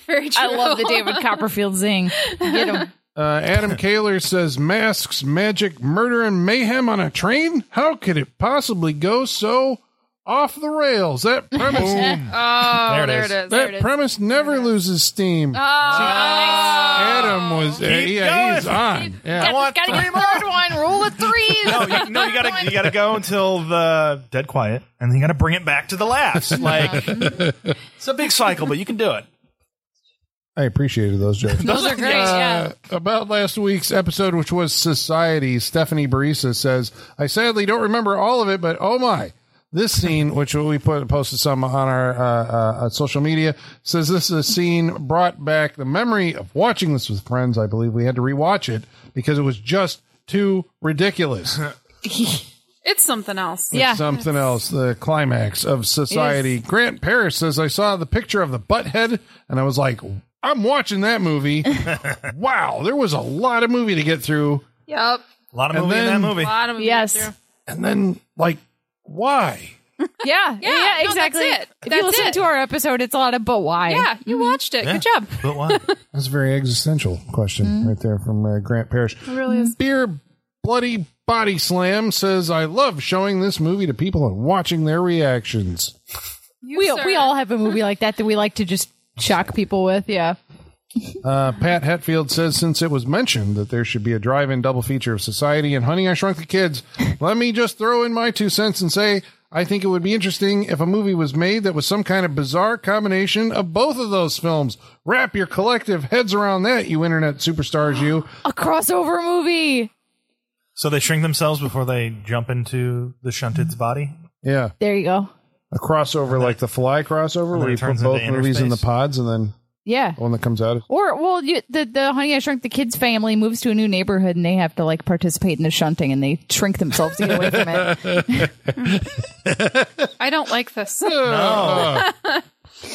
Speaker 2: Very true.
Speaker 4: I love the David Copperfield zing. Get him.
Speaker 1: Uh, Adam Kaler says, masks, magic, murder, and mayhem on a train? How could it possibly go so off the rails? That premise,
Speaker 2: Oh,
Speaker 3: There
Speaker 2: there it is.
Speaker 3: it is.
Speaker 2: There it
Speaker 1: that
Speaker 2: is.
Speaker 1: premise never loses steam.
Speaker 2: Oh.
Speaker 1: Adam was, uh,
Speaker 3: Keep
Speaker 1: yeah, he's
Speaker 3: going.
Speaker 1: on.
Speaker 3: I
Speaker 1: Yeah.
Speaker 3: want
Speaker 4: Gotta get third one. Rule of threes.
Speaker 3: No, Oh, you, no, you gotta you gotta go until the dead quiet, and then you gotta bring it back to the laughs. Like it's a big cycle, but you can do it.
Speaker 1: I appreciated those jokes.
Speaker 4: Those are great. Yeah.
Speaker 1: About last week's episode, which was Society, Stephanie Barisa says, I sadly don't remember all of it, but oh my. This scene, which we put posted some on our uh, uh, uh, social media, says this is a scene brought back the memory of watching this with friends. I believe we had to rewatch it because it was just too ridiculous.
Speaker 2: It's something else.
Speaker 4: Yeah.
Speaker 1: Something else, the climax of society. Grant Parrish says, I saw the picture of the butthead and I was like, I'm watching that movie. wow, there was a lot of movie to get through.
Speaker 2: Yep.
Speaker 3: A lot of
Speaker 1: And
Speaker 3: movie in
Speaker 1: then-
Speaker 3: that movie.
Speaker 2: Bottom of it
Speaker 4: Yes.
Speaker 2: through.
Speaker 1: And then, like, why?
Speaker 4: Yeah.
Speaker 2: no,
Speaker 4: Yeah.
Speaker 2: that's
Speaker 4: Exactly.
Speaker 2: it.
Speaker 4: If
Speaker 2: That's
Speaker 4: you listen
Speaker 2: it.
Speaker 4: to our episode, it's a lot of but why.
Speaker 2: Yeah, you watched it. Good job.
Speaker 3: But why?
Speaker 1: That's a very existential question right there from uh, Grant Parrish.
Speaker 2: Mm-hmm. really is.
Speaker 1: Beer Bloody Body Slam says, I love showing this movie to people and watching their reactions.
Speaker 2: You,
Speaker 4: We
Speaker 2: sir.
Speaker 4: we all have a movie like that that we like to just shock people with. Yeah.
Speaker 1: Uh, Pat Hetfield says, since it was mentioned that there should be a drive in double feature of Society and Honey, I Shrunk the Kids, let me just throw in my two cents and say, I think it would be interesting if a movie was made that was some kind of bizarre combination of both of those films. Wrap your collective heads around that, you internet superstars, you.
Speaker 4: A crossover movie.
Speaker 3: so they shrink themselves before they jump into the shunted's body.
Speaker 1: Yeah.
Speaker 4: There you go.
Speaker 1: a crossover like the Fly crossover, where
Speaker 3: it
Speaker 1: you put
Speaker 3: turns
Speaker 1: both
Speaker 3: into
Speaker 1: movies in the
Speaker 3: Interspace.
Speaker 1: pods, and then
Speaker 4: Yeah.
Speaker 1: the one that comes out.
Speaker 4: Or well, you, the the Honey I Shrunk the Kids family moves to a new neighborhood and they have to like participate in the shunting and they shrink themselves to get away from it.
Speaker 2: I don't like this.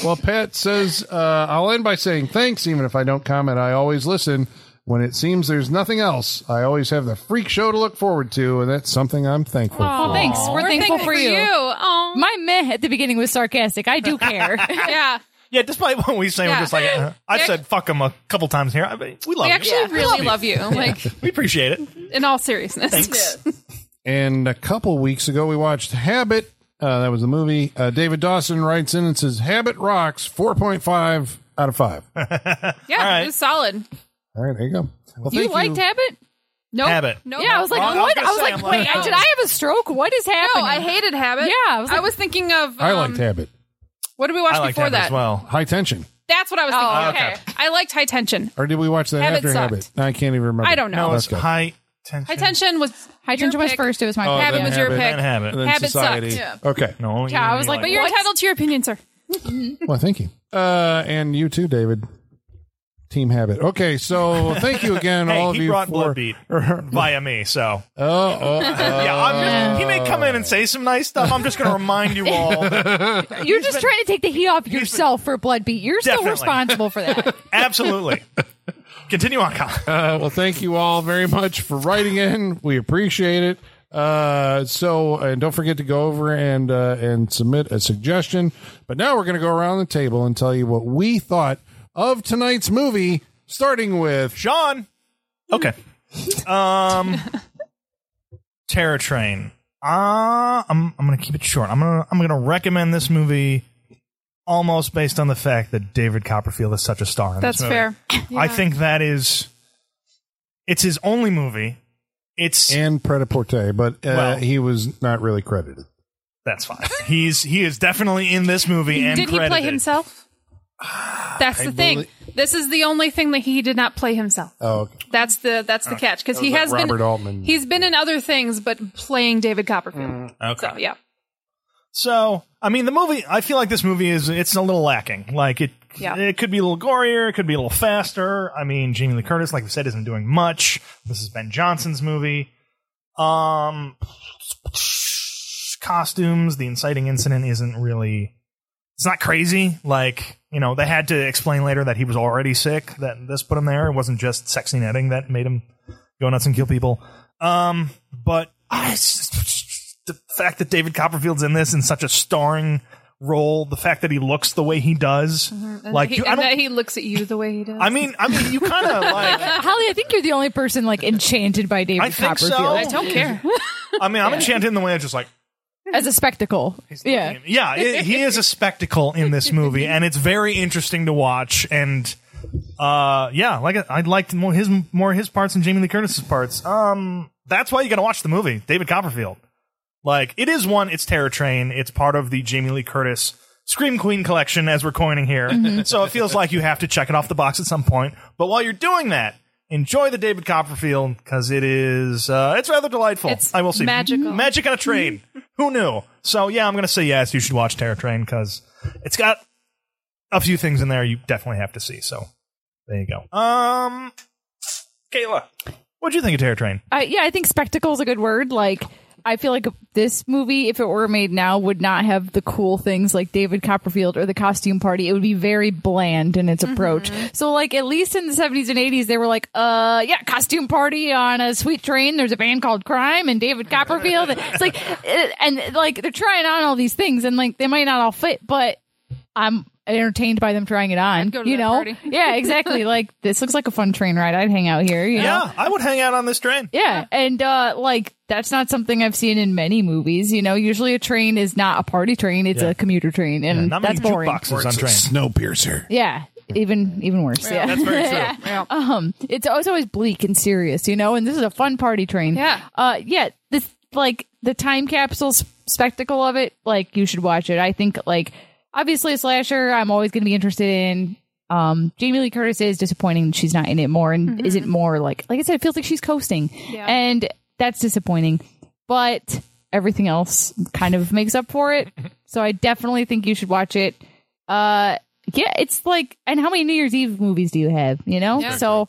Speaker 1: Well, Pat says, uh, "I'll end by saying thanks, even if I don't comment. I always listen when it seems there's nothing else. I always have the freak show to look forward to, and that's something I'm thankful
Speaker 4: Oh,
Speaker 1: for."
Speaker 4: thanks. We're, thankful, for you.
Speaker 2: Oh,
Speaker 4: My meh at the beginning was sarcastic. I do care.
Speaker 2: yeah.
Speaker 3: Yeah, despite what we say, we're
Speaker 2: Yeah.
Speaker 3: just like uh, I've
Speaker 2: Yeah.
Speaker 3: said fuck them a couple times here. I mean, we love
Speaker 2: We
Speaker 3: you.
Speaker 2: actually really love you. Like,
Speaker 3: we appreciate it.
Speaker 2: in all seriousness.
Speaker 3: Thanks.
Speaker 1: And a couple weeks ago, we watched Habit. Uh, that was the movie. Uh, David Dawson writes in and says, "Habit rocks. Four point five out of five. All
Speaker 2: Yeah,
Speaker 3: right.
Speaker 2: it was solid.
Speaker 1: right, there you go. Well,
Speaker 4: you
Speaker 1: thank
Speaker 4: liked Habit?
Speaker 2: Nope.
Speaker 3: Habit.
Speaker 2: Nope.
Speaker 4: Yeah, I was like,
Speaker 3: Well, I was
Speaker 4: what? I
Speaker 3: gonna
Speaker 4: was
Speaker 3: say,
Speaker 4: like,
Speaker 3: I'm
Speaker 4: wait,
Speaker 3: like-
Speaker 4: I- did I have a stroke? What is
Speaker 2: No,
Speaker 4: happening?
Speaker 2: I hated Habit.
Speaker 4: Yeah, I was like-
Speaker 2: thinking of.
Speaker 1: I
Speaker 2: um,
Speaker 1: liked Habit.
Speaker 2: What did we watch
Speaker 3: I like
Speaker 2: before
Speaker 3: that
Speaker 2: that?
Speaker 3: as well.
Speaker 1: High tension."
Speaker 2: That's what I was
Speaker 4: Oh,
Speaker 2: thinking.
Speaker 3: okay.
Speaker 2: I liked High Tension.
Speaker 1: Or did we watch that
Speaker 2: Habit
Speaker 1: after
Speaker 2: sucked.
Speaker 1: Habit? I can't even remember.
Speaker 2: I don't know.
Speaker 3: No, it's
Speaker 1: Okay.
Speaker 3: high tension.
Speaker 2: High Tension was
Speaker 4: High
Speaker 2: your
Speaker 4: Tension was
Speaker 2: pick.
Speaker 4: first. It was my
Speaker 1: Oh,
Speaker 4: pick.
Speaker 2: Habit
Speaker 1: then
Speaker 2: was your
Speaker 1: Habit.
Speaker 3: And
Speaker 2: pick.
Speaker 3: have
Speaker 1: And then
Speaker 2: Habit
Speaker 1: society.
Speaker 2: sucked.
Speaker 1: Okay.
Speaker 3: No,
Speaker 4: Yeah, I was like,
Speaker 2: But you're
Speaker 4: What?
Speaker 2: entitled to your opinion, sir.
Speaker 1: Well, thank you. Uh, and you too, David. Team Habit. Okay, so thank you again,
Speaker 3: Hey,
Speaker 1: all of
Speaker 3: he
Speaker 1: you.
Speaker 3: brought
Speaker 1: for,
Speaker 3: Bloodbeat via me, so
Speaker 1: Oh, oh, oh.
Speaker 3: yeah, I'm just, he may come in and say some nice stuff. I'm just going to remind you all that
Speaker 4: You're just trying to take the heat off yourself for blood beat. You're
Speaker 3: Definitely.
Speaker 4: still responsible for that.
Speaker 3: Absolutely. Continue on, Colin.
Speaker 1: Uh, well, thank you all very much for writing in. We appreciate it. Uh, so, and don't forget to go over and uh, and submit a suggestion. But now we're going to go around the table and tell you what we thought of tonight's movie, starting with
Speaker 3: Sean. Okay. Um, Terror Train. Uh, I'm I'm gonna keep it short. I'm gonna I'm gonna recommend this movie almost based on the fact that David Copperfield is such a star. In
Speaker 2: That's
Speaker 3: this movie.
Speaker 2: fair.
Speaker 3: I think that is. It's his only movie. It's
Speaker 1: and Pret-a-Porter, but uh,
Speaker 3: Well-
Speaker 1: he was not really credited.
Speaker 3: That's fine. He's he is definitely in this movie and
Speaker 2: did he play
Speaker 3: credited.
Speaker 2: himself? That's the thing. This is the only thing that he did not play himself.
Speaker 1: Oh, okay.
Speaker 2: That's the that's
Speaker 3: Uh,
Speaker 2: the catch because he
Speaker 1: that
Speaker 2: has been
Speaker 1: Robert Altman.
Speaker 2: he's been in other things, but playing David Copperfield.
Speaker 4: Mm.
Speaker 3: Okay.
Speaker 2: So yeah,
Speaker 3: So, I mean, the movie. I feel like this movie is it's a little lacking. Like it,
Speaker 2: Yeah.
Speaker 3: it could be a little gorier. It could be a little faster. I mean, Jamie Lee Curtis, like we said, isn't doing much. This is Ben Johnson's movie. Um, costumes. The inciting incident isn't really. It's not crazy. Like you know, they had to explain later that he was already sick. That this put him there. It wasn't just sexy netting that made him go nuts and kill people. Um, but I, the fact that David Copperfield's in this in such a starring role, the fact that he looks the way he does,
Speaker 2: Mm-hmm. and
Speaker 3: like
Speaker 2: he,
Speaker 3: you, I
Speaker 2: and
Speaker 3: don't.
Speaker 2: that he looks at you the way he does.
Speaker 3: I mean, I mean, you kind of like.
Speaker 4: Holly, I think you're the only person like enchanted by David
Speaker 3: I think so.
Speaker 4: Copperfield
Speaker 2: I don't care.
Speaker 3: I mean, I'm enchanted in the way I just like.
Speaker 4: as a spectacle. Yeah,
Speaker 3: Yeah, it, he is a spectacle in this movie, and it's very interesting to watch. And uh, yeah, like I- I liked more his more his parts and Jamie Lee Curtis's parts. Um, that's why you got to watch the movie, David Copperfield. Like it is one, it's Terror Train. It's part of the Jamie Lee Curtis Scream Queen collection, as we're coining here. so it feels like you have to check it off the box at some point. But while you're doing that. Enjoy the David Copperfield because it is uh, it's rather delightful.
Speaker 2: It's
Speaker 3: I will say
Speaker 2: magical.
Speaker 3: magic on a train. Who knew? So yeah, I'm gonna say yes. You should watch Terror Train because it's got a few things in there you definitely have to see. So there you go. Um, Kayla, what do you think of Terror Train?
Speaker 4: I, yeah. I think spectacle is a good word. Like, I feel like this movie, if it were made now, would not have the cool things like David Copperfield or the costume party. It would be very bland in its approach.
Speaker 2: Mm-hmm.
Speaker 4: So, like, at least in the 70s and 80s, they were like, uh, yeah, costume party on a sweet train. There's a band called Crime and David Copperfield. it's like, it, and like they're trying on all these things, and like they might not all fit, but I'm entertained by them trying it on.
Speaker 2: go to
Speaker 4: you
Speaker 2: that
Speaker 4: know,
Speaker 2: party.
Speaker 4: yeah, exactly. like this looks like a fun train ride. I'd hang out here. You know?
Speaker 3: Yeah, I would hang out on this train.
Speaker 4: Yeah, and uh, like that's not something I've seen in many movies. You know, usually a train is not a party train; it's a commuter train, and
Speaker 3: Not many
Speaker 4: that's boring.
Speaker 3: jukeboxes on trains.
Speaker 1: Snowpiercer.
Speaker 4: Yeah, even even worse. Yeah,
Speaker 3: That's very true.
Speaker 2: Yeah.
Speaker 4: um, it's always always bleak and serious, you know. And this is a fun party train.
Speaker 2: Yeah.
Speaker 4: uh, yeah. This like the time capsule s- spectacle of it. Like you should watch it. I think like obviously a slasher. I'm always going to be interested in. Um, Jamie Lee Curtis is disappointing. She's not in it more, and isn't more like like I said. It feels like she's coasting,
Speaker 2: Mm-hmm. Yeah.
Speaker 4: and that's disappointing. But everything else kind of makes up for it. So I definitely think you should watch it. Uh, yeah, it's like, and how many New Year's Eve movies do you have? You know,
Speaker 2: Yeah.
Speaker 4: so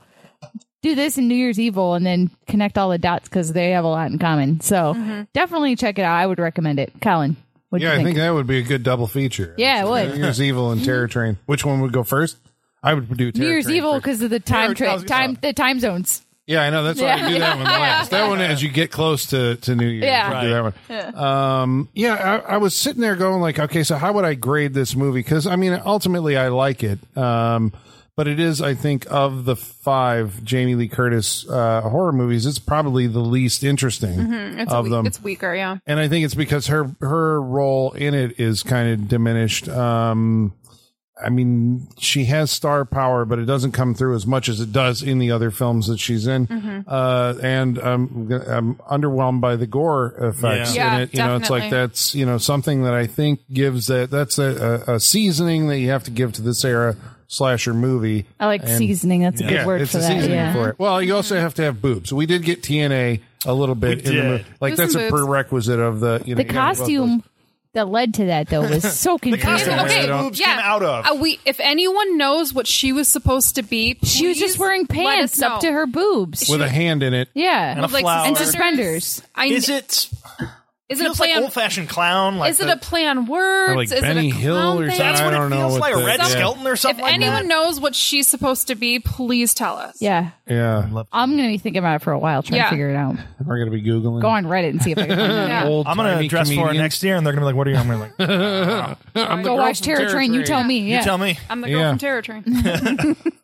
Speaker 4: do this in New Year's Evil, and then connect all the dots because they have a lot in common. So
Speaker 2: Mm-hmm.
Speaker 4: definitely check it out. I would recommend it. Colin, what do
Speaker 1: Yeah,
Speaker 4: you
Speaker 1: I
Speaker 4: think?
Speaker 1: think that would be a good double feature.
Speaker 4: Yeah, it
Speaker 1: Actually,
Speaker 4: would.
Speaker 1: New Year's Evil and Terror Train. Which one would go first? I would do Terror
Speaker 4: New Year's
Speaker 1: Train
Speaker 4: Evil
Speaker 1: first.
Speaker 4: because of the time
Speaker 3: Terror- I
Speaker 4: tra-
Speaker 3: was gonna-
Speaker 4: time the time zones.
Speaker 1: Yeah, I know. That's why
Speaker 4: Yeah.
Speaker 1: I do that one last. That one, as you get close to, to New Year's,
Speaker 4: Yeah.
Speaker 1: you do that one. Um, yeah, I, I was sitting there going like, okay, so how would I grade this movie? Because I mean, ultimately, I like it. Um, but it is, I think, of the five Jamie Lee Curtis uh, horror movies, it's probably the least interesting
Speaker 2: It's,
Speaker 1: of
Speaker 2: weak,
Speaker 1: them
Speaker 2: it's weaker. Yeah.
Speaker 1: and I think it's because her her role in it is kind of diminished. Um, I mean, she has star power, but it doesn't come through as much as it does in the other films that she's in. Uh, and I'm g- I'm underwhelmed by the gore effects in
Speaker 2: Yeah. Yeah,
Speaker 1: it. You know, it's like
Speaker 2: definitely.
Speaker 1: that's you know something that I think gives that that's a, a, a seasoning that you have to give to this era slasher movie.
Speaker 4: I like seasoning. That's a good word
Speaker 1: it's
Speaker 4: for
Speaker 1: a
Speaker 4: that.
Speaker 1: seasoning
Speaker 4: Yeah.
Speaker 1: for it. Well, you also have to have boobs. We did get TNA a little bit in the
Speaker 3: did.
Speaker 1: movie. Like
Speaker 2: There's
Speaker 1: that's
Speaker 2: some
Speaker 1: a
Speaker 2: boobs.
Speaker 1: prerequisite of the you know
Speaker 4: The
Speaker 1: you gotta have both those.
Speaker 4: costume that led to that though was so confusing.
Speaker 3: costume- Yeah, I
Speaker 2: Okay.
Speaker 3: don't-
Speaker 2: yeah.
Speaker 3: Came out of.
Speaker 2: Uh, we, if anyone knows what she was supposed to be,
Speaker 4: She was
Speaker 2: please
Speaker 4: just wearing
Speaker 2: let us
Speaker 4: pants up
Speaker 2: know.
Speaker 4: to her boobs.
Speaker 1: with a hand in it.
Speaker 4: yeah,
Speaker 3: And a flower.
Speaker 4: and suspenders.
Speaker 2: I,
Speaker 3: Is it?
Speaker 2: is it a
Speaker 3: Feels
Speaker 2: play
Speaker 3: like
Speaker 2: on
Speaker 3: old fashioned clown. Like
Speaker 2: Is it
Speaker 3: the-
Speaker 2: a play on words?
Speaker 1: Or like
Speaker 2: is
Speaker 1: Benny
Speaker 2: it a
Speaker 1: Hill
Speaker 2: clown
Speaker 1: or
Speaker 2: thing?
Speaker 3: That's what
Speaker 1: I
Speaker 3: it
Speaker 1: don't know
Speaker 3: feels
Speaker 1: what
Speaker 3: like. A
Speaker 1: the-
Speaker 3: red
Speaker 1: yeah.
Speaker 3: skeleton or
Speaker 2: If
Speaker 3: something. like
Speaker 2: anyone
Speaker 3: that.
Speaker 2: knows what she's supposed to be, please tell us.
Speaker 4: Yeah,
Speaker 1: Yeah,
Speaker 4: I'm gonna be thinking about it for a while, trying to
Speaker 2: Yeah.
Speaker 4: figure it out.
Speaker 1: we're gonna be googling.
Speaker 4: Go on Reddit and see if I can find it.
Speaker 2: Yeah.
Speaker 1: Old
Speaker 3: I'm gonna
Speaker 1: timey
Speaker 3: dress for it
Speaker 1: comedian.
Speaker 3: next year, and they're gonna be like, "What are you?" I'm gonna be like,
Speaker 1: I'm the
Speaker 4: Go
Speaker 1: girl
Speaker 4: watch
Speaker 1: from
Speaker 4: Terror Train. You tell me. Yeah.
Speaker 3: "Tell me."
Speaker 2: I'm the girl
Speaker 1: Yeah.
Speaker 2: from Terror Train.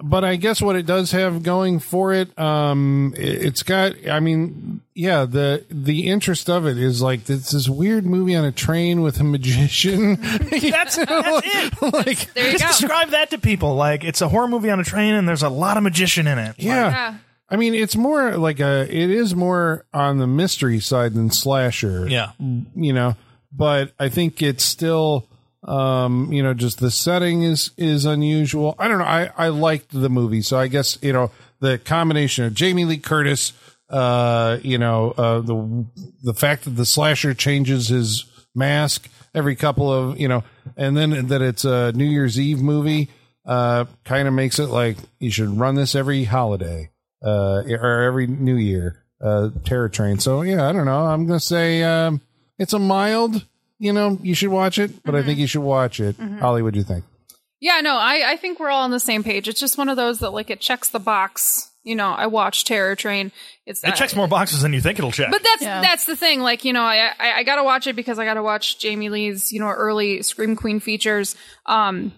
Speaker 1: But I guess what it does have going for it, um, it- it's got. I mean, yeah the the interest of it is like it's this weird movie on a train with a magician.
Speaker 3: That's, that's it.
Speaker 1: like,
Speaker 2: There you go.
Speaker 3: Just describe that to people. Like it's a horror movie on a train, and there's a lot of magician in it.
Speaker 1: yeah.
Speaker 2: Yeah.
Speaker 1: I mean, it's more like a. It is more on the mystery side than slasher.
Speaker 3: Yeah.
Speaker 1: you know but I think it's still um you know just the setting is is unusual i don't know i i liked the movie so i guess you know the combination of jamie lee curtis uh you know uh the the fact that the slasher changes his mask every couple of you know and then that it's a new year's eve movie uh kind of makes it like you should run this every holiday uh or every new year uh terror train so yeah i don't know i'm gonna say um it's a mild you know you should watch it but i
Speaker 3: Mm-hmm.
Speaker 1: think you should watch it ollie what do you think
Speaker 2: Yeah, no, I, I think we're all on the same page. It's just one of those that like it checks the box. You know, I watch Terror Train. It's
Speaker 3: It checks more boxes than you think it'll check.
Speaker 2: Uh, But that's
Speaker 4: Yeah.
Speaker 2: that's the thing. Like you know, I, I I gotta watch it because I gotta watch Jamie Lee's you know early Scream Queen features. Um,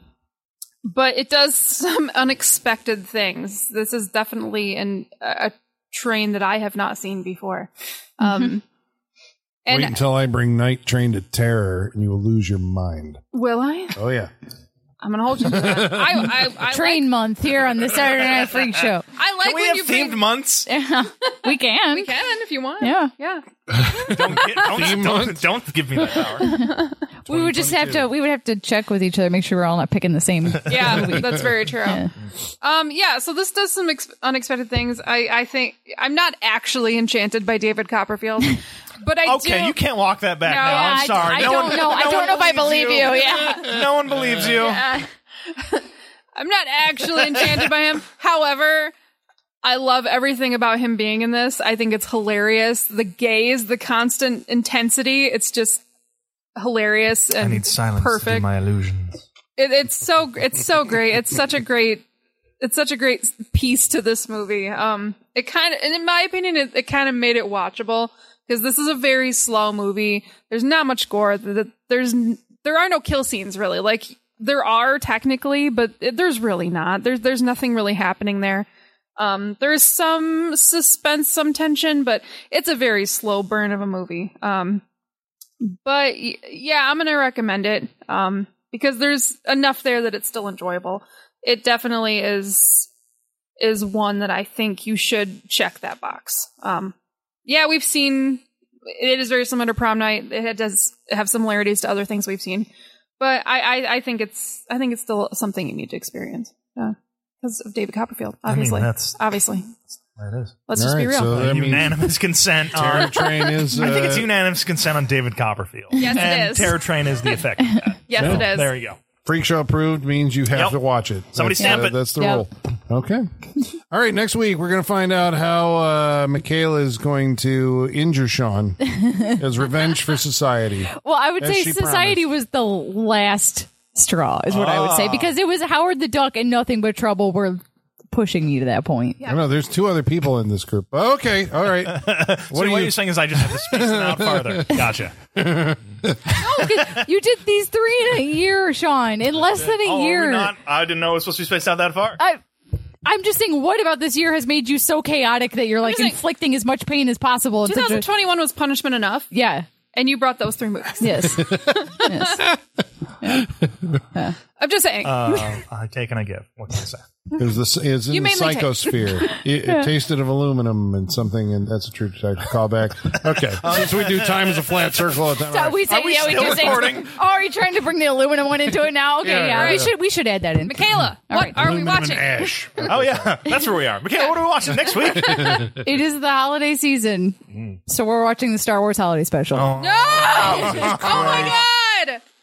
Speaker 2: but it does some unexpected things. This is definitely an a a train that I have not seen before.
Speaker 4: Mm-hmm.
Speaker 2: Um,
Speaker 1: wait
Speaker 2: and
Speaker 1: until i bring night train to terror and you will lose your mind
Speaker 2: will I?
Speaker 1: oh yeah
Speaker 2: I'm gonna hold you. To that. I I, I
Speaker 4: Train month here on the Saturday Night Freak Show.
Speaker 2: Like, I like
Speaker 3: Can we
Speaker 2: when
Speaker 3: have
Speaker 2: you
Speaker 3: themed
Speaker 2: bring,
Speaker 3: months?
Speaker 4: We can.
Speaker 2: We can if you want.
Speaker 4: Yeah.
Speaker 2: yeah.
Speaker 3: Don't, get- don't, don't, don't give me that power.
Speaker 4: We would just have to. We would have to check with each other, make sure we're all not picking the same.
Speaker 2: Yeah, that's very true. Um, yeah, so this does some ex- unexpected things. I, I think I'm not actually enchanted by David Copperfield, but I
Speaker 3: Okay,
Speaker 2: do.
Speaker 3: you can't walk that back
Speaker 2: No,
Speaker 3: now.
Speaker 2: yeah,
Speaker 3: I'm
Speaker 4: I-
Speaker 3: sorry.
Speaker 4: I
Speaker 3: no
Speaker 4: don't
Speaker 3: one,
Speaker 4: know.
Speaker 3: No
Speaker 4: I don't
Speaker 3: one
Speaker 4: know if I
Speaker 3: believes
Speaker 4: believe
Speaker 2: Oh,
Speaker 4: you. Yeah.
Speaker 3: No one believes you.
Speaker 2: I'm not actually enchanted by him. However, I love everything about him being in this. I think it's hilarious. The gaze, the constant intensity. It's just hilarious and perfect.
Speaker 3: illusions.
Speaker 2: it, it's so it's so great. It's such a great it's such a great piece to this movie. Um, it kind of, and in my opinion, it, it kind of made it watchable because this is a very slow movie. There's not much gore. The- the- There's n- there are no kill scenes really. Like there are technically, but it, there's really not. There's there's nothing really happening there. Um, there's some suspense, some tension, but it's a very slow burn of a movie. Um, but y- yeah, I'm gonna recommend it um, because there's enough there that it's still enjoyable. It definitely is is one that I think you should check that box. Um, yeah, we've seen it is very similar to Prom Night. It does have similarities to other things we've seen, but I I, I think it's I think it's still something you need to experience because of David Copperfield.
Speaker 3: mean,
Speaker 2: Obviously,
Speaker 3: that's-
Speaker 2: obviously.
Speaker 3: That is.
Speaker 2: Let's
Speaker 1: All
Speaker 2: just be
Speaker 1: right,
Speaker 2: real.
Speaker 1: so that means
Speaker 3: Unanimous consent
Speaker 1: terror
Speaker 3: on.
Speaker 1: train is uh,
Speaker 3: I think it's unanimous consent on David Copperfield.
Speaker 2: Yes, it
Speaker 3: and
Speaker 2: is.
Speaker 3: Terror Train is the effect. Of that.
Speaker 2: yes, it is.
Speaker 3: There you go.
Speaker 1: freak show approved means you have
Speaker 3: Yep.
Speaker 1: to watch it
Speaker 3: Somebody
Speaker 1: that's, uh,
Speaker 3: stamp it.
Speaker 1: that's the
Speaker 4: Yep.
Speaker 1: rule okay all right next week we're gonna find out how uh michaela is going to injure sean as revenge for society
Speaker 4: Well, I would
Speaker 1: As
Speaker 4: say
Speaker 1: she
Speaker 4: society was the last straw, is what I would say,
Speaker 3: Ah.
Speaker 4: because it was Howard the Duck and nothing but trouble were pushing me to that point.
Speaker 1: i don't know there's two other people in this group okay all right
Speaker 3: What,
Speaker 1: what do
Speaker 3: what
Speaker 1: you
Speaker 3: you're saying is I just have to space them out farther. Gotcha.
Speaker 4: you did these three in a year, Sean, in less than a
Speaker 3: Oh, are we
Speaker 4: year.
Speaker 3: not? I didn't know it was supposed to be spaced out that far.
Speaker 4: I, I'm just saying, what about this year has made you so chaotic that you're like
Speaker 2: just saying-
Speaker 4: inflicting as much pain as possible? in such a-
Speaker 2: 2021 was punishment enough,
Speaker 4: yeah.
Speaker 2: and you brought those three movies.
Speaker 4: Yes. yes.
Speaker 2: I'm just saying.
Speaker 3: Uh, I take and I give. What can I say?
Speaker 1: It was the, it's in
Speaker 2: You
Speaker 1: the
Speaker 2: mainly take-
Speaker 1: psychosphere. It, it tasted of aluminum and something, and that's a true detective callback. Okay, since we do time as a flat circle, all the time,
Speaker 4: So we say,
Speaker 3: Are we
Speaker 4: yeah, we
Speaker 3: still
Speaker 4: do say.
Speaker 3: recording?
Speaker 4: Oh, are you trying to bring the aluminum one into it now? Okay,
Speaker 1: Yeah,
Speaker 4: yeah,
Speaker 1: yeah,
Speaker 4: we
Speaker 1: yeah.
Speaker 4: should we should add that in. Mm.
Speaker 2: Michaela, what
Speaker 4: right.
Speaker 2: are we
Speaker 1: aluminum
Speaker 2: watching?
Speaker 1: and ash.
Speaker 3: Oh yeah, that's where we are. Michaela, what are we watching next week?
Speaker 4: It is the holiday season, so we're watching the Star Wars holiday special.
Speaker 2: No! Oh, my god!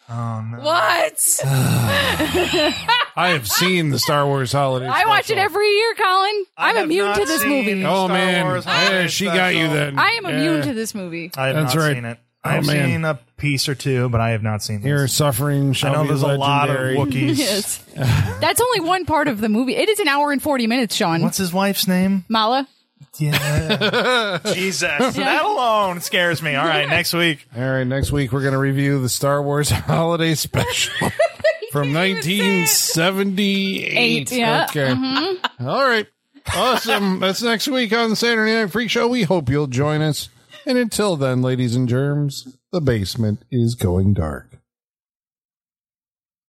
Speaker 2: What?
Speaker 1: I have seen the Star Wars holiday.
Speaker 4: I watch it
Speaker 1: special.
Speaker 4: every year, Colin.
Speaker 3: I
Speaker 4: I'm
Speaker 3: have
Speaker 4: immune
Speaker 3: not
Speaker 4: to this
Speaker 3: seen
Speaker 4: movie.
Speaker 3: Star
Speaker 1: Oh man,
Speaker 3: Wars holiday
Speaker 1: yeah, she got you
Speaker 3: special.
Speaker 1: then.
Speaker 4: I am immune
Speaker 1: Yeah.
Speaker 4: to this movie.
Speaker 3: I have
Speaker 1: That's
Speaker 3: not
Speaker 1: right.
Speaker 3: seen it.
Speaker 1: Oh,
Speaker 3: I've
Speaker 1: man.
Speaker 3: seen a piece or two, but I have not seen
Speaker 1: Your
Speaker 3: this.
Speaker 1: suffering
Speaker 3: I
Speaker 1: shall
Speaker 3: know
Speaker 1: be
Speaker 3: there's a lot of
Speaker 1: legendary.
Speaker 3: Wookiees.
Speaker 4: Yes. That's only one part of the movie. It is an hour and 40 minutes, Sean.
Speaker 3: What's his wife's name?
Speaker 4: Mala?
Speaker 3: Yeah. Jesus. That alone scares me. All right, next week.
Speaker 1: All right, next week we're going to review the Star Wars holiday special from 1978.
Speaker 4: Eight, yeah. Mm-hmm.
Speaker 1: Okay. All right. Awesome. That's next week on the Saturday Night Freak Show. We hope you'll join us. And until then, ladies and germs, the basement is going dark.